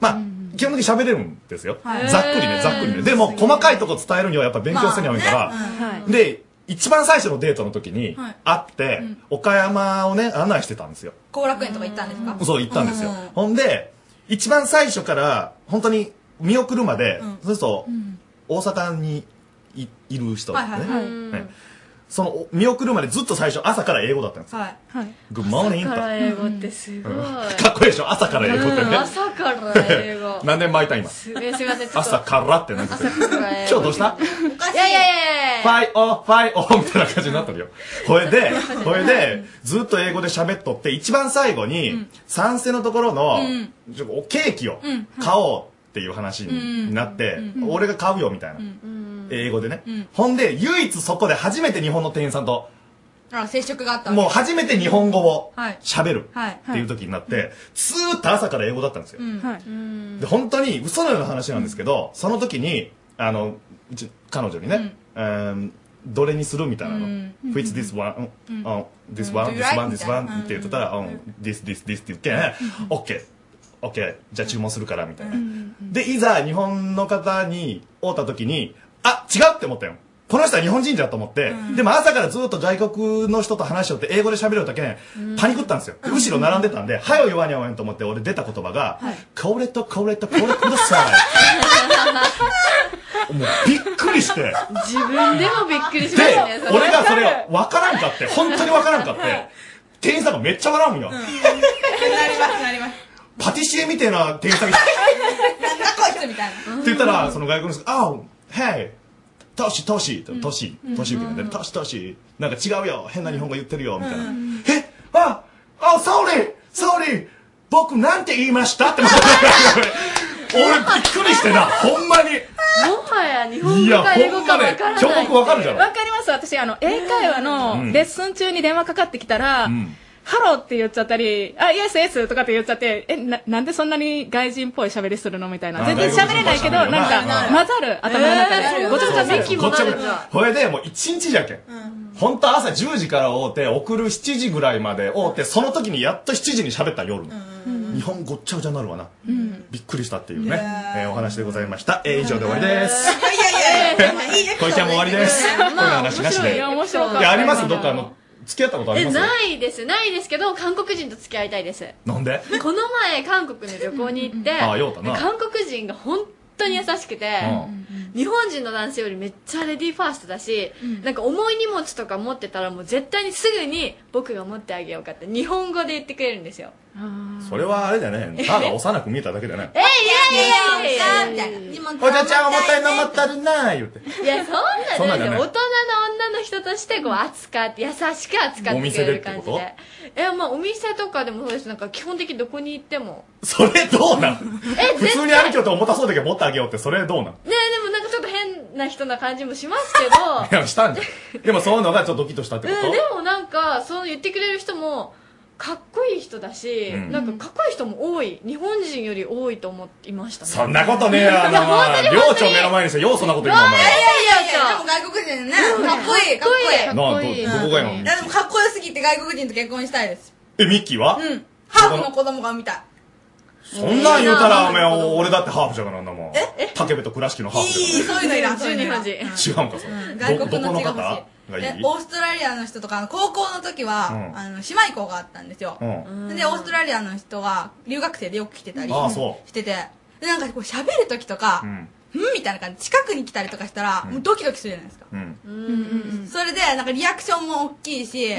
[SPEAKER 12] まあ、基本的に喋れるんですよ。
[SPEAKER 18] はい
[SPEAKER 12] ざっくりね、ざっくりね。でも、細かいとこ伝えるにはやっぱ勉強せにゃいから、
[SPEAKER 17] はい
[SPEAKER 12] で、一番最初のデートの時に
[SPEAKER 18] はい
[SPEAKER 12] 会って、岡山をね、案内してたんですよ。
[SPEAKER 18] 後楽園とか行ったんですか
[SPEAKER 12] そう、行ったんですよ
[SPEAKER 18] う。
[SPEAKER 12] ほんで、一番最初から、本当に見送るまで、そうすると、大阪にいいる人ですね。
[SPEAKER 18] はいはいはい
[SPEAKER 12] ねその、お見送るまでずっと最初、朝から英語だったんですよ。
[SPEAKER 18] はい
[SPEAKER 17] はい
[SPEAKER 12] グッモーニングと。か
[SPEAKER 16] 英語ってすごい。
[SPEAKER 12] っこいいでしょ朝から英語って
[SPEAKER 16] うん
[SPEAKER 12] ね。
[SPEAKER 16] 朝から英語。
[SPEAKER 12] 何年巻いた今。
[SPEAKER 16] すえすいません、ちょっと。
[SPEAKER 12] 朝からって何て言ってる
[SPEAKER 16] ら英語
[SPEAKER 12] 今日どうした
[SPEAKER 16] いやいやいやいや
[SPEAKER 12] ファイオ、ファイオみたいな感じになってるよ。ほいで、ほいで、ずっと英語で喋っとって、一番最後に、賛成のところの
[SPEAKER 18] うん、
[SPEAKER 12] ちょおケーキを
[SPEAKER 18] うん
[SPEAKER 12] 買おうっていう話になって
[SPEAKER 18] う、ん
[SPEAKER 12] 俺が買うよみたいな。英語でね
[SPEAKER 18] うん。
[SPEAKER 12] ほんで、唯一そこで初めて日本の店員さんと、
[SPEAKER 18] あ接触があった
[SPEAKER 12] もう初めて日本語を
[SPEAKER 18] はい
[SPEAKER 12] 喋る
[SPEAKER 18] はい
[SPEAKER 12] っていう時になって、ずーっと朝から英語だったんですよ
[SPEAKER 18] う。んはい
[SPEAKER 12] で本当に嘘のような話なんですけど、その時にあのうち彼女にね、うーんどれにするみたいなの、
[SPEAKER 18] うん
[SPEAKER 12] Which this one,、
[SPEAKER 18] うん
[SPEAKER 12] this one,
[SPEAKER 18] うん
[SPEAKER 12] this one,
[SPEAKER 18] Do you like?
[SPEAKER 12] this one
[SPEAKER 18] みたいな
[SPEAKER 12] って言ってたら、うん this, this, this って言って、OK, OK, じゃあ注文するからみたいな。で、いざ日本の方に会った時に、あ、違うって思ったよ。この人は日本人だと思って、でも朝からずっと外国の人と話しよって英語で喋るだけね、パニックったんですよ。で後ろ並んでたんで、はよ言わにゃおえんと思って俺出た言葉が、これとこれとこれください。もうびっくりして。
[SPEAKER 16] 自分でもびっくりし
[SPEAKER 12] で
[SPEAKER 16] ましたね。、
[SPEAKER 12] 俺がそれ分からんかって、本当に分からんかって、店員さんがめっちゃ笑うんよ。
[SPEAKER 18] なりますなります
[SPEAKER 12] パティシエみたいな店員さんが
[SPEAKER 18] なんだこいつみたいな
[SPEAKER 12] って言ったら、その外国の人が、あ、hey! トシトシトシトシ受けてトシトシなんか違うよ変な日本語言ってるよみたいな、えああ sorry sorry 僕なんて言いました って俺びっくりしてなほんまに
[SPEAKER 17] もはや日
[SPEAKER 12] 本語か英語かわからないいやほんまね彫刻わかるじゃない
[SPEAKER 17] わかります私あの英会話のレッスン中に電話かかってきたら、
[SPEAKER 12] うん
[SPEAKER 17] ハローって言っちゃったり、あ、イエスイエスとかって言っちゃって、え、な、なんでそんなに外人っぽい喋りするのみたいな。
[SPEAKER 12] あ
[SPEAKER 17] 全然喋れないけど、
[SPEAKER 12] 外国
[SPEAKER 17] なん
[SPEAKER 12] 人っぽい喋り
[SPEAKER 17] か、混ざる、頭の中で。ごちゃごちゃ
[SPEAKER 12] そう
[SPEAKER 17] ミ
[SPEAKER 12] そう
[SPEAKER 17] キ
[SPEAKER 12] ご
[SPEAKER 17] も
[SPEAKER 12] っ
[SPEAKER 17] な
[SPEAKER 12] ちゃ
[SPEAKER 17] る
[SPEAKER 12] ごちゃこれでもう1日じゃけん、本当朝10時から会うて送る7時ぐらいまで会うてその時にやっと7時に喋った夜、日本ごっちゃごちゃになるわなびっくりしたっていうね、えーお話でございました、えー以上で終わりです、
[SPEAKER 18] いやいやいやいいエピソードです
[SPEAKER 12] こいちゃんも終わりです。
[SPEAKER 16] まあ
[SPEAKER 12] こんな話なしで。
[SPEAKER 16] 面白いよ面白かった
[SPEAKER 12] いや、ありますどっかあの、付き合ったことあり
[SPEAKER 16] え、
[SPEAKER 12] ます
[SPEAKER 16] ないです。ないですけど、韓国人と付き合いたいです。
[SPEAKER 12] なんで
[SPEAKER 16] この前、韓国の旅行に行って、
[SPEAKER 12] あようたな
[SPEAKER 16] 韓国人が本当に優しくて、日本人の男性よりめっちゃレディーファーストだし、なんか重い荷物とか持ってたらもう絶対にすぐに僕が持ってあげようかって日本語で言ってくれるんですよ。
[SPEAKER 12] それはあれだよね。ただ幼く見えただけだね
[SPEAKER 16] え。いやいやいやいやいや
[SPEAKER 12] おじゃちゃん重たいの持ったるなー言うて。
[SPEAKER 16] いや、そん
[SPEAKER 12] そん
[SPEAKER 16] な
[SPEAKER 12] な
[SPEAKER 16] んんですよ。大
[SPEAKER 12] じゃない
[SPEAKER 16] 人の女の人として、こう、扱って、優しく扱
[SPEAKER 12] お
[SPEAKER 16] ってく
[SPEAKER 12] 店
[SPEAKER 16] れ
[SPEAKER 12] でっ
[SPEAKER 16] る
[SPEAKER 12] て
[SPEAKER 16] 感じ
[SPEAKER 12] こと
[SPEAKER 16] で。え、まあ、お店とかでもそうです。なんか、基本的にどこに行っても。
[SPEAKER 12] それどうなん普通に歩きよって重たそうだけど持ってあげようって、それど うな
[SPEAKER 16] ね
[SPEAKER 12] ん
[SPEAKER 16] でもなんかちょっと変な人な感じもします けど、
[SPEAKER 12] いや、したんじゃん。でもそういうのがちょっとドキッとしたってこ
[SPEAKER 16] うん、でもなんか、そう言ってくれる人も、かっこいい人だし、
[SPEAKER 12] うん
[SPEAKER 16] なんかかっこいい人も多い。日本人より多いと思っていました
[SPEAKER 12] と
[SPEAKER 16] ね。
[SPEAKER 12] そんなことね えよ、あ
[SPEAKER 16] いや本当に
[SPEAKER 12] の、
[SPEAKER 16] 本
[SPEAKER 12] 寮
[SPEAKER 16] 当
[SPEAKER 12] 長
[SPEAKER 16] に
[SPEAKER 12] 目の前にして、ようそんなこと言う
[SPEAKER 16] う
[SPEAKER 12] の、お
[SPEAKER 16] わ
[SPEAKER 12] 前。
[SPEAKER 18] いやいやいやでも外国人ねかっこいいかっこいい
[SPEAKER 12] かっこいいなあどどこがやの
[SPEAKER 18] いやでもかっこよすぎて外国人と結婚したいです
[SPEAKER 12] え、ミッキーは
[SPEAKER 18] うんハーフの子供が見たい
[SPEAKER 12] そんなん言うたら、お前、俺だってハーフじゃがなんだもん。竹部と倉敷のハーフ
[SPEAKER 18] いい
[SPEAKER 12] じゃ
[SPEAKER 18] そういうのいらんそういうのいらん
[SPEAKER 12] が違うんか、そ
[SPEAKER 18] うん
[SPEAKER 12] れ。ど、
[SPEAKER 18] 外
[SPEAKER 12] ど
[SPEAKER 18] 国
[SPEAKER 12] こ
[SPEAKER 18] の
[SPEAKER 12] の
[SPEAKER 18] 血が欲し
[SPEAKER 12] 方がい
[SPEAKER 18] いで
[SPEAKER 12] い
[SPEAKER 18] オーストラリアの人とかあの高校の時は、
[SPEAKER 12] うん
[SPEAKER 18] あの姉妹校があったんですよ、
[SPEAKER 12] うん
[SPEAKER 18] でオーストラリアの人が留学生でよく来てたり
[SPEAKER 12] ああそ
[SPEAKER 18] しててでなんかこう喋る時とか、
[SPEAKER 12] うん
[SPEAKER 18] んみたいな感じ近くに来たりとかしたら、もうドキドキするじゃないですか
[SPEAKER 12] うん。
[SPEAKER 18] それでなんかリアクションも大きいし、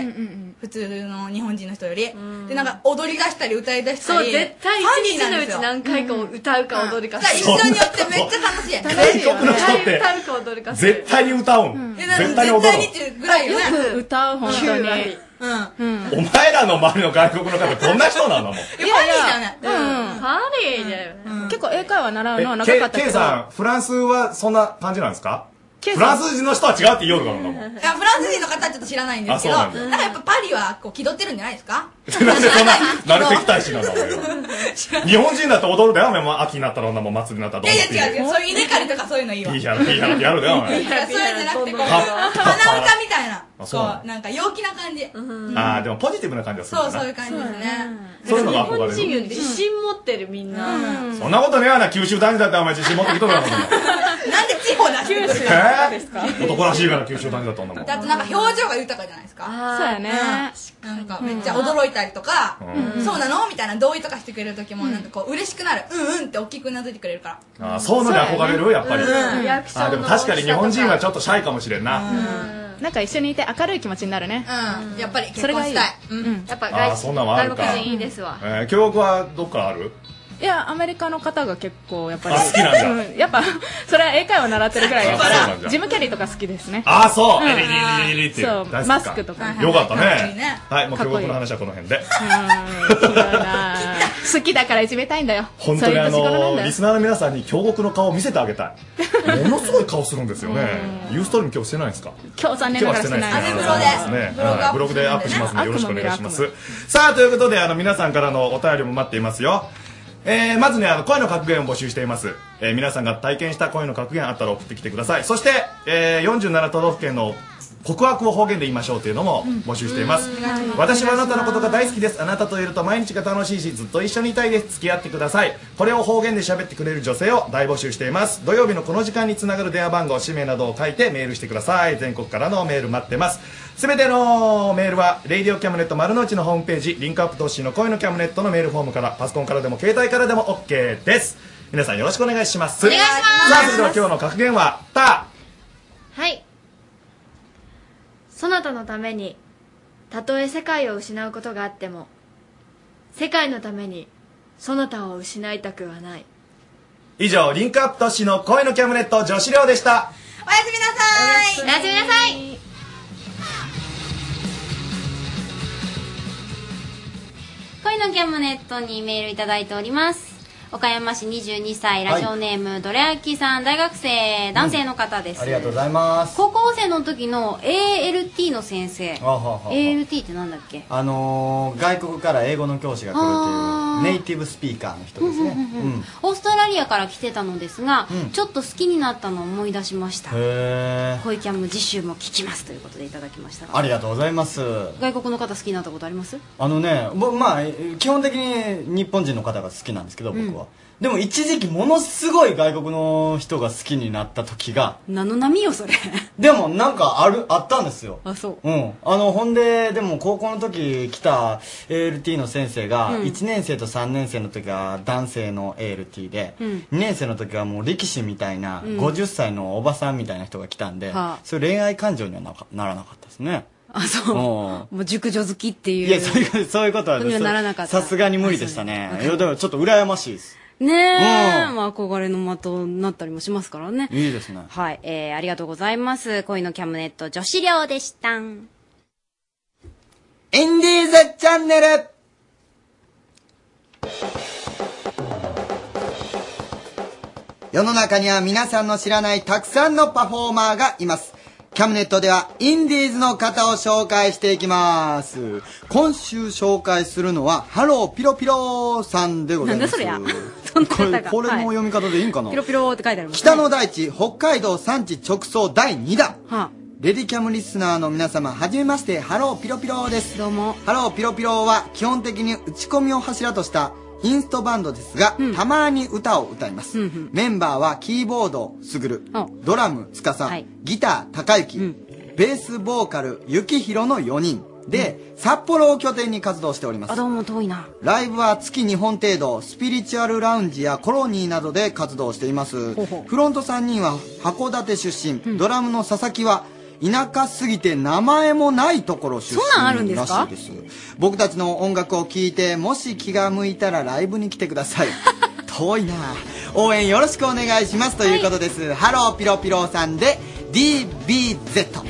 [SPEAKER 18] 普通の日本人の人より、でなんか踊り出したり歌い出した
[SPEAKER 19] そう
[SPEAKER 18] り
[SPEAKER 19] 絶対一日のうち何回か歌うか踊るか
[SPEAKER 18] だから一緒によってめっちゃ楽しい
[SPEAKER 12] 韓国の人って
[SPEAKER 19] 歌うか踊るかする
[SPEAKER 12] 絶対に歌うん。
[SPEAKER 18] えだから
[SPEAKER 12] 絶対に踊る。
[SPEAKER 18] 絶対にってぐらいよね
[SPEAKER 19] よく
[SPEAKER 18] 歌う
[SPEAKER 19] 本当に
[SPEAKER 18] うん、うん、
[SPEAKER 12] お前らの周りの外国の方、どんな人なのもう。
[SPEAKER 18] いやいや
[SPEAKER 19] うんハリーだよね
[SPEAKER 9] 結構英会話習うのは長
[SPEAKER 12] ケ
[SPEAKER 9] かったけ
[SPEAKER 12] ケイ
[SPEAKER 9] ど
[SPEAKER 12] さん、フランスはそんな感じなんですか
[SPEAKER 9] ケイさ
[SPEAKER 12] フ
[SPEAKER 9] ん
[SPEAKER 12] ランス人の人は違うって言いよるからなもう。
[SPEAKER 18] いやフランス人の方はちょっと知らないんですけど
[SPEAKER 12] あ
[SPEAKER 18] な
[SPEAKER 12] そうなんん
[SPEAKER 18] かやっぱパリはこう気取ってるんじゃないですか
[SPEAKER 12] なんでそんな、慣れてきたいしなんだもん よ。日本人だって踊るだよ、お前も秋になったら女も祭りになったら
[SPEAKER 18] い
[SPEAKER 12] どうだ
[SPEAKER 18] やい
[SPEAKER 12] って
[SPEAKER 18] や違う違うそういう稲刈りとかそういうのいいわ
[SPEAKER 12] いいやろ、いいやろ、やるだよ、お前。
[SPEAKER 18] いやそういうんじゃなくてこう
[SPEAKER 12] パ
[SPEAKER 18] 鼻
[SPEAKER 12] ッ
[SPEAKER 18] 歌みたいな
[SPEAKER 12] あそうなの
[SPEAKER 18] こうなんか陽気な感じ、うん
[SPEAKER 12] ああ、でもポジティブな感じがする
[SPEAKER 18] そ
[SPEAKER 12] ん
[SPEAKER 18] うそう
[SPEAKER 12] だ
[SPEAKER 18] いう
[SPEAKER 12] な。
[SPEAKER 18] 感じですね
[SPEAKER 12] そういうのが憧れ
[SPEAKER 19] 日
[SPEAKER 12] る
[SPEAKER 19] 本人より自信持ってるみんな
[SPEAKER 12] そんなことねえわな、九州男児だってお前自信持ってきとるだろ、お前
[SPEAKER 18] なんで地方出してくる
[SPEAKER 12] 九州なんですか男らしいから九州男児だったんだもん。
[SPEAKER 18] だとなんか表情が豊かじゃないですか
[SPEAKER 9] そうやね
[SPEAKER 18] うんなんかめっちゃ驚いたりとか
[SPEAKER 12] うん
[SPEAKER 18] そうなのみたいな同意とかしてくれる時もなんかこう嬉しくなるうんうんって大きくうなずいてくれるから
[SPEAKER 12] あーそういうのに憧れるやっぱり。
[SPEAKER 18] そうやねうんリア
[SPEAKER 12] あ
[SPEAKER 18] クションの
[SPEAKER 12] ーでも確かに日本人はちょっとシャイかもしれんな。
[SPEAKER 17] なんか一緒にいて明るい気持ちになるね
[SPEAKER 18] うんやっぱり
[SPEAKER 17] それがいい
[SPEAKER 18] うん
[SPEAKER 19] やっぱ
[SPEAKER 12] あーそんなんはあるかえー、教育はどっからある
[SPEAKER 17] いやアメリカの方が結構やっぱり
[SPEAKER 12] あ好きなんだ
[SPEAKER 17] うんやっぱそれは英会話習ってるぐらいだ
[SPEAKER 12] あ
[SPEAKER 17] か
[SPEAKER 12] そうなん
[SPEAKER 17] ら
[SPEAKER 12] だ
[SPEAKER 17] ジム・キャリーとか好きですね
[SPEAKER 12] ああ、そう、
[SPEAKER 17] ん
[SPEAKER 12] エリリリリリリって。
[SPEAKER 17] そう
[SPEAKER 12] 大好き
[SPEAKER 17] マスクとか
[SPEAKER 12] よかった
[SPEAKER 17] はいはいはい
[SPEAKER 12] ね。はい、もう
[SPEAKER 17] かっ
[SPEAKER 12] 教
[SPEAKER 17] こいい
[SPEAKER 12] 育の話はこの辺で。
[SPEAKER 17] 好きだからいじめたいんだよ
[SPEAKER 12] 本当にあ
[SPEAKER 17] そういう年頃なん
[SPEAKER 12] の
[SPEAKER 17] だよ
[SPEAKER 12] リスナーの皆さんに京極の顔を見せてあげたいものすごい顔するんですよねユーストリーム今日してないんですか
[SPEAKER 17] 今日残念ながらしてない
[SPEAKER 12] 今日はしてないですねはいブログでアップしますのでよろしくお願いしますさあということであの皆さんからのお便りも待っていますよえーまずねあの声の格言を募集しています、えー皆さんが体験した声の格言あったら送ってきてくださいそして、えー47都道府県の告白を方言で言いましょうというのも募集しています、私はあなたのことが大好きですあなたといると毎日が楽しいしずっと一緒にいたいです付き合ってくださいこれを方言で喋ってくれる女性を大募集しています土曜日のこの時間につながる電話番号氏名などを書いてメールしてください全国からのメール待ってますすべてのメールは「レイディオキャムネット丸の内」のホームページリンクアップ投資の声のキャムネットのメールフォームからパソコンからでも携帯からでも OK です皆さんよろしくお願いします
[SPEAKER 16] お願いします
[SPEAKER 12] さあそれでは今日の格言は「た」
[SPEAKER 19] はいそなたのためにたとえ世界を失うことがあっても世界のためにそなたを失いたくはない
[SPEAKER 12] 以上リンクアップ投資の声のキャムネット女子寮でした
[SPEAKER 18] おやすみなさ
[SPEAKER 19] お
[SPEAKER 18] い
[SPEAKER 19] やすみなさい
[SPEAKER 3] 恋のキャムネットにメールいただいております岡山市22歳ラジオネーム、どれあきさん大学生男性の方です、
[SPEAKER 2] ありがとうございます。
[SPEAKER 3] 高校生の時の ALT の先生
[SPEAKER 2] あはは
[SPEAKER 3] ALT ってなんだっけ
[SPEAKER 2] あのー外国から英語の教師が来ると
[SPEAKER 3] あー
[SPEAKER 2] いうネイティブスピーカーの人ですね。
[SPEAKER 3] うんうんうんうん
[SPEAKER 2] うん
[SPEAKER 3] オーストラリアから来てたのですが、
[SPEAKER 2] うん
[SPEAKER 3] ちょっと好きになったのを思い出しました
[SPEAKER 2] へー
[SPEAKER 3] 恋キャム次週も聞きますということでいただきましたが
[SPEAKER 2] ありがとうございます。
[SPEAKER 3] 外国の方好きになったことあります
[SPEAKER 2] あのね、僕まあえー基本的に日本人の方が好きなんですけど、僕は。でも一時期ものすごい外国の人が好きになった時が、
[SPEAKER 3] 名の波よそれ
[SPEAKER 2] でもなんかある、あったんですよ。
[SPEAKER 3] あそう
[SPEAKER 2] うん、あのほんででも高校の時来た ALT の先生が
[SPEAKER 3] うん
[SPEAKER 2] 1年生と3年生の時は男性の ALT で、
[SPEAKER 3] うん
[SPEAKER 2] 2年生の時はもう力士みたいな
[SPEAKER 3] うん
[SPEAKER 2] 50歳のおばさんみたいな人が来たんで、
[SPEAKER 3] はあ
[SPEAKER 2] そういう恋愛感情にはなかならなかったですね
[SPEAKER 3] あそう
[SPEAKER 2] も
[SPEAKER 3] もう熟女好きっていう
[SPEAKER 2] いやそういうそういうことは
[SPEAKER 3] そういうのならなかった
[SPEAKER 2] さすがに無理でしたねいやでもちょっと羨ましいです
[SPEAKER 3] ねえ、
[SPEAKER 2] うん
[SPEAKER 3] まあ、憧れの的になったりもしますからね
[SPEAKER 2] いいですね
[SPEAKER 3] はい、えー、ありがとうございます恋のキャムネット女子寮でしたん
[SPEAKER 2] インディーズチャンネル世の中には皆さんの知らないたくさんのパフォーマーがいます。キャムネットではインディーズの方を紹介していきます。今週紹介するのは、ハローピロピロさんでございます。
[SPEAKER 3] なんだそり
[SPEAKER 2] これこれの読み方でいいんかな、
[SPEAKER 3] ピロピロって書いてあるもん
[SPEAKER 2] 北の大地、北海道産地直送第2弾。レディキャムリスナーの皆様、はじめまして、ハローピロピロです。
[SPEAKER 3] どうも。
[SPEAKER 2] ハローピロピロは基本的に打ち込みを柱としたインストバンドですが、たまに歌を歌います。メンバーはキーボード、すぐる、ドラム、つかさ、ギター、高幸、ベースボーカル、ゆきひろの4人。で、札幌を拠点に活動しております。
[SPEAKER 3] あ、どうも遠いな。
[SPEAKER 2] ライブは月2本程度、スピリチュアルラウンジやコロニーなどで活動しています。
[SPEAKER 3] ほうほう
[SPEAKER 2] フロント3人は函館出身、ドラムの佐々木は田舎すぎて名前もないところ出身
[SPEAKER 3] そんなんあるんです
[SPEAKER 2] ら
[SPEAKER 3] か
[SPEAKER 2] しいです。僕たちの音楽を聴いて、もし気が向いたらライブに来てくだ さい。遠いな応援よろしくお願いしますということです。ハローピロピロさんで DBZ。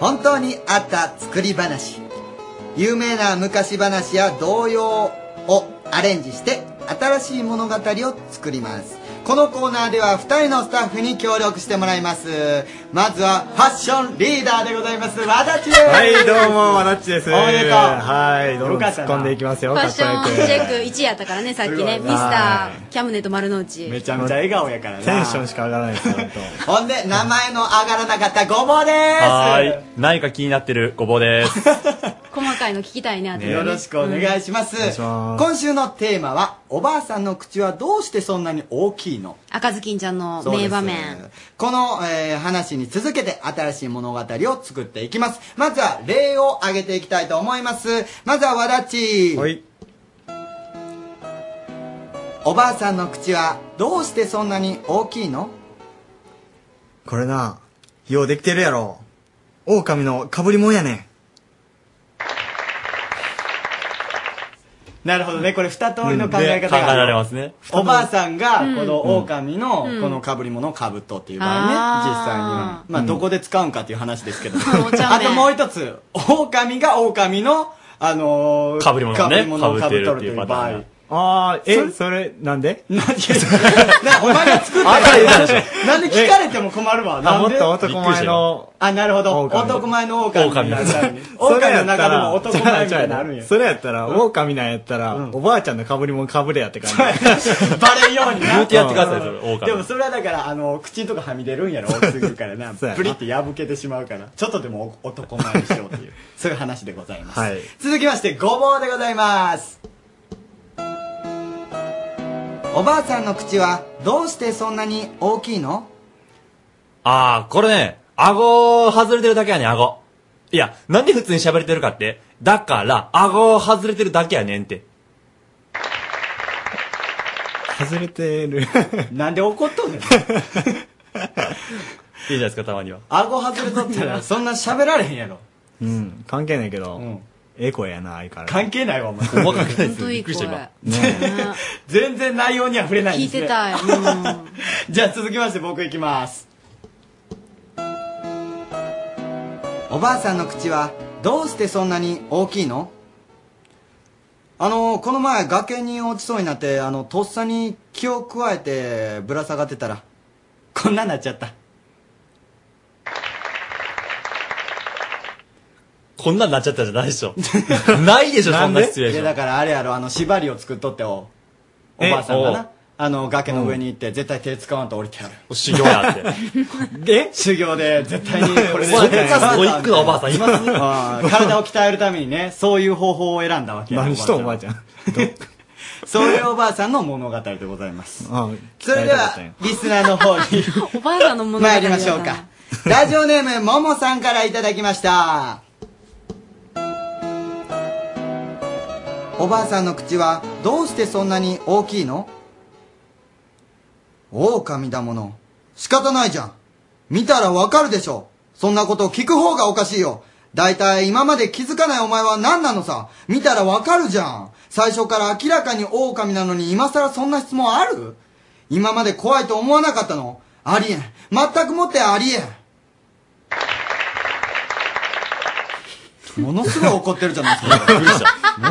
[SPEAKER 2] 本当にあった作り話有名な昔話や童謡をアレンジして新しい物語を作りますこのコーナーでは2人のスタッフに協力してもらいますまずはファッションリーダーでございます和田ちです
[SPEAKER 20] はい、どうも、わだっちです。
[SPEAKER 2] おめでとう
[SPEAKER 20] はい、どんど
[SPEAKER 2] よ
[SPEAKER 20] ん
[SPEAKER 2] か
[SPEAKER 20] 突
[SPEAKER 2] ったな
[SPEAKER 20] っ込んでいきますよ。
[SPEAKER 3] ファッションチェッ
[SPEAKER 20] かっこよ
[SPEAKER 3] ク1位やったからね、さっき
[SPEAKER 20] すご
[SPEAKER 3] ね。
[SPEAKER 20] い
[SPEAKER 3] ミ
[SPEAKER 20] な
[SPEAKER 3] スター、キャムネと丸の内。
[SPEAKER 2] めちゃめちゃ笑顔やからな
[SPEAKER 20] くテンションしか上がらないです、本当。
[SPEAKER 2] ほんで名前の上がらなかったごぼうです
[SPEAKER 20] はーい、何か気になってるごぼうです。
[SPEAKER 3] 細かいの聞きたいね、あとね
[SPEAKER 2] よろしくお願いします,、
[SPEAKER 20] お願いします
[SPEAKER 2] 今週のテーマはおばあさんの口はどうしてそんなに大きいの
[SPEAKER 3] 赤ずきんちゃんの名場面。
[SPEAKER 2] この、えー話に続けて新しい物語を作っていきますまずは例を挙げていきたいと思いますまずはわだっちおばあさんの口はどうしてそんなに大きいの
[SPEAKER 21] これな、ようできてるやろ。狼の被りもんやね
[SPEAKER 2] なるほどねこれ二通りの考
[SPEAKER 20] で
[SPEAKER 2] え
[SPEAKER 20] 考え
[SPEAKER 2] 方がある
[SPEAKER 20] られますね。
[SPEAKER 2] おばあさんがこの
[SPEAKER 20] うん
[SPEAKER 2] 狼の
[SPEAKER 20] うん
[SPEAKER 2] この被り物をかぶっとっていう場合ね、実際には
[SPEAKER 20] あ
[SPEAKER 2] まあどこで使うんかっていう話ですけ ど、
[SPEAKER 20] 茶目
[SPEAKER 2] あともう一つ狼が狼のあのー、
[SPEAKER 20] 被り物をね
[SPEAKER 2] 被り物を被っとるという場
[SPEAKER 20] 被ってるっていうパター
[SPEAKER 2] 合
[SPEAKER 20] ンあー、え、それ、なんでなんで
[SPEAKER 2] なお前が作った
[SPEAKER 20] 赤いやつで
[SPEAKER 2] なんで聞かれても困るわ
[SPEAKER 20] あ
[SPEAKER 2] なんで
[SPEAKER 20] もっと男前の
[SPEAKER 2] あなるほど男前の狼に なるために狼の中でも男前みたいなのあるんや
[SPEAKER 20] それやったら、狼なんやったら、おばあちゃんの被りもん被れやって感じ。
[SPEAKER 2] バレんようにな
[SPEAKER 20] 言うてやってください それ狼
[SPEAKER 2] でもそれはだからあの口とかはみ出るんやろ大きすぎるからな
[SPEAKER 20] そうやな
[SPEAKER 2] プリって破けてしまうからちょっとでもお男前にしようっていうそういう話でございます、
[SPEAKER 20] はい。
[SPEAKER 2] 続きましてごぼうでございますおばあさんの口はどうしてそんなに大きいの
[SPEAKER 22] あー、これね、顎外れてるだけやねん、顎。いや、なんで普通に喋れてるかって。だから、顎外れてるだけやねんって。
[SPEAKER 20] 外れてる。
[SPEAKER 2] なんで怒っとんねん。
[SPEAKER 20] いいじゃないですか、たまには。
[SPEAKER 2] 顎外れとった らそんな喋られへんやろ
[SPEAKER 20] うん、関係ないけど、ええ声やな、相変わらず。
[SPEAKER 2] 関係ないわ、お前。
[SPEAKER 20] 細かくな
[SPEAKER 2] 本
[SPEAKER 20] いです
[SPEAKER 2] 当
[SPEAKER 20] よ。
[SPEAKER 2] いい声
[SPEAKER 20] びっくりした、今。
[SPEAKER 2] 全然内容には触れないです、ね、
[SPEAKER 3] 聞いてたい
[SPEAKER 2] じゃあ続きまして僕いきますおばあさんの口はどうしてそんなに大きいのあのこの前崖に落ちそうになってあのとっさに気を加えてぶら下がってたらこんなになっちゃった
[SPEAKER 22] こんなんなっちゃったじゃないで しょ。 ないでしょ、そんなシチュエーシ
[SPEAKER 2] い
[SPEAKER 22] ョ
[SPEAKER 2] や
[SPEAKER 22] ン
[SPEAKER 2] だ。からあれやろあの縛りを作っとっておお
[SPEAKER 22] え
[SPEAKER 2] ばあさんが
[SPEAKER 22] おう
[SPEAKER 2] なあの崖の上に行って、絶対手使わんと降りてやる
[SPEAKER 22] 修行やって
[SPEAKER 2] え修行で 絶対にこれで
[SPEAKER 22] そんなストイックなおばあさんい ます
[SPEAKER 2] うん体を鍛えるためにねそういう方法を選んだわけや
[SPEAKER 21] 何しとん
[SPEAKER 2] おばあちゃんそういうおばあさんの物語でございますそれではリスナーの方に
[SPEAKER 3] おばあさんの物語だ
[SPEAKER 2] 参
[SPEAKER 3] な
[SPEAKER 2] りましょうかラジオネームももさんからいただきましたおばあさんの口はどうしてそんなに大きいの狼だもの仕方ないじゃん見たらわかるでしょそんなこと聞く方がおかしいよだいたい今まで気づかないお前は何なのさ見たらわかるじゃん最初から明らかに狼なのに今更そんな質問ある今まで怖いと思わなかったのありえん全くもってありえんものすごい怒ってるじゃないですか。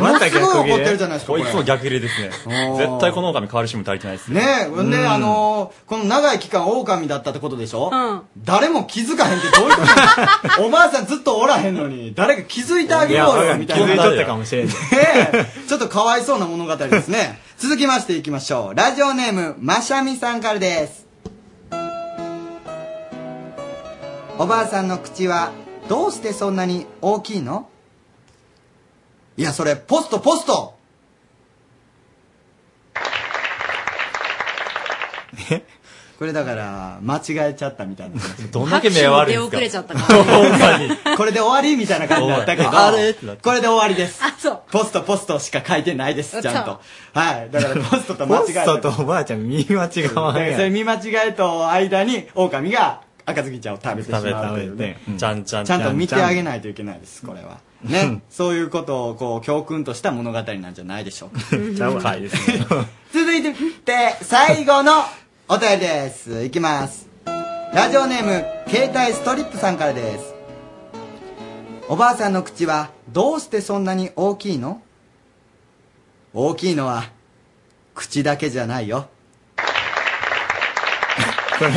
[SPEAKER 2] ものすごい怒ってるじゃないですか。
[SPEAKER 22] こ
[SPEAKER 2] こ
[SPEAKER 22] い
[SPEAKER 2] れ
[SPEAKER 22] つも逆切れですね。絶対この狼変わるしも足りてないです
[SPEAKER 2] ねえ、
[SPEAKER 22] うん
[SPEAKER 2] ねあのーこの長い期間狼だったってことでしょ、
[SPEAKER 22] うん
[SPEAKER 2] 誰も気づかへんってどういうこと おばあさんずっとおらへんのに、誰か気づいてあげようよ、みたいな。
[SPEAKER 21] 気づいとったかもしれんね
[SPEAKER 2] ちょっとかわいそうな物語で すね。続きましていきましょう。ラジオネーム、ましゃみさんからです。おばあさんの口は、どうしてそんなに大きいのいや、それ、ポスト、ポストこれだから、間違えちゃったみたいな。
[SPEAKER 22] どんだけ目悪いんですか拍手も出遅れち
[SPEAKER 3] ゃった
[SPEAKER 2] か。ほんま に。これで終わりみたいな感じだったけど、
[SPEAKER 22] おいあれってなって
[SPEAKER 2] これで終わりです。ポスト、ポストしか書いてないです、ちゃんと。はい。だから、ポストと間違えた。
[SPEAKER 21] ポストとおばあちゃん見間違わ
[SPEAKER 2] だか
[SPEAKER 21] ん
[SPEAKER 2] らそれ
[SPEAKER 21] やん
[SPEAKER 2] 見間違えと間に、狼が赤ずきんちゃんを食べてしまう
[SPEAKER 21] 食べた
[SPEAKER 2] というね。
[SPEAKER 22] ちゃんちゃん
[SPEAKER 2] ちゃんと見てあげないといけないです、これは。ね。そういうことを、こう、教訓とした物語なんじゃないでしょうか。
[SPEAKER 21] ちゃうわ
[SPEAKER 2] はいですね。 続いて、最後のお便りです。いきます。ラジオネーム、携帯ストリップさんからです。おばあさんの口は、どうしてそんなに大きいの大きいのは、口だけじゃないよ。
[SPEAKER 21] こ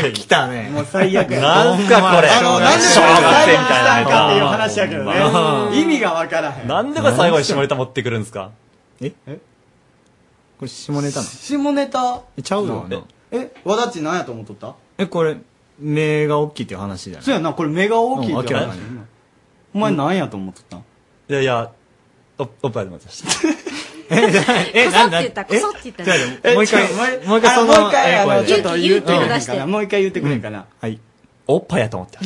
[SPEAKER 21] れ来たね
[SPEAKER 2] もう最悪や
[SPEAKER 21] なんかこれ
[SPEAKER 2] あのなんで
[SPEAKER 21] 小学生み
[SPEAKER 2] した
[SPEAKER 21] い
[SPEAKER 2] ん
[SPEAKER 21] な
[SPEAKER 2] かっていう話やけどね
[SPEAKER 22] う。ん
[SPEAKER 2] 意味がわからへん。
[SPEAKER 22] なんでこれ最後に下ネタ持ってくるんですか
[SPEAKER 21] え
[SPEAKER 2] え
[SPEAKER 21] これ下ネタな
[SPEAKER 2] 下ネタ。
[SPEAKER 21] のちゃうよな
[SPEAKER 2] え、わだっち何やと思っとった
[SPEAKER 21] えこれ目が大きいっていう話じゃない
[SPEAKER 2] そうやな、これ目が大きい
[SPEAKER 21] うん
[SPEAKER 2] って
[SPEAKER 21] 明ら
[SPEAKER 2] 話
[SPEAKER 21] かに。
[SPEAKER 2] お前何やと思っとった
[SPEAKER 22] いやいや、おおっぱいで待ってました。
[SPEAKER 21] え
[SPEAKER 2] なん
[SPEAKER 21] だ
[SPEAKER 2] だ
[SPEAKER 21] え
[SPEAKER 2] え
[SPEAKER 21] ちょっと
[SPEAKER 2] え
[SPEAKER 21] もう一回
[SPEAKER 2] ちょっと
[SPEAKER 21] もう一回その
[SPEAKER 2] あもう一回あ
[SPEAKER 21] え
[SPEAKER 2] の
[SPEAKER 21] 声
[SPEAKER 2] ちょ
[SPEAKER 21] で
[SPEAKER 2] っと言って
[SPEAKER 21] 勇気勇気出
[SPEAKER 2] くれる
[SPEAKER 21] し
[SPEAKER 2] かな
[SPEAKER 21] て
[SPEAKER 2] もう一回言ってくれるかな
[SPEAKER 21] はいおっぱいやと思って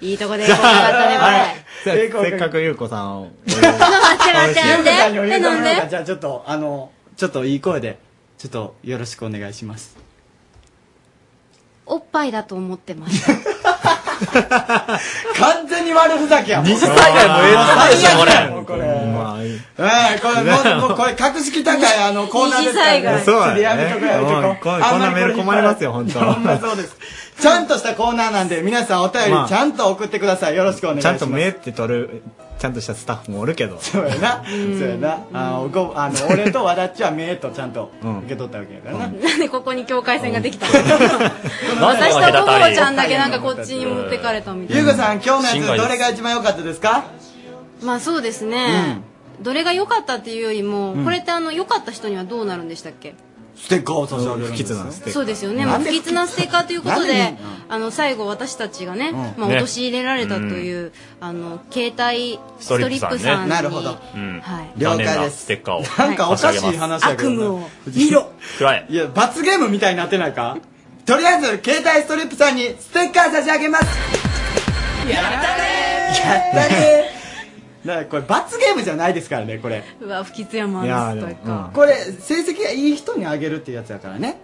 [SPEAKER 3] いいとこでよかったね、こ
[SPEAKER 21] せ
[SPEAKER 3] れ。
[SPEAKER 21] せっかくゆうこさんを
[SPEAKER 3] ちょっと待って待って
[SPEAKER 2] ゆうこさんにお
[SPEAKER 3] 待っ
[SPEAKER 2] 湯
[SPEAKER 3] て。
[SPEAKER 2] 飲
[SPEAKER 3] なん
[SPEAKER 2] みよう
[SPEAKER 3] で
[SPEAKER 2] かじゃあちょっとあのちょっといい声でちょっとよろしくお願いします
[SPEAKER 3] おっぱいだと思ってました。
[SPEAKER 2] 完全に悪ふざけやもん
[SPEAKER 21] 二次災害もええやつでしょ
[SPEAKER 2] 最悪やもん
[SPEAKER 21] これ
[SPEAKER 2] これええこれもうもうこれ格式高いあのコーナーですからね
[SPEAKER 21] そう
[SPEAKER 2] ちょっと
[SPEAKER 21] や
[SPEAKER 2] やめ
[SPEAKER 21] ね
[SPEAKER 2] とこやめと
[SPEAKER 21] うん
[SPEAKER 2] こ
[SPEAKER 21] ここんなメール困りますよ本当
[SPEAKER 2] ほんまそうですちゃんとしたコーナーなんで皆さんお便り
[SPEAKER 21] まあ
[SPEAKER 2] ちゃんと送ってくださいよろしくお願い
[SPEAKER 21] ち
[SPEAKER 2] し
[SPEAKER 21] ゃ
[SPEAKER 2] ま
[SPEAKER 21] ん
[SPEAKER 2] す
[SPEAKER 21] と目って取るちゃんとしたスタッフもおるけど
[SPEAKER 2] そうやな、そうやな、あのごあの俺とわだっちは目とちゃんと
[SPEAKER 21] うん
[SPEAKER 2] 受け取ったわけやからな、
[SPEAKER 3] なんでここに境界線ができたの
[SPEAKER 2] なんで
[SPEAKER 3] 私とともちゃんだけなんかこっちに持ってかれたみたい
[SPEAKER 2] ゆう
[SPEAKER 3] な。
[SPEAKER 2] こさん今日のやつどれが一番良かったですか
[SPEAKER 3] まあそうですね。どれが良かったっていうよりも、
[SPEAKER 2] うん
[SPEAKER 3] これってあの、良かった人にはどうなるんでしたっけ
[SPEAKER 2] ステッカーを差し上げるんですよ
[SPEAKER 3] そうですよね。まあ、不吉なステッカーということで、あの、最後私たちがね、
[SPEAKER 2] ん
[SPEAKER 3] まあ、
[SPEAKER 2] ね
[SPEAKER 3] 陥れられたという、あの、携帯ストリップさんに。
[SPEAKER 2] なるほど、
[SPEAKER 3] はい
[SPEAKER 22] 残念
[SPEAKER 2] 了解で
[SPEAKER 22] な
[SPEAKER 2] す
[SPEAKER 22] ステッカーを。
[SPEAKER 2] なんかおかしい話やけど
[SPEAKER 3] 悪夢
[SPEAKER 2] を見ろ
[SPEAKER 22] 暗い
[SPEAKER 2] いや罰ゲームみたいになってないかとりあえず携帯ストリップさんにステッカー差し上げますやったねやったね だからこれ罰ゲームじゃないですからねこれ
[SPEAKER 3] うわ、不吉やもんあるストリップ
[SPEAKER 2] これ成績がいい人にあげるっていうやつやからね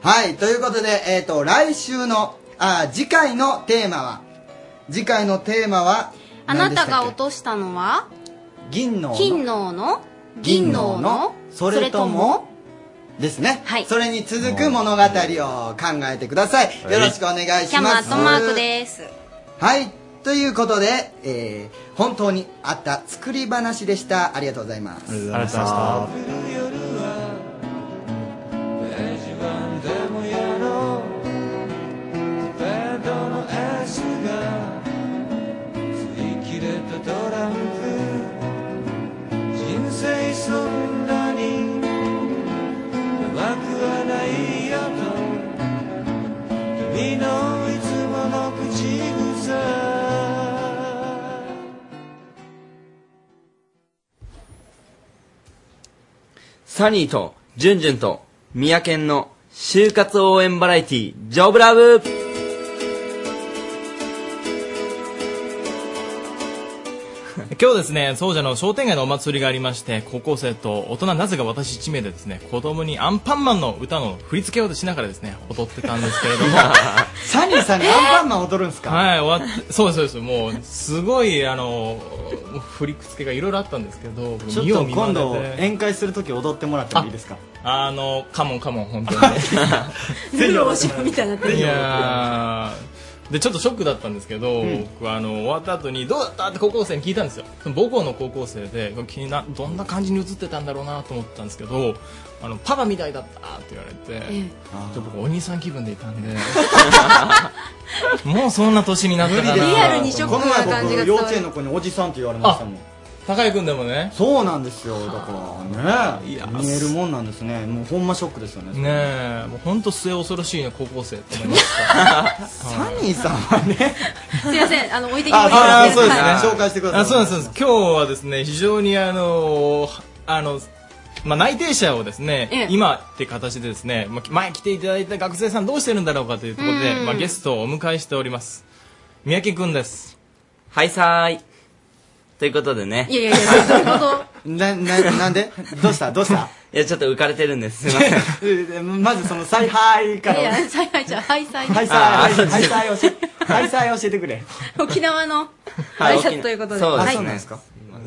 [SPEAKER 2] はいということでえっ、と来週のあー次回のテーマは次回のテーマは
[SPEAKER 3] あなた
[SPEAKER 2] 何
[SPEAKER 3] が
[SPEAKER 2] で
[SPEAKER 3] 落としたのは
[SPEAKER 2] したっけ銀の
[SPEAKER 3] 金のの
[SPEAKER 2] 銀ののそれともですね、それに続く物語を考えてくださいよろしくお願いします
[SPEAKER 3] キャマアットマークです
[SPEAKER 2] はいということで、えー本当にあった作り話でしたありがとうございますあり
[SPEAKER 4] がとうございましたそんなに甘くはないよと君のいつもの口癖
[SPEAKER 6] サニーと、ジュンジュンと、ミヤケンの就活応援バラエティ、ジョブラブ
[SPEAKER 23] 今日ですね、総社の商店街のお祭りがありまして、高校生と大人なぜか私1名でですね、子供にアンパンマンの歌の振り付けをしながらですね、踊ってたんですけれども。
[SPEAKER 2] サニーさんにアンパンマン踊るんですか、
[SPEAKER 23] はい、終わって、そうです、そうです。もう、すごい、あの、振り付けがいろいろあったんですけど、
[SPEAKER 21] ちょっ
[SPEAKER 23] 見よう
[SPEAKER 21] と
[SPEAKER 23] 見まね
[SPEAKER 21] 今
[SPEAKER 23] で
[SPEAKER 21] 度宴会するとき踊ってもらってもいいですか
[SPEAKER 23] あの、カモンカモン、本当に。全
[SPEAKER 21] 部お
[SPEAKER 23] 城
[SPEAKER 21] みたいになってる
[SPEAKER 23] いやーでちょっとショックだったんですけど、
[SPEAKER 21] うん
[SPEAKER 23] 僕はあの終わった後にどうだったって高校生に聞いたんですよその母校の高校生で気になどんな感じに映ってたんだろうなと思ってたんですけどあのパパみたいだったって言われて、
[SPEAKER 4] ええ
[SPEAKER 23] ちょっと僕お兄さん気分でいたんで もうそんな年になったかな
[SPEAKER 21] この前僕幼稚園の子におじさんって言われましたもん
[SPEAKER 23] 高井君でもね
[SPEAKER 21] そうなんですよだからね見えるもんなんですねもうほんまショックですよね
[SPEAKER 23] ねえもう本当末恐ろしいね高校生って思いました サ
[SPEAKER 21] ニーさんはね
[SPEAKER 3] すいません、あの、置いてきました。
[SPEAKER 23] あ、
[SPEAKER 3] す
[SPEAKER 23] そうですね。
[SPEAKER 21] はい紹介してください
[SPEAKER 23] あ、そうなんですそうなんです。今日はですね、非常にあのー、あの、まあ、内定者をですね、
[SPEAKER 3] ええ
[SPEAKER 23] 今って形でですね、まあ、前来ていただいた学生さんどうしてるんだろうかというところで
[SPEAKER 3] う、ん
[SPEAKER 23] まあ、ゲストをお迎えしております。三宅くんです。
[SPEAKER 6] はいさーい。ということでね。
[SPEAKER 3] いやいやいや、そうい うこと。
[SPEAKER 21] な、な、なんでどうしたどうした
[SPEAKER 6] いや、ちょっと浮かれてるんです。すいません。
[SPEAKER 21] まずその采配から
[SPEAKER 3] いやいや、采配じゃん、はい、采
[SPEAKER 21] はい
[SPEAKER 3] 配。
[SPEAKER 21] さ
[SPEAKER 6] あ
[SPEAKER 21] い
[SPEAKER 6] ー
[SPEAKER 21] はいさい教えはいさい教えてくれ
[SPEAKER 3] 沖縄の
[SPEAKER 23] は
[SPEAKER 3] 挨
[SPEAKER 23] い
[SPEAKER 3] 拶ということで。
[SPEAKER 6] そうで
[SPEAKER 23] そ
[SPEAKER 6] すね。
[SPEAKER 23] うなんですか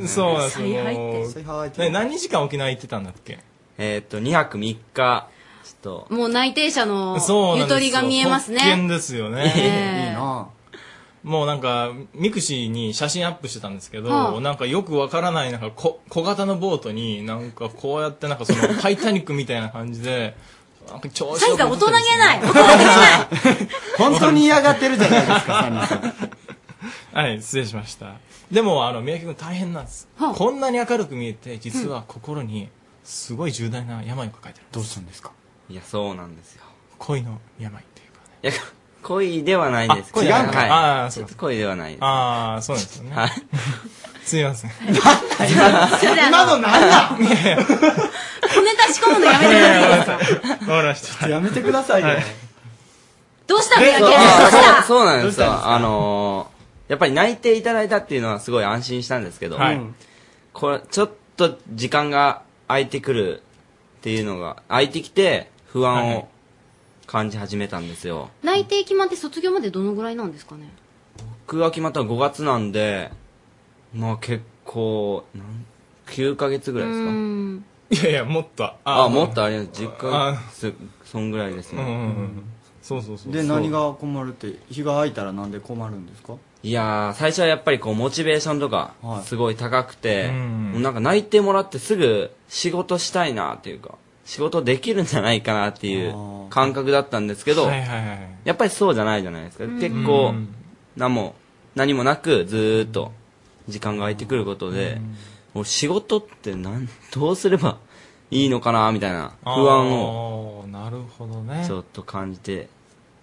[SPEAKER 23] そうなんです
[SPEAKER 3] 采配って
[SPEAKER 23] もうね何日間沖縄行ってたんだっけ
[SPEAKER 6] えーっと、2泊3日、ちょっ
[SPEAKER 3] もう内定者の
[SPEAKER 23] そう
[SPEAKER 3] ゆ
[SPEAKER 23] なんですよ
[SPEAKER 3] とりが見えます
[SPEAKER 23] 特権
[SPEAKER 3] ね。
[SPEAKER 23] ですよね。
[SPEAKER 3] ええいい
[SPEAKER 23] なもうなんか、ミクシーに写真アップしてたんですけど、
[SPEAKER 3] はあ
[SPEAKER 23] なんかよくわからない、なんか小小型のボートに、なんかこうやってなんかその、タイタニックみたいな感じで、なんか調子
[SPEAKER 3] サニーさん大人げない大人
[SPEAKER 21] 本当に嫌がってるじゃないですか、サニーさん。
[SPEAKER 23] はい、失礼しました。でも、あの、三宅君大変なんです。こんなに明るく見えて、実は心に、すごい重大な病を抱えてるんです。どうしたんですか
[SPEAKER 6] と。いや、そうなんですよ。
[SPEAKER 23] 恋の病。
[SPEAKER 6] いや、恋ではないんですけど。
[SPEAKER 23] あ恋じゃないあ
[SPEAKER 6] は
[SPEAKER 23] ー
[SPEAKER 6] い。ちょっと恋ではないです。
[SPEAKER 23] ああ、そうなんですよね。
[SPEAKER 6] はい。
[SPEAKER 23] すいません。
[SPEAKER 21] 今の何だ
[SPEAKER 3] 小ネタ仕込むのやめてください。
[SPEAKER 23] わかりました。
[SPEAKER 21] やめてくださいよ。
[SPEAKER 3] どうしたのやけんどう
[SPEAKER 6] そう
[SPEAKER 3] し
[SPEAKER 6] そうなんです
[SPEAKER 3] どうしたんで
[SPEAKER 6] よ。あのーやっぱり内定いただいたっていうのはすごい安心したんですけど、
[SPEAKER 23] はい
[SPEAKER 6] これ、ちょっと時間が空いてくるっていうのが、空いてきて不安を感じ始めたんですよ。
[SPEAKER 3] た内定決まって卒業までどのぐらいなんですかね
[SPEAKER 6] 僕が決まったの5月なんで、まあ結構、なん9ヶ月ぐらいですか。
[SPEAKER 3] うん。
[SPEAKER 23] いやいや、もっと。
[SPEAKER 6] あ
[SPEAKER 23] あ
[SPEAKER 6] もっとあります。10ヶ
[SPEAKER 23] あ
[SPEAKER 6] 月、そんぐらいですね。
[SPEAKER 23] うんうんうんそうそうそう。
[SPEAKER 21] で、何が困るって、日が空いたらなんで困るんですか
[SPEAKER 6] いやー、最初はやっぱりこう、モチベーションとか、すごい高くて、
[SPEAKER 21] うん
[SPEAKER 6] もうなんか内定もらってすぐ仕事したいなっていうか、仕事できるんじゃないかなっていう感覚だったんですけど、
[SPEAKER 23] はいはいはい。
[SPEAKER 6] やっぱりそうじゃないじゃないですか。
[SPEAKER 23] うん
[SPEAKER 6] 結構
[SPEAKER 23] うん、
[SPEAKER 6] 何も、何もなくずーっと時間が空いてくることで、もう仕事ってなん、どうすればいいのかなみたいな不安を
[SPEAKER 23] を。なるほどね。
[SPEAKER 6] ちょっと感じて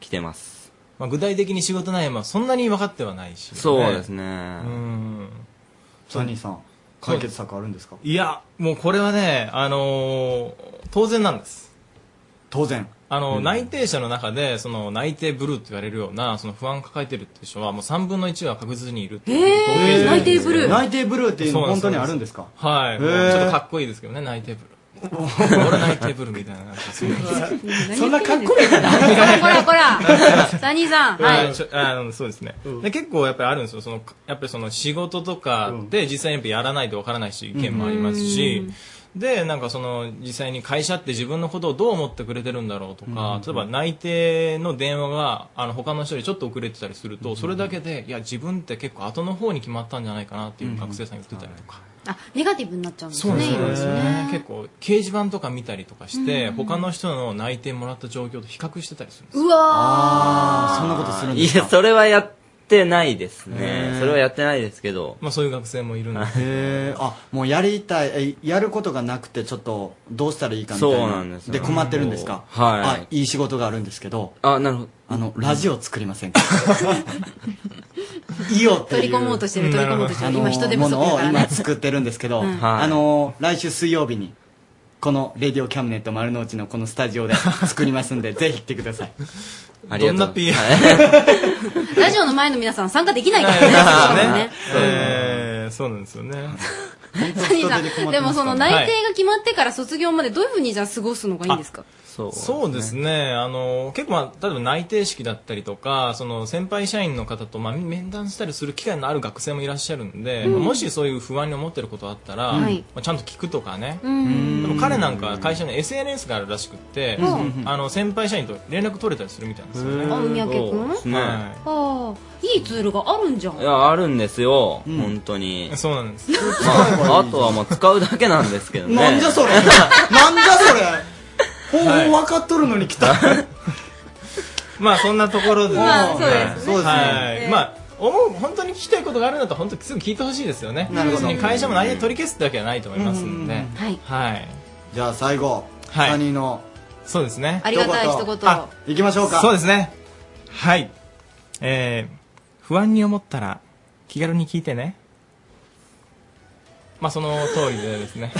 [SPEAKER 6] きてます。
[SPEAKER 23] まあ、具体的に仕事内容はそんなに分かってはないし、
[SPEAKER 6] そうですね
[SPEAKER 23] うん。
[SPEAKER 21] サニーさん、解決策あるんですか
[SPEAKER 23] いや、もうこれはね、あのー当然なんです。
[SPEAKER 21] 当然。
[SPEAKER 23] あの、
[SPEAKER 21] うん
[SPEAKER 23] 内定者の中で、その、内定ブルーって言われるような、その、不安抱えてるっていう人は、もう3分の1は確実にいるっていう統計
[SPEAKER 21] え
[SPEAKER 23] じ
[SPEAKER 21] ー
[SPEAKER 23] ゃないですか。
[SPEAKER 21] 内定ブルーっていうの
[SPEAKER 23] そうなん
[SPEAKER 21] 本
[SPEAKER 23] です
[SPEAKER 21] 当にあるんですか
[SPEAKER 23] はい。
[SPEAKER 21] へ
[SPEAKER 23] もう
[SPEAKER 21] ー
[SPEAKER 23] ちょっとかっこいいですけどね、内定ブルー。俺内定ブルーみたいななんかそういう の。
[SPEAKER 21] そんなかっこいい
[SPEAKER 3] こらこらこ ら。サニーさん。は
[SPEAKER 23] はいい、。ちょあのそうですね、で結構やっぱりあるんですよそのやっぱりその仕事とかで実際にやっぱやらないとわからないし意見もありますし、でなんかその実際に会社って自分のことをどう思ってくれてるんだろうと
[SPEAKER 5] うんうんうん
[SPEAKER 23] か例えば内定の電話があの他の人よりちょっと遅れてたりするとそれだけでいや自分って結構後の方に決まったんじゃないかなっていう学生さん言ってたりとか。
[SPEAKER 3] あ、ネガティブになっちゃうんですね。
[SPEAKER 23] なん
[SPEAKER 3] いろいろね
[SPEAKER 23] 結構掲示板とか見たりとかして、
[SPEAKER 3] うん
[SPEAKER 23] 他の人の内定もらった状況と比較してたりするんですよ
[SPEAKER 3] うわー。
[SPEAKER 23] そんなことするん
[SPEAKER 6] い
[SPEAKER 23] です
[SPEAKER 6] や、それはやってないですね
[SPEAKER 23] へ。ー
[SPEAKER 6] それはやってないですけど。
[SPEAKER 23] まあそういう学生もいるんで
[SPEAKER 2] へえあもうやりたいえやることがなくてちょっとどうしたらいいかみたいな
[SPEAKER 6] そうなんですよ
[SPEAKER 2] で困ってるんですか
[SPEAKER 6] はい
[SPEAKER 2] あいい仕事があるんですけど
[SPEAKER 6] あなるほど
[SPEAKER 2] あのラジオ作りませんか イオっていう
[SPEAKER 3] 取り込もうとしてる取り込もうとしてる
[SPEAKER 2] あの
[SPEAKER 3] 今人手不足だからね
[SPEAKER 2] ものを今作ってるんですけど、
[SPEAKER 3] うんはい
[SPEAKER 2] あの来週水曜日にこの「レディオキャムネット丸の内」のこのスタジオで作りますんでぜひ来てください
[SPEAKER 23] ありがとうございます
[SPEAKER 2] どんな PR
[SPEAKER 3] ラジオの前の皆さん参加できないからね。 ね
[SPEAKER 23] えーそうなんですよね。
[SPEAKER 3] サニーさん、でもその内定が決まってから卒業までどういうふうにじゃあ過ごすのがいいんですか
[SPEAKER 6] そう
[SPEAKER 23] ですね、あの結構、まあ、例えば内定式だったりとかその先輩社員の方と、まあ、面談したりする機会のある学生もいらっしゃるんで、
[SPEAKER 5] うん
[SPEAKER 23] もしそういう不安に思ってることあったら、
[SPEAKER 5] はい
[SPEAKER 23] まあ、ちゃんと聞くとかね、
[SPEAKER 5] うん
[SPEAKER 23] でも彼なんか会社に SNS があるらしくって、
[SPEAKER 3] うん
[SPEAKER 23] あの先輩社員と連絡取れたりするみたいなんですよね。
[SPEAKER 3] あ海明君
[SPEAKER 23] そうですね
[SPEAKER 3] ああ、いいツールがあるんじゃん。
[SPEAKER 6] いや、あるんですよ、本当に。
[SPEAKER 23] そうなんです。
[SPEAKER 6] まあ、あとはもう使うだけなんですけどね。
[SPEAKER 2] なんじゃそ れなんじゃそれ方法分かっとるのに来た、
[SPEAKER 23] まあそんなところで、
[SPEAKER 2] まあそうですね
[SPEAKER 23] は
[SPEAKER 2] そうです
[SPEAKER 23] い
[SPEAKER 2] ね
[SPEAKER 23] まあ思う本当に聞きたいことがあるんだったら本当にすぐ聞いてほしいですよね。
[SPEAKER 2] なるほど
[SPEAKER 23] 別に会社も内容取り消すってわけじゃないと思いますんで。はい。
[SPEAKER 2] じゃあ最後、
[SPEAKER 23] はい、
[SPEAKER 2] ニーの
[SPEAKER 23] そうですね。
[SPEAKER 3] ありがたい一言
[SPEAKER 23] あ
[SPEAKER 2] 行きましょうか
[SPEAKER 23] そうですね。はい。えー、不安に思ったら気軽に聞いてね。まあその通りでですね。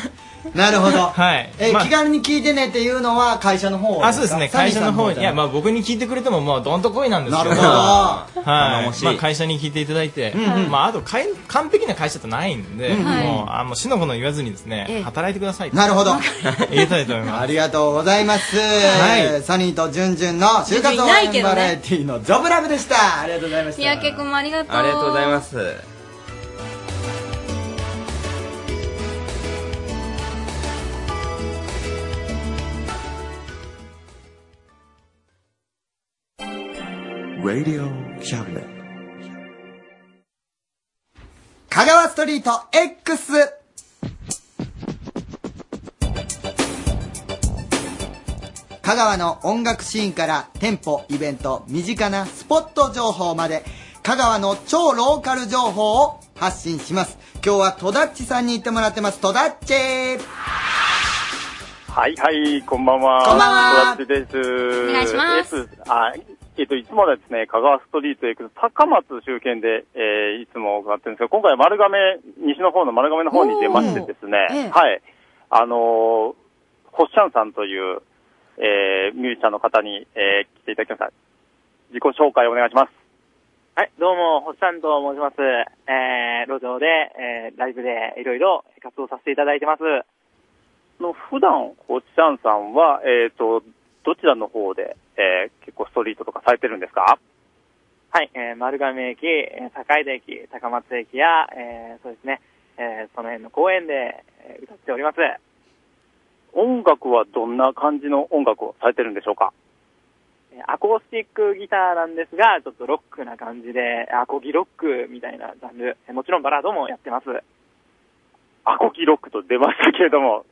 [SPEAKER 2] なるほど
[SPEAKER 23] はい。
[SPEAKER 2] え
[SPEAKER 23] まあ
[SPEAKER 2] 気軽に聞いてねっていうのは会社の方
[SPEAKER 23] あそうですね
[SPEAKER 2] か
[SPEAKER 23] 会社の方に
[SPEAKER 2] サニ
[SPEAKER 23] いや
[SPEAKER 2] ーさん
[SPEAKER 23] まあ僕に聞いてくれてもまあどんとこいなんですけど
[SPEAKER 2] なるほど
[SPEAKER 23] はい
[SPEAKER 2] 頼もしい
[SPEAKER 23] まあ、会社に聞いていただいて、
[SPEAKER 2] うんうん
[SPEAKER 23] まあ、あとかい完璧な会社ってないんで、
[SPEAKER 2] うんうん
[SPEAKER 23] もうあもう死の子の言わずにですね、
[SPEAKER 2] ええ
[SPEAKER 23] 働いてください
[SPEAKER 2] なるほど
[SPEAKER 23] 言いたいと思います
[SPEAKER 2] ありがとうございます、
[SPEAKER 23] はい
[SPEAKER 2] サニーとジュンジュンの就活応援バラエティのジョブラブでしたありがとうございました
[SPEAKER 3] 三宅君もありがとう。
[SPEAKER 6] ありがとうございます。
[SPEAKER 8] Radio Cabinet.
[SPEAKER 2] 香川ストリート X 香川の音楽シーンから店舗イベント身近なスポット情報まで香川の超ローカル情報を発信します今日は戸田っちさんに行ってもらってます戸田っち
[SPEAKER 22] はいはい、こんばんは。
[SPEAKER 2] こんばんは
[SPEAKER 22] 育てです。お
[SPEAKER 2] 願いします。
[SPEAKER 22] あえっと、いつもはですね、香川ストリートへ行く高松周辺で、えーいつも伺ってるんですけど、今回は丸亀、西の方の丸亀の方に出ましてですね、はい、あのー、ホッシャンさんという、えーミュージシャンの方に、えー来ていただきました。自己紹介お願いします。
[SPEAKER 24] はい、どうも、星さんと申します。えー、路上で、えー、ライブでいろいろ活動させていただいてます。
[SPEAKER 22] の普段、ホッシャンさんは、えっ、と、どちらの方で、えー結構ストリートとかされてるんですか
[SPEAKER 24] はい、えー、丸亀駅、えー坂出駅、高松駅や、えー、そうですね、えー、その辺の公園でえー歌っております。
[SPEAKER 22] 音楽はどんな感じの音楽をされてるんでしょうか
[SPEAKER 24] えーアコースティックギターなんですが、ちょっとロックな感じで、アコギロックみたいなジャンル、えーもちろんバラードもやってます。
[SPEAKER 22] アコギロックと出ましたけれども、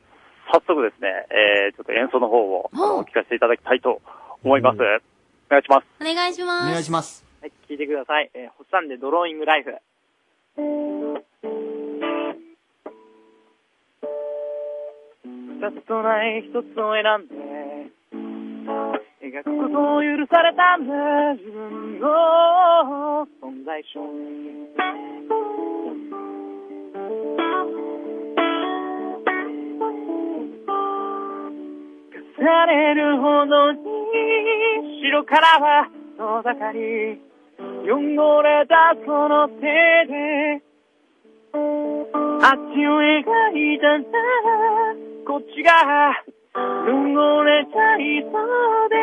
[SPEAKER 22] 早速ですね、えー、ちょっと演奏の方をあのお聞かせいただきたいと思います。お願いします。
[SPEAKER 3] お願いします。
[SPEAKER 22] します。
[SPEAKER 24] はい、聞いてください。えー、星さんでドローイングライフ。二つとない一つを選んで描くことを許されたんだ自分の存在証明重ねるほどに白からは遠ざかり汚れたその手であっちを描いたならこっちが汚れちゃいそうで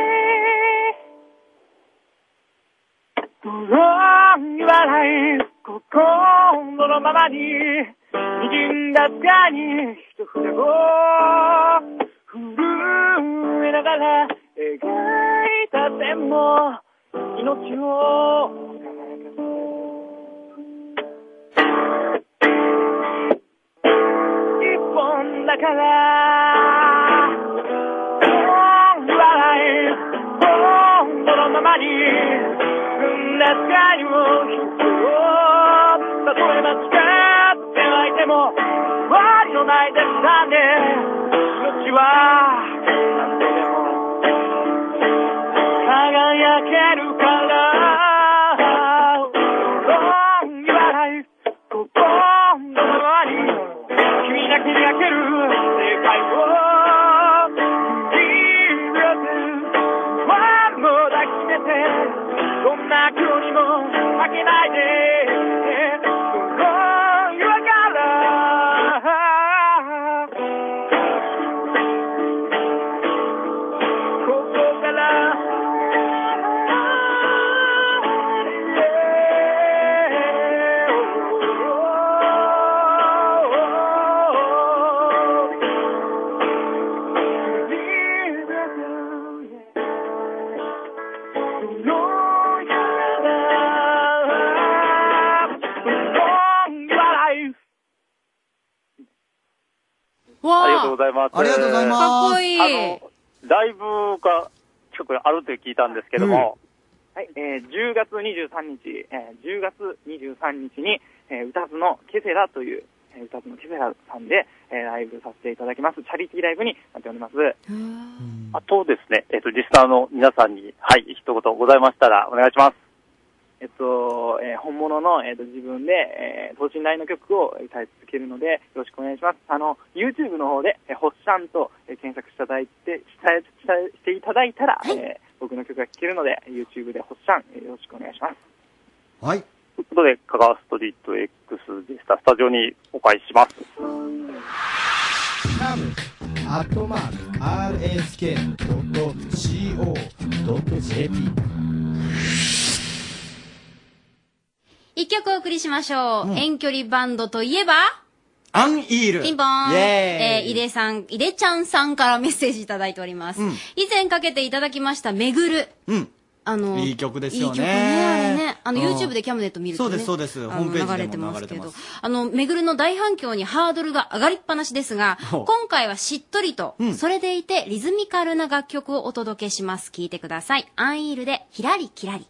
[SPEAKER 24] ドローン笑い心のままに銀だかに一札を震えながら描いたでも命を一本だから笑い本当のままに軍だかにも人を例えば使ってはいても終わりのないですなんで命は何度でも輝けるから心に笑い心のままに君だけに開ける世界を君だけも抱きしめてどんな今日にも負けないで心に分からここから
[SPEAKER 22] ありがとうございます。
[SPEAKER 24] ありがとうございますかっこいい
[SPEAKER 22] あの、ライブが近くにあると聞いたんですけども、
[SPEAKER 24] はい、えー、10月23日、えー、10月23日に、えー、歌津のケセラという、えー、歌津のケセラさんで、えー、ライブさせていただきます。チャリティーライブになっております。
[SPEAKER 22] あとですね、えっ、と、リスナーの皆さんに、はい、一言ございましたらお願いします。
[SPEAKER 24] えっと、えー本物の、えっと、自分で、えー、等身大の曲を歌い続けるので、よろしくお願いします。あの、YouTube の方で、えー、ほっしゃんと、えー検索していただいて、したしたしていただいたら、えー僕の曲が聴けるので、YouTube でほっしゃん、えーよろしくお願いします。
[SPEAKER 22] はい。ということで、香川ストリート X でした。スタジオにお返しします。
[SPEAKER 1] アットマーク RSK.CO.JP
[SPEAKER 3] 一曲お送りしましょう。遠距離バンドといえば
[SPEAKER 2] アンイール
[SPEAKER 3] ピンポーン。
[SPEAKER 2] イ
[SPEAKER 3] え
[SPEAKER 2] エー
[SPEAKER 3] ー、
[SPEAKER 2] イ
[SPEAKER 3] 井出さん、井出ちゃんさんからメッセージいただいております。
[SPEAKER 2] うん
[SPEAKER 3] 以前かけていただきました、めぐる。
[SPEAKER 2] うん。
[SPEAKER 3] あの、
[SPEAKER 2] いい曲です
[SPEAKER 3] いい
[SPEAKER 2] よ
[SPEAKER 3] 曲
[SPEAKER 2] ね。
[SPEAKER 3] ね。あれね。あの、
[SPEAKER 2] うん
[SPEAKER 3] YouTube でキャムネット見ると、ね。
[SPEAKER 2] そうですそうです
[SPEAKER 3] あ
[SPEAKER 2] ホ
[SPEAKER 3] の
[SPEAKER 2] ームページでも
[SPEAKER 3] ますけ
[SPEAKER 2] 流れ
[SPEAKER 3] ど
[SPEAKER 2] てま。
[SPEAKER 3] あの、めぐるの大反響にハードルが上がりっぱなしですが、
[SPEAKER 2] ほう
[SPEAKER 3] 今回はしっとりと、
[SPEAKER 2] うん
[SPEAKER 3] それでいてリズミカルな楽曲をお届けします。聴いてください。アンイールで、ひらりきらり。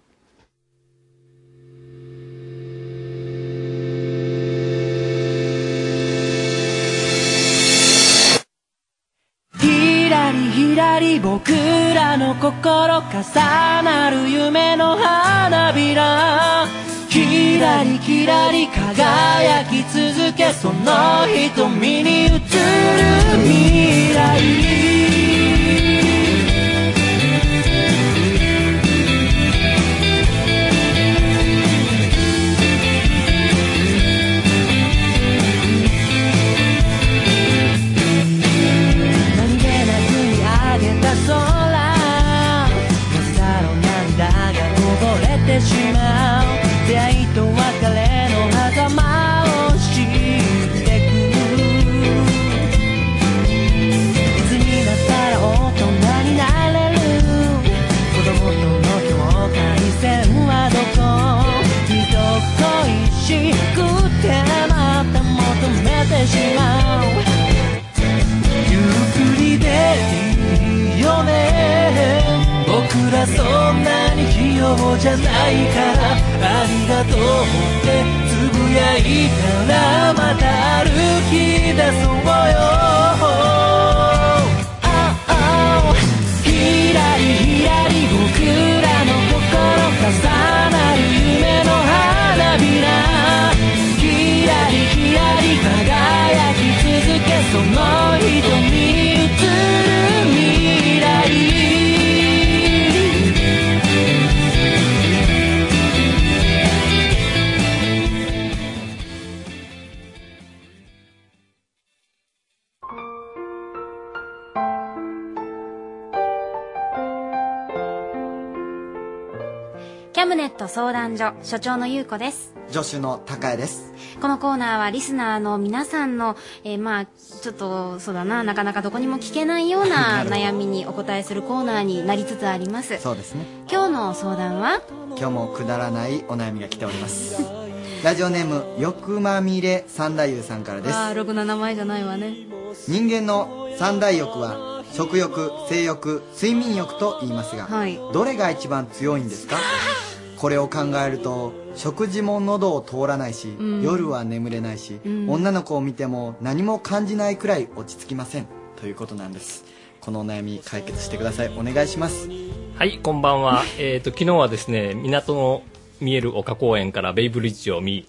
[SPEAKER 8] ひらりひらり僕らの心重なる夢の花びらひらりひらり輝き続けその瞳に映る未来何気なく見上げた空だろう涙がこぼれてしまう出会いと別れの狭間を知ってくいつになったら大人になれる子供との境界線はどこ人恋しくてまた求めてしまうゆっくりでいいよね僕らそんなに器用じゃないからありがとうってつぶやいたらまた歩き出そうよひらりひらり僕らの心重なる夢の花びらひらりひらり輝き続けその瞳に映る未来
[SPEAKER 3] キャムネット相談所所長のゆうこです
[SPEAKER 2] 助手の高江です。
[SPEAKER 3] このコーナーはリスナーの皆さんの、えーまあちょっとそうだななかなかどこにも聞けないよう な悩みにお答えするコーナーになりつつあります
[SPEAKER 2] そうですね。
[SPEAKER 3] 今日の相談は
[SPEAKER 2] 今日もくだらないお悩みが来ております。ラジオネーム、よくまみれ三太夫さんからです。
[SPEAKER 3] ああろくな名前じゃないわね
[SPEAKER 2] 人間の三大欲は食欲性欲睡眠欲と言いますが、
[SPEAKER 3] はい
[SPEAKER 2] どれが一番強いんですかこれを考えると食事も喉を通らないし、
[SPEAKER 8] うん
[SPEAKER 2] 夜は眠れないし、
[SPEAKER 8] うん
[SPEAKER 2] 女の子を見ても何も感じないくらい落ち着きませんということなんですこのお悩み解決してくださいお願いします
[SPEAKER 20] はい、こんばんは。えっ、と、昨日はですね、港の見える丘公園からベイブリッジを見、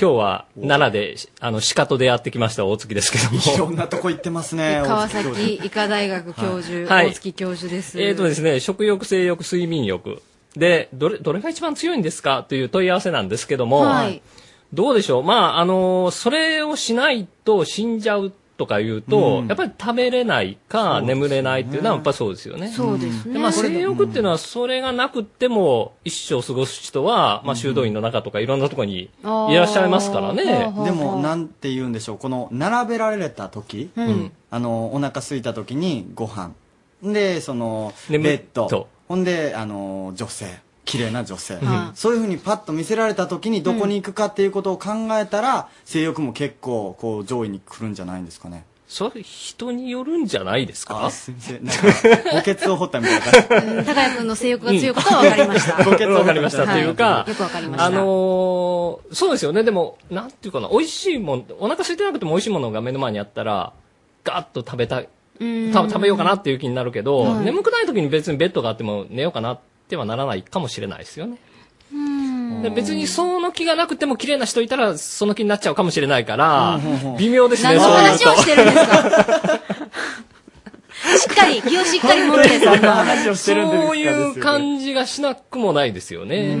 [SPEAKER 20] 今日は奈良で、あの、鹿と出会ってきました大月です けども。
[SPEAKER 2] いろんなとこ行ってますね
[SPEAKER 3] 川
[SPEAKER 2] 大
[SPEAKER 3] 崎医科大学教授、
[SPEAKER 20] はい
[SPEAKER 3] 大月教授です、
[SPEAKER 20] えっ、とですね、食欲、性欲、睡眠欲。で、どれ、どれが一番強いんですかという問い合わせなんですけども、
[SPEAKER 3] はい
[SPEAKER 20] どうでしょうまあ、あのそれをしないと死んじゃうとか言うと、
[SPEAKER 10] うん
[SPEAKER 20] やっぱり食べれないか眠れないっていうのはやっぱそうですよね。
[SPEAKER 10] そうですね
[SPEAKER 20] まあ、性欲っていうのはそれがなくっても一生過ごす人は、まあ、修道院の中とかいろんなところにいらっしゃいますからね。
[SPEAKER 2] でもなんて言うんでしょうこの並べられた時、
[SPEAKER 20] うん
[SPEAKER 2] あのお腹空いた時にご飯でそのベ
[SPEAKER 20] 眠っ
[SPEAKER 2] ッド
[SPEAKER 20] と
[SPEAKER 2] ほんであの女性綺麗な女性、
[SPEAKER 20] ん
[SPEAKER 2] そういうふうにパッと見せられた時にどこに行くかっていうことを考えたら、性欲も結構こう上位に来るんじゃないんですかね
[SPEAKER 20] それ人によるんじゃないですか
[SPEAKER 2] すいませんなんか墓穴を掘ったみたい な感じ
[SPEAKER 3] うん高谷君の性欲が強いことは分かりました、
[SPEAKER 2] うん
[SPEAKER 20] わかりましたというか、
[SPEAKER 3] はよく分かりました
[SPEAKER 20] あのーそうですよね、でも、なんていうかな、美味しいもん、お腹空いてなくても美味しいものが目の前にあったら、ガッと食べたい、
[SPEAKER 3] うん
[SPEAKER 20] た食べようかなっていう気になるけど、
[SPEAKER 3] はい
[SPEAKER 20] 眠くない時に別にベッドがあっても寝ようかなってはならないかもしれないですよね。で別にその気がなくても綺麗な人いたらその気になっちゃうかもしれないから、微妙ですね、
[SPEAKER 3] 何の
[SPEAKER 20] そういう
[SPEAKER 3] 話をしてるんです
[SPEAKER 20] と。
[SPEAKER 3] しっかり気をしっかり持ってそんな
[SPEAKER 20] をしてるんそういう感じがしなくもないですよね。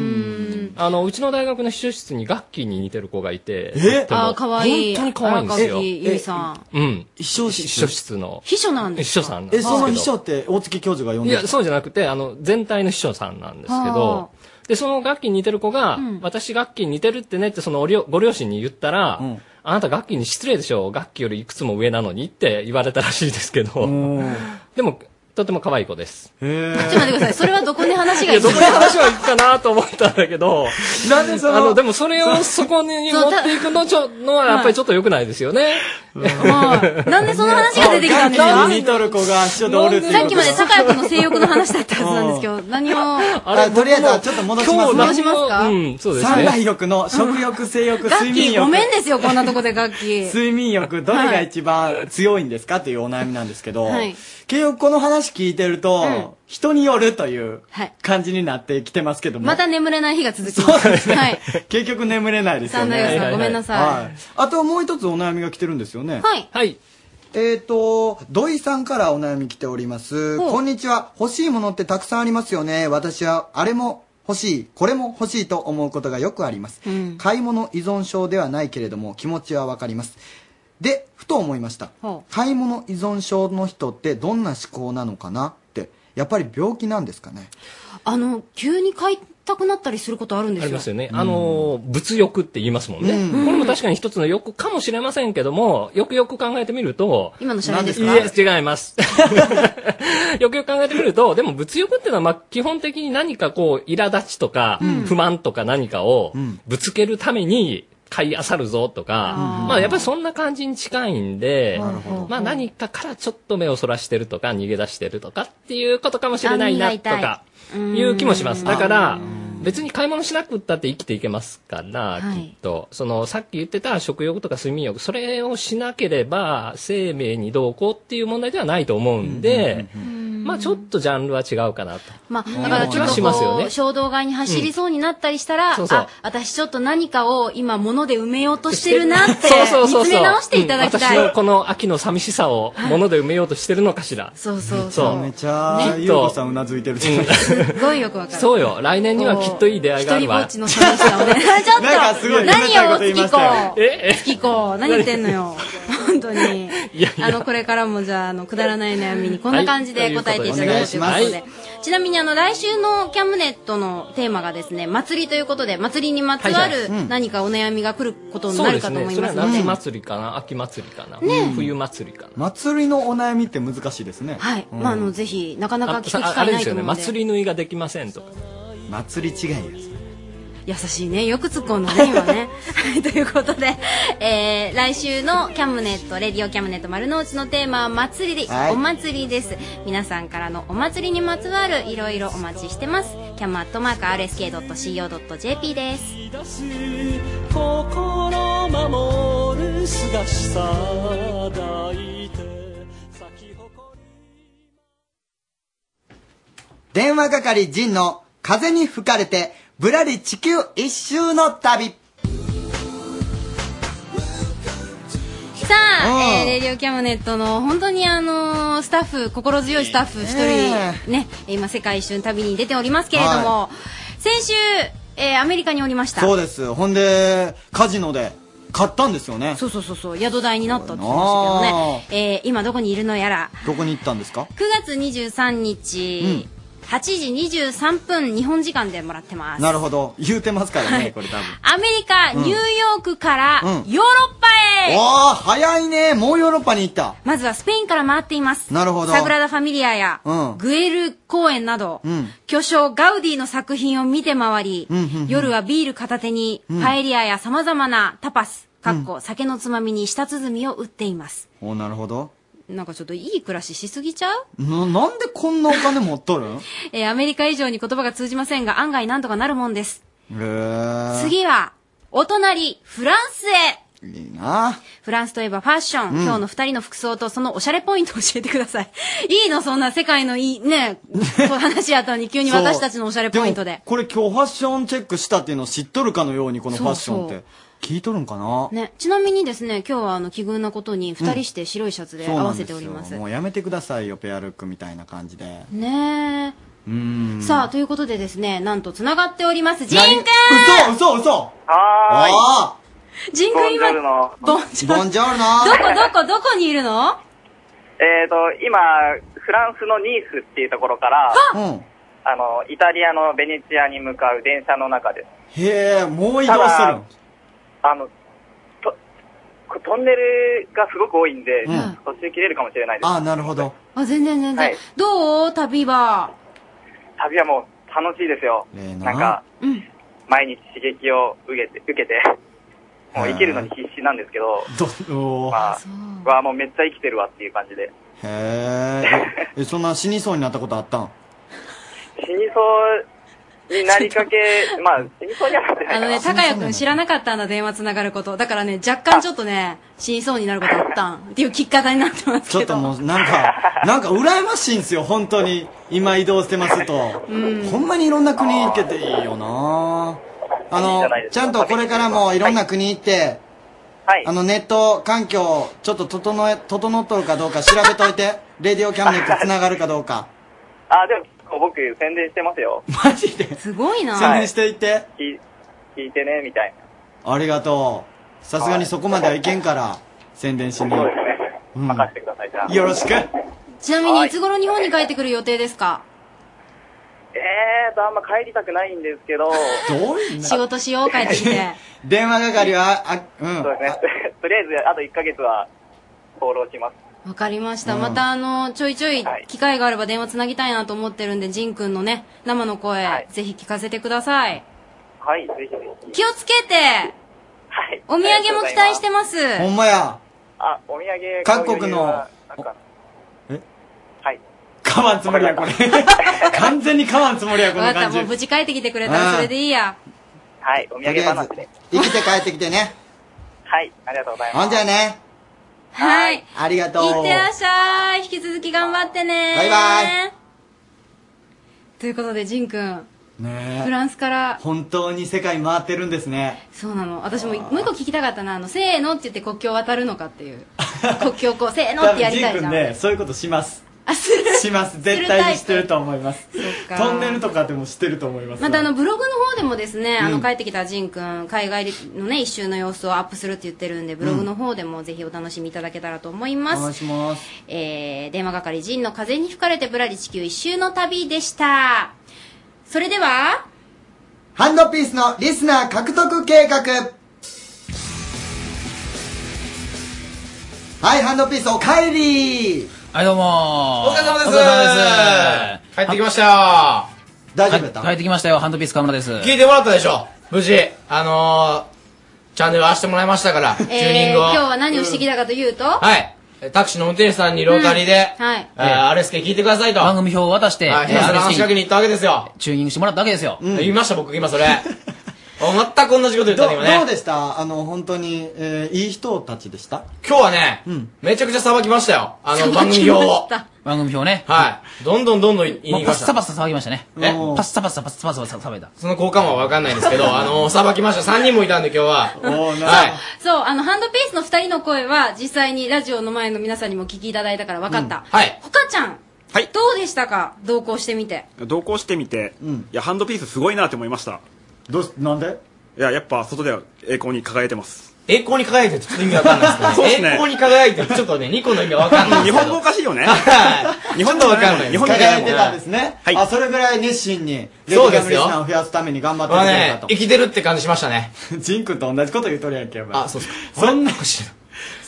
[SPEAKER 20] あの、うちの大学の秘書室にガッキーに似てる子がいて、とっても
[SPEAKER 3] ああかわいい
[SPEAKER 20] 本当に可愛いんですよ。
[SPEAKER 3] ゆりさん
[SPEAKER 20] うん。
[SPEAKER 2] 秘書室
[SPEAKER 20] 秘書室の。
[SPEAKER 3] 秘書なんで
[SPEAKER 20] 秘
[SPEAKER 3] す
[SPEAKER 20] 書
[SPEAKER 3] か
[SPEAKER 20] さんなん
[SPEAKER 2] え
[SPEAKER 20] ですけど。
[SPEAKER 2] その秘書って大月教授が呼ん
[SPEAKER 20] い
[SPEAKER 2] でる
[SPEAKER 20] や、そうじゃなくて、あの、全体の秘書さんなんですけ
[SPEAKER 2] は
[SPEAKER 20] ど、で、その楽器に似てる子が、
[SPEAKER 2] うん
[SPEAKER 20] 私楽器に似てるってねって、そのおりょご両親に言ったら、あなた楽器に失礼でしょう。楽器よりいくつも上なのにって言われたらしいですけど、 でも、とても可愛い子です。
[SPEAKER 2] へ
[SPEAKER 3] ちょっと待ってくださいそれはどこに話が行
[SPEAKER 20] い
[SPEAKER 3] く
[SPEAKER 20] や、
[SPEAKER 3] の
[SPEAKER 20] どこに話は行くかなと思ったんだ けど、なんで
[SPEAKER 3] その
[SPEAKER 20] あの、でもそれをそこに持っていくのちょ、の はやっぱりちょっと良くないですよね。
[SPEAKER 3] なんでその話が出てきたんですか
[SPEAKER 2] 似とる子が秘書でおるっていう
[SPEAKER 3] さっ
[SPEAKER 2] こ
[SPEAKER 3] き
[SPEAKER 2] と
[SPEAKER 3] まで高谷君の性欲の話だったはずなんですけど何を
[SPEAKER 2] あとりあえずはちょっと戻します
[SPEAKER 3] 今日戻しますか
[SPEAKER 20] うん、そうですね。
[SPEAKER 2] 三大欲の食欲、性欲、
[SPEAKER 3] ガ
[SPEAKER 2] 睡眠
[SPEAKER 3] ッキー
[SPEAKER 2] 欲。
[SPEAKER 3] ごめんですよこんなとこでガッキー
[SPEAKER 2] 睡眠欲、どれが一番強いんですかというお悩みなんですけど、
[SPEAKER 3] はい
[SPEAKER 2] 結局この話聞いてると、
[SPEAKER 3] うん
[SPEAKER 2] 人によるという
[SPEAKER 3] はい
[SPEAKER 2] 感じになってきてますけども、
[SPEAKER 3] また眠れない日が続きますはい
[SPEAKER 2] 結局眠れないですよ
[SPEAKER 3] 三大
[SPEAKER 2] ね。
[SPEAKER 3] 欲さんごめんなさい
[SPEAKER 2] はいあともう一つお悩みが来てるんですよね。
[SPEAKER 3] はい。
[SPEAKER 20] はい。
[SPEAKER 2] えっ、と、土井さんからお悩み来ております。
[SPEAKER 8] ほう
[SPEAKER 2] こんにちは。欲しいものってたくさんありますよね。私は、あれも欲しい、これも欲しいと思うことがよくあります。
[SPEAKER 8] うん
[SPEAKER 2] 買い物依存症ではないけれども、気持ちはわかります。で、ふと思いました。
[SPEAKER 8] ほ
[SPEAKER 2] 買い物依存症の人ってどんな思考なのかなって、やっぱり病気なんですかね。
[SPEAKER 3] あの急に買いたくなったりすることあるんで
[SPEAKER 20] あ
[SPEAKER 3] す
[SPEAKER 20] り
[SPEAKER 3] よ
[SPEAKER 20] ますよね。あのー、物欲って言いますもんね。
[SPEAKER 3] うん
[SPEAKER 20] これも確かに一つの欲かもしれませんけども、よくよく考えてみると、
[SPEAKER 3] 今の謝礼ですか
[SPEAKER 20] なんいや違います。 よくよく考えてみると、でも物欲ってのは、まあ、基本的に何かこう、苛立ちとか、不満とか何かをぶつけるために、買いあさるぞとか、
[SPEAKER 10] うん
[SPEAKER 20] まあやっぱりそんな感じに近いんで
[SPEAKER 10] なるほど、
[SPEAKER 20] まあ何かからちょっと目をそらしてるとか、逃げ出してるとかっていうことかもしれないなとか、いう気もします。だから、別に買い物しなくったって生きていけますから、
[SPEAKER 3] はい
[SPEAKER 20] きっと。その、さっき言ってた食欲とか睡眠欲、それをしなければ生命にどうこうっていう問題ではないと思うんで、まあちょっとジャンルは違うかなと。
[SPEAKER 3] まあ、
[SPEAKER 20] うん
[SPEAKER 3] だからちょっと
[SPEAKER 20] しますよ
[SPEAKER 3] こう、
[SPEAKER 20] ね
[SPEAKER 3] 衝動買いに走りそうになったりしたら、
[SPEAKER 20] うんそうそう
[SPEAKER 3] あ、私ちょっと何かを今物で埋めようとしてるなって、
[SPEAKER 20] そうそうそう
[SPEAKER 3] 見つ
[SPEAKER 20] そう
[SPEAKER 3] め直していただきたい。
[SPEAKER 20] うん私のこの秋の寂しさを物で埋めようとしてるのかしら。
[SPEAKER 3] そうそうそう
[SPEAKER 20] そう。
[SPEAKER 2] めちゃ、ゆうこさんうなずいてるじゃないですか。
[SPEAKER 3] すごいよくわかる。
[SPEAKER 20] そうよ。来年にはきっといい出会いがあるわ。
[SPEAKER 3] 一人ぼっちの寂し さをね。ちょっと
[SPEAKER 20] なんかすごい
[SPEAKER 3] 何
[SPEAKER 20] 冷たいこ
[SPEAKER 3] よ、
[SPEAKER 20] と言い
[SPEAKER 3] 月
[SPEAKER 20] ま
[SPEAKER 3] 子
[SPEAKER 20] したよ。
[SPEAKER 3] 月子、何言ってんのよ。本当に
[SPEAKER 11] いやいや
[SPEAKER 3] あのこれからもじゃああのくだらない悩みにこんな感じで答えていただこうということで、ちなみにあの来週のキャムネットのテーマがですね祭りということで祭りにまつわ
[SPEAKER 11] はいはいう
[SPEAKER 3] る
[SPEAKER 11] ん
[SPEAKER 3] 何かお悩みが来ることに
[SPEAKER 11] そ
[SPEAKER 3] な
[SPEAKER 11] うで
[SPEAKER 3] る
[SPEAKER 11] す
[SPEAKER 3] かと思
[SPEAKER 11] ね。
[SPEAKER 3] い
[SPEAKER 11] それは
[SPEAKER 3] ますので
[SPEAKER 11] 夏祭りかな、秋祭りかな、
[SPEAKER 3] ねえ
[SPEAKER 11] 冬祭りかな。
[SPEAKER 20] 祭りのお悩みって難しいですね。
[SPEAKER 3] はい、
[SPEAKER 20] うん
[SPEAKER 3] まああのぜひなかなか聞く機
[SPEAKER 11] ああ
[SPEAKER 3] 会
[SPEAKER 11] れで
[SPEAKER 3] ない
[SPEAKER 11] す
[SPEAKER 3] と
[SPEAKER 11] よ
[SPEAKER 3] 思
[SPEAKER 11] ね、
[SPEAKER 3] うので
[SPEAKER 11] 祭り縫いができませんとか。
[SPEAKER 20] 祭り違いや
[SPEAKER 3] 優しいねよく突っ込んだね今 ねはいということで、えー来週のキャムネットレディオキャムネット丸の内のテーマは祭りで、
[SPEAKER 10] はい
[SPEAKER 3] お祭りです皆さんからのお祭りにまつわるいろいろお待ちしてますキャムアットマーク RSK.CO.JP です
[SPEAKER 4] 心守るすがしさ抱いて咲き誇
[SPEAKER 2] 電話係陣の風に吹かれて、ぶらり地球一周の旅。
[SPEAKER 3] さあ、
[SPEAKER 2] うん
[SPEAKER 3] えーレディオキャムネットの本当にあのースタッフ心強いスタッフ一人
[SPEAKER 2] え
[SPEAKER 3] ね、今世界一周の旅に出ておりますけれども、
[SPEAKER 2] は
[SPEAKER 3] 先週、えーアメリカにおりました
[SPEAKER 2] そうです。ほんで、カジノで買ったんですよね。
[SPEAKER 3] そうそうそうそう宿題になったって言ってましたけど
[SPEAKER 2] あ
[SPEAKER 3] ね、えー今どこにいるのやら
[SPEAKER 2] ーどこに行ったんですか
[SPEAKER 3] 9月23日、8時23分日本時間でもらってます
[SPEAKER 2] なるほど。言うてますからね、
[SPEAKER 3] はい
[SPEAKER 2] これ多分。
[SPEAKER 3] アメリカ、
[SPEAKER 2] うん
[SPEAKER 3] ニューヨークからヨ
[SPEAKER 2] うん
[SPEAKER 3] ーロッパへ、
[SPEAKER 2] おー、早いね。もうヨーロッパに行った。
[SPEAKER 3] まずはスペインから回っています
[SPEAKER 2] なるほど
[SPEAKER 3] サグラダ・ファミリアや、
[SPEAKER 2] うん
[SPEAKER 3] グエル公園など、
[SPEAKER 2] うん。
[SPEAKER 3] 巨匠ガウディの作品を見て回り、
[SPEAKER 2] うんうんうん
[SPEAKER 3] 夜はビール片手に、
[SPEAKER 2] うん
[SPEAKER 3] パエリアや様々なタパスかっこ酒のつまみに舌鼓を打っています
[SPEAKER 2] おー、なるほど。
[SPEAKER 3] なんかちょっといい暮らししすぎちゃう
[SPEAKER 2] な、なんでこんなお金持っと るんへ
[SPEAKER 3] えーアメリカ以上に言葉が通じませんが、案外なんとかなるもんです。
[SPEAKER 2] ー。
[SPEAKER 3] 次は、お隣、フランスへ
[SPEAKER 2] いいな
[SPEAKER 3] フランスといえばファッション、
[SPEAKER 2] うん
[SPEAKER 3] 今日の二人の服装とそのおしゃれポイントを教えてください。いいのそんな世界のいい、 ね、こう話し合ったのに急に私たちのおしゃれポイント
[SPEAKER 2] も
[SPEAKER 3] で。
[SPEAKER 2] これ今日ファッションチェックしたっていうのを知っとるかのようにこのファッションって
[SPEAKER 3] そう
[SPEAKER 2] 聞いとるんかな、
[SPEAKER 3] ね、ちなみにですね、今日はあの奇遇なことに二人して白いシャツで
[SPEAKER 2] そ
[SPEAKER 3] 合
[SPEAKER 2] うな
[SPEAKER 3] わ
[SPEAKER 2] ん
[SPEAKER 3] せ
[SPEAKER 2] で
[SPEAKER 3] て
[SPEAKER 2] す
[SPEAKER 3] お
[SPEAKER 2] よ
[SPEAKER 3] ります。
[SPEAKER 2] もうやめてくださいよペアルックみたいな感じで
[SPEAKER 3] ね
[SPEAKER 2] うー
[SPEAKER 3] え、
[SPEAKER 2] ん
[SPEAKER 3] さあ、ということでですね、なんと繋がっております。ジンくん
[SPEAKER 2] 嘘嘘嘘
[SPEAKER 13] は
[SPEAKER 3] ジンくん今、ど
[SPEAKER 13] の
[SPEAKER 3] ボン
[SPEAKER 13] ジョルノボンジョルノ
[SPEAKER 3] こどこどこにいるの
[SPEAKER 13] えっ、と、今、フランスのニースっていうところから、あの、イタリアのベネチアに向かう電車の中です。
[SPEAKER 2] へえもう移動してるん
[SPEAKER 13] あの、とこトンネルがすごく多いんで、
[SPEAKER 2] うん
[SPEAKER 13] 途中切れるかもしれないです。
[SPEAKER 2] あなるほど
[SPEAKER 3] あ、全然全然。
[SPEAKER 13] はい
[SPEAKER 3] どう旅は。
[SPEAKER 13] 旅はもう楽しいですよ。
[SPEAKER 2] ええ
[SPEAKER 13] なんか、
[SPEAKER 3] うん。
[SPEAKER 13] 毎日刺激を受けて、受けて、もう生きるのに必死なんですけど、
[SPEAKER 2] どおー
[SPEAKER 13] まあ、うわあもうめっちゃ生きてるわっていう感じで。
[SPEAKER 2] へええそんな死にそうになったことあったん
[SPEAKER 13] 死にそうになりかけ、まあ、死にそうにはなってない
[SPEAKER 3] あ
[SPEAKER 13] かな
[SPEAKER 3] のね、高谷くん知らなかったんだ、電話つながること。だからね、若干ちょっとね、死にそうになることあったんっていう聞き方になってます。
[SPEAKER 2] ちょっともうなん かなんか羨ましいんですよ本当に今移動してますと、
[SPEAKER 3] うん
[SPEAKER 2] ほんまにいろんな国行けていいよなあのちゃんとこれからもいろんな国行って、あのネット環境ちょっと整え整っとるかどうか調べとい てレディオキャンネットつながるかどうか
[SPEAKER 13] あ、でも、僕、宣伝してますよ。
[SPEAKER 3] すごいな
[SPEAKER 2] 宣伝していって、
[SPEAKER 13] 聞い聞いてね、みたい
[SPEAKER 2] ありがとうさすがにそこまではいけんから宣伝しに、うん
[SPEAKER 13] な。
[SPEAKER 2] よろしく
[SPEAKER 3] ちなみに、いつ頃日本に帰ってくる予定ですか
[SPEAKER 13] えーと、あんま帰りたくないんですけど、
[SPEAKER 2] どうい
[SPEAKER 3] 仕事しよう、帰ってきて。
[SPEAKER 2] 電話係はあうん
[SPEAKER 13] そうですね。 とりあえず、あと1ヶ月は、放浪します。
[SPEAKER 3] わかりました。
[SPEAKER 13] うん
[SPEAKER 3] また、あの、ちょいちょい機会があれば電話つなぎたいなと思ってるんで、ジンくんのね、生の声、ぜひ聞かせてください。
[SPEAKER 13] はい、ぜひぜひ。
[SPEAKER 3] 気をつけて、お土産も期待してます。
[SPEAKER 2] ほんまや
[SPEAKER 13] あ、お土産
[SPEAKER 2] 韓国のえ
[SPEAKER 13] はい
[SPEAKER 2] 買わんつもりやこれ完全に買わんつもりやこの
[SPEAKER 3] わかった、
[SPEAKER 2] 感じ
[SPEAKER 3] もう無事帰ってきてくれたらそれでいいや。
[SPEAKER 13] はい、お土産話で。
[SPEAKER 2] 生きて帰ってきてね
[SPEAKER 13] はい、ありがとうございます。
[SPEAKER 2] ほんじゃね
[SPEAKER 3] はい
[SPEAKER 2] ありがとう
[SPEAKER 3] いってらっしゃい。引き続き頑張ってね。
[SPEAKER 2] バイバ
[SPEAKER 3] イ。ということで、ジンくん、
[SPEAKER 2] ね
[SPEAKER 3] フ
[SPEAKER 2] え
[SPEAKER 3] ランスから、
[SPEAKER 2] 本当に世界回ってるんですね
[SPEAKER 3] そうなの。私ももう一個聞きたかったな。あの、 せーのって言って国境渡るのかっていう。国境こう、せーのってやりたいじ
[SPEAKER 2] 多
[SPEAKER 3] ゃん。
[SPEAKER 2] 分ジン君ねそういうことします
[SPEAKER 25] します絶対にしてると思います
[SPEAKER 3] か
[SPEAKER 25] トンネルとかでもしてると思います
[SPEAKER 3] またあのブログの方でもですね、あ
[SPEAKER 25] う
[SPEAKER 3] の
[SPEAKER 25] ん
[SPEAKER 3] 帰ってきたジンくん海外のね一周の様子をアップするって言ってるんでブログの方でもぜひお楽しみいただけたらと思います、
[SPEAKER 2] します
[SPEAKER 3] えー、電話係ジンの風に吹かれてぶらり地球一周の旅でしたそれでは
[SPEAKER 2] ハンドピースのリスナー獲得計画はい、ハンドピースお帰り
[SPEAKER 5] はい、どうも
[SPEAKER 2] お疲れ様です
[SPEAKER 5] お疲れ様です帰ってきました
[SPEAKER 2] 大丈夫だった
[SPEAKER 5] 帰ってきましたよ、ハンドピース河村です。
[SPEAKER 2] 聞
[SPEAKER 5] いてもらったでしょ無事、あのー、チャンネルをしてもらいましたから、チューニン
[SPEAKER 3] えー、
[SPEAKER 5] グを。
[SPEAKER 3] 今日は何をしてきたかというと、
[SPEAKER 5] は、い。タクシーの運転手さんにロータリーで、
[SPEAKER 3] はい
[SPEAKER 5] えーアレスケ聞いてくださいと。番組表を渡して、はい、ひたすら話しかけに行ったわけですよ。チューニングしてもらったわけですよ。言いました、僕今それ。全く同じこと言った
[SPEAKER 2] ど
[SPEAKER 5] ね、
[SPEAKER 2] ど
[SPEAKER 5] 今ね
[SPEAKER 2] う。でしたあの、本当に、えーいい人たちでした
[SPEAKER 5] 今日はね、めちゃくちゃさばきましたよ。あ の、番組表を。番組表ね。はい。どんどんどんどん言い
[SPEAKER 3] も
[SPEAKER 5] に行き
[SPEAKER 3] うパ
[SPEAKER 5] ま
[SPEAKER 3] ッ
[SPEAKER 5] した。
[SPEAKER 3] サ
[SPEAKER 5] パッサ騒ぎましたね。え
[SPEAKER 3] お
[SPEAKER 5] パッサパッサパッサパッサパッサ食べた。その効果音はわかんないですけ ど、あの、さばきました。3人もいたんで今日は。はい。
[SPEAKER 3] そうあのハンドピースの2人の声は実際にラジオの前の皆さんにもお聞きいただいたから分かった、
[SPEAKER 5] はい。
[SPEAKER 3] ほかちゃん、
[SPEAKER 22] はい
[SPEAKER 3] どうでしたか同行してみて
[SPEAKER 22] 同行してみて、いやハンドピースすごいなって思いました
[SPEAKER 2] どうなんで
[SPEAKER 22] いややっぱ外では栄光に輝いてます
[SPEAKER 5] 栄光に輝いてるってちょっと意味わかんないですけど、
[SPEAKER 22] そう
[SPEAKER 5] ね、
[SPEAKER 22] で
[SPEAKER 5] 栄
[SPEAKER 22] すね
[SPEAKER 5] 光に輝いてるちょっとね、2個の意味がわかんない。
[SPEAKER 22] 日本語おかしいよね
[SPEAKER 5] 日本語わかんない。
[SPEAKER 2] 日本で輝いてたんですね。あ、それぐらい熱心に、
[SPEAKER 5] そうですよ
[SPEAKER 2] レディーガムリスナーを増やすために頑張って
[SPEAKER 5] ま
[SPEAKER 2] る
[SPEAKER 5] あ
[SPEAKER 2] んだ
[SPEAKER 5] ね
[SPEAKER 2] と、。
[SPEAKER 5] 生きてるって感じしましたね。
[SPEAKER 2] ジン君と同じこと言うとるやんけ、お前
[SPEAKER 5] あ、そうっすか。
[SPEAKER 2] そんな、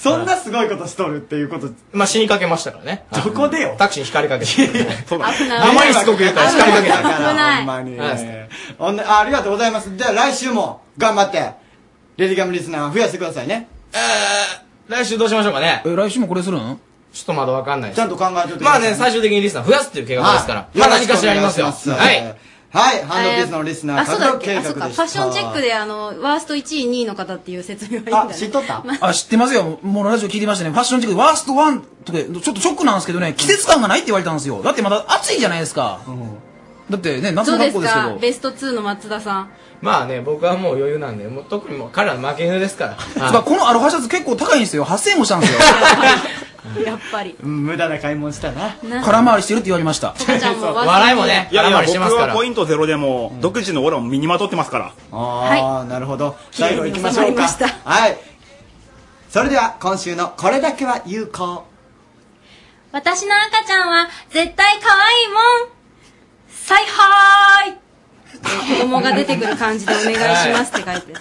[SPEAKER 5] そんなすごいことしとるっていうこと。まあ死にかけましたからね。ど
[SPEAKER 2] こでよ
[SPEAKER 5] タクシーに光 りかけて。そうだ
[SPEAKER 2] 危
[SPEAKER 5] あまりしつこく言うから光りかけたから。
[SPEAKER 2] ほんまに。ほんであありがとうございます。じゃあ来週も頑張って、レディーガムリスナー増やしてくださいね。
[SPEAKER 5] 来週どうしましょうかね。え、来週もこれするんちょっとまだわかんないです
[SPEAKER 2] ちゃんと考えといてくだ
[SPEAKER 5] ま
[SPEAKER 2] さ
[SPEAKER 5] あ
[SPEAKER 2] い
[SPEAKER 5] ね、最終的にリスナー増やすっていう計画ですから
[SPEAKER 2] は。い
[SPEAKER 5] まあ何かしらありますよ。
[SPEAKER 2] よろしくお
[SPEAKER 5] は
[SPEAKER 2] 願いし
[SPEAKER 5] い。
[SPEAKER 2] はい、ハンドピースのリスナー
[SPEAKER 3] あそう
[SPEAKER 2] 獲
[SPEAKER 3] だっ
[SPEAKER 2] 得
[SPEAKER 3] け
[SPEAKER 2] 計
[SPEAKER 3] あ
[SPEAKER 2] 画で
[SPEAKER 3] そう
[SPEAKER 2] した。
[SPEAKER 3] かファッションチェックであのワースト1位2位の方っていう説明はいいんだね
[SPEAKER 2] 知っと った
[SPEAKER 5] あ、知ってますよ。もうラジオ聞いてましたね。ファッションチェック、ワーストワンとか、ちょっとショックなんですけどね、季節感がないって言われたんですよ。だってまだ暑いじゃないですか。だってね、夏
[SPEAKER 3] ど
[SPEAKER 5] の
[SPEAKER 3] うで
[SPEAKER 5] 学
[SPEAKER 3] す
[SPEAKER 5] 校ですけ
[SPEAKER 3] か
[SPEAKER 5] ど。
[SPEAKER 3] ベスト2の松田さん
[SPEAKER 5] まあね、僕はもう余裕なんで、もう特にもう彼らの負け犬ですから。まあこのアロハシャツ結構高いんですよ。8000円もしたんです よ。
[SPEAKER 3] やっぱり
[SPEAKER 2] 無駄な買い物したな。
[SPEAKER 5] 空回りしてるって言われました。
[SPEAKER 3] ちゃんも
[SPEAKER 5] 笑いもね
[SPEAKER 22] いやいや
[SPEAKER 5] 空回りしてま
[SPEAKER 22] 僕
[SPEAKER 5] すから
[SPEAKER 22] はポイントゼロでも、独自のオーラも身にまとってますから
[SPEAKER 2] ああ、なるほど。最後行きましょうか。はい。それでは今週のこれだけは有効。
[SPEAKER 3] 私の赤ちゃんは絶対可愛いもん再配子供が出てくる感じでお願いしますって書 いて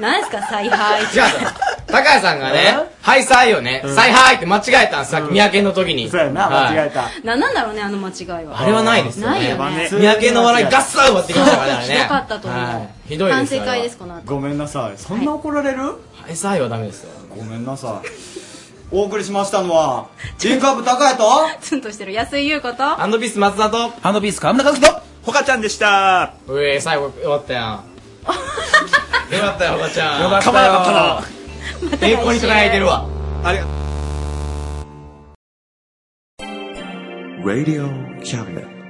[SPEAKER 3] 何ですか再配
[SPEAKER 5] 違うの高谷さんがね、ハイサイをね、サイハイって間違えたんです、さっき、三宅の時に。そうやな
[SPEAKER 2] えた。
[SPEAKER 3] 何なんだろうねあの間違いは
[SPEAKER 5] あれはないですよね。
[SPEAKER 3] ないよね
[SPEAKER 5] 三宅の笑いガッサー奪ってきましたからね。
[SPEAKER 3] ひどかったと思う
[SPEAKER 5] はいひどいです
[SPEAKER 3] 反
[SPEAKER 5] よ
[SPEAKER 3] 省会ですこの後
[SPEAKER 2] ごめんなさい。そんな怒られる
[SPEAKER 5] ハイサイはダメですよ。
[SPEAKER 2] ごめんなさい。お送りしましたのは、リンクアップ高いと
[SPEAKER 3] ツンとしてる安井優子と
[SPEAKER 5] ハンドピース松田と、ハンドピース河村和樹と、ほかちゃんでした。うえ、最後終わったやん。 よかったよ、ほかちゃん。
[SPEAKER 26] よかったよ
[SPEAKER 5] かまなかった な。栄光に輝いてるわ。
[SPEAKER 8] Radio Cabinet.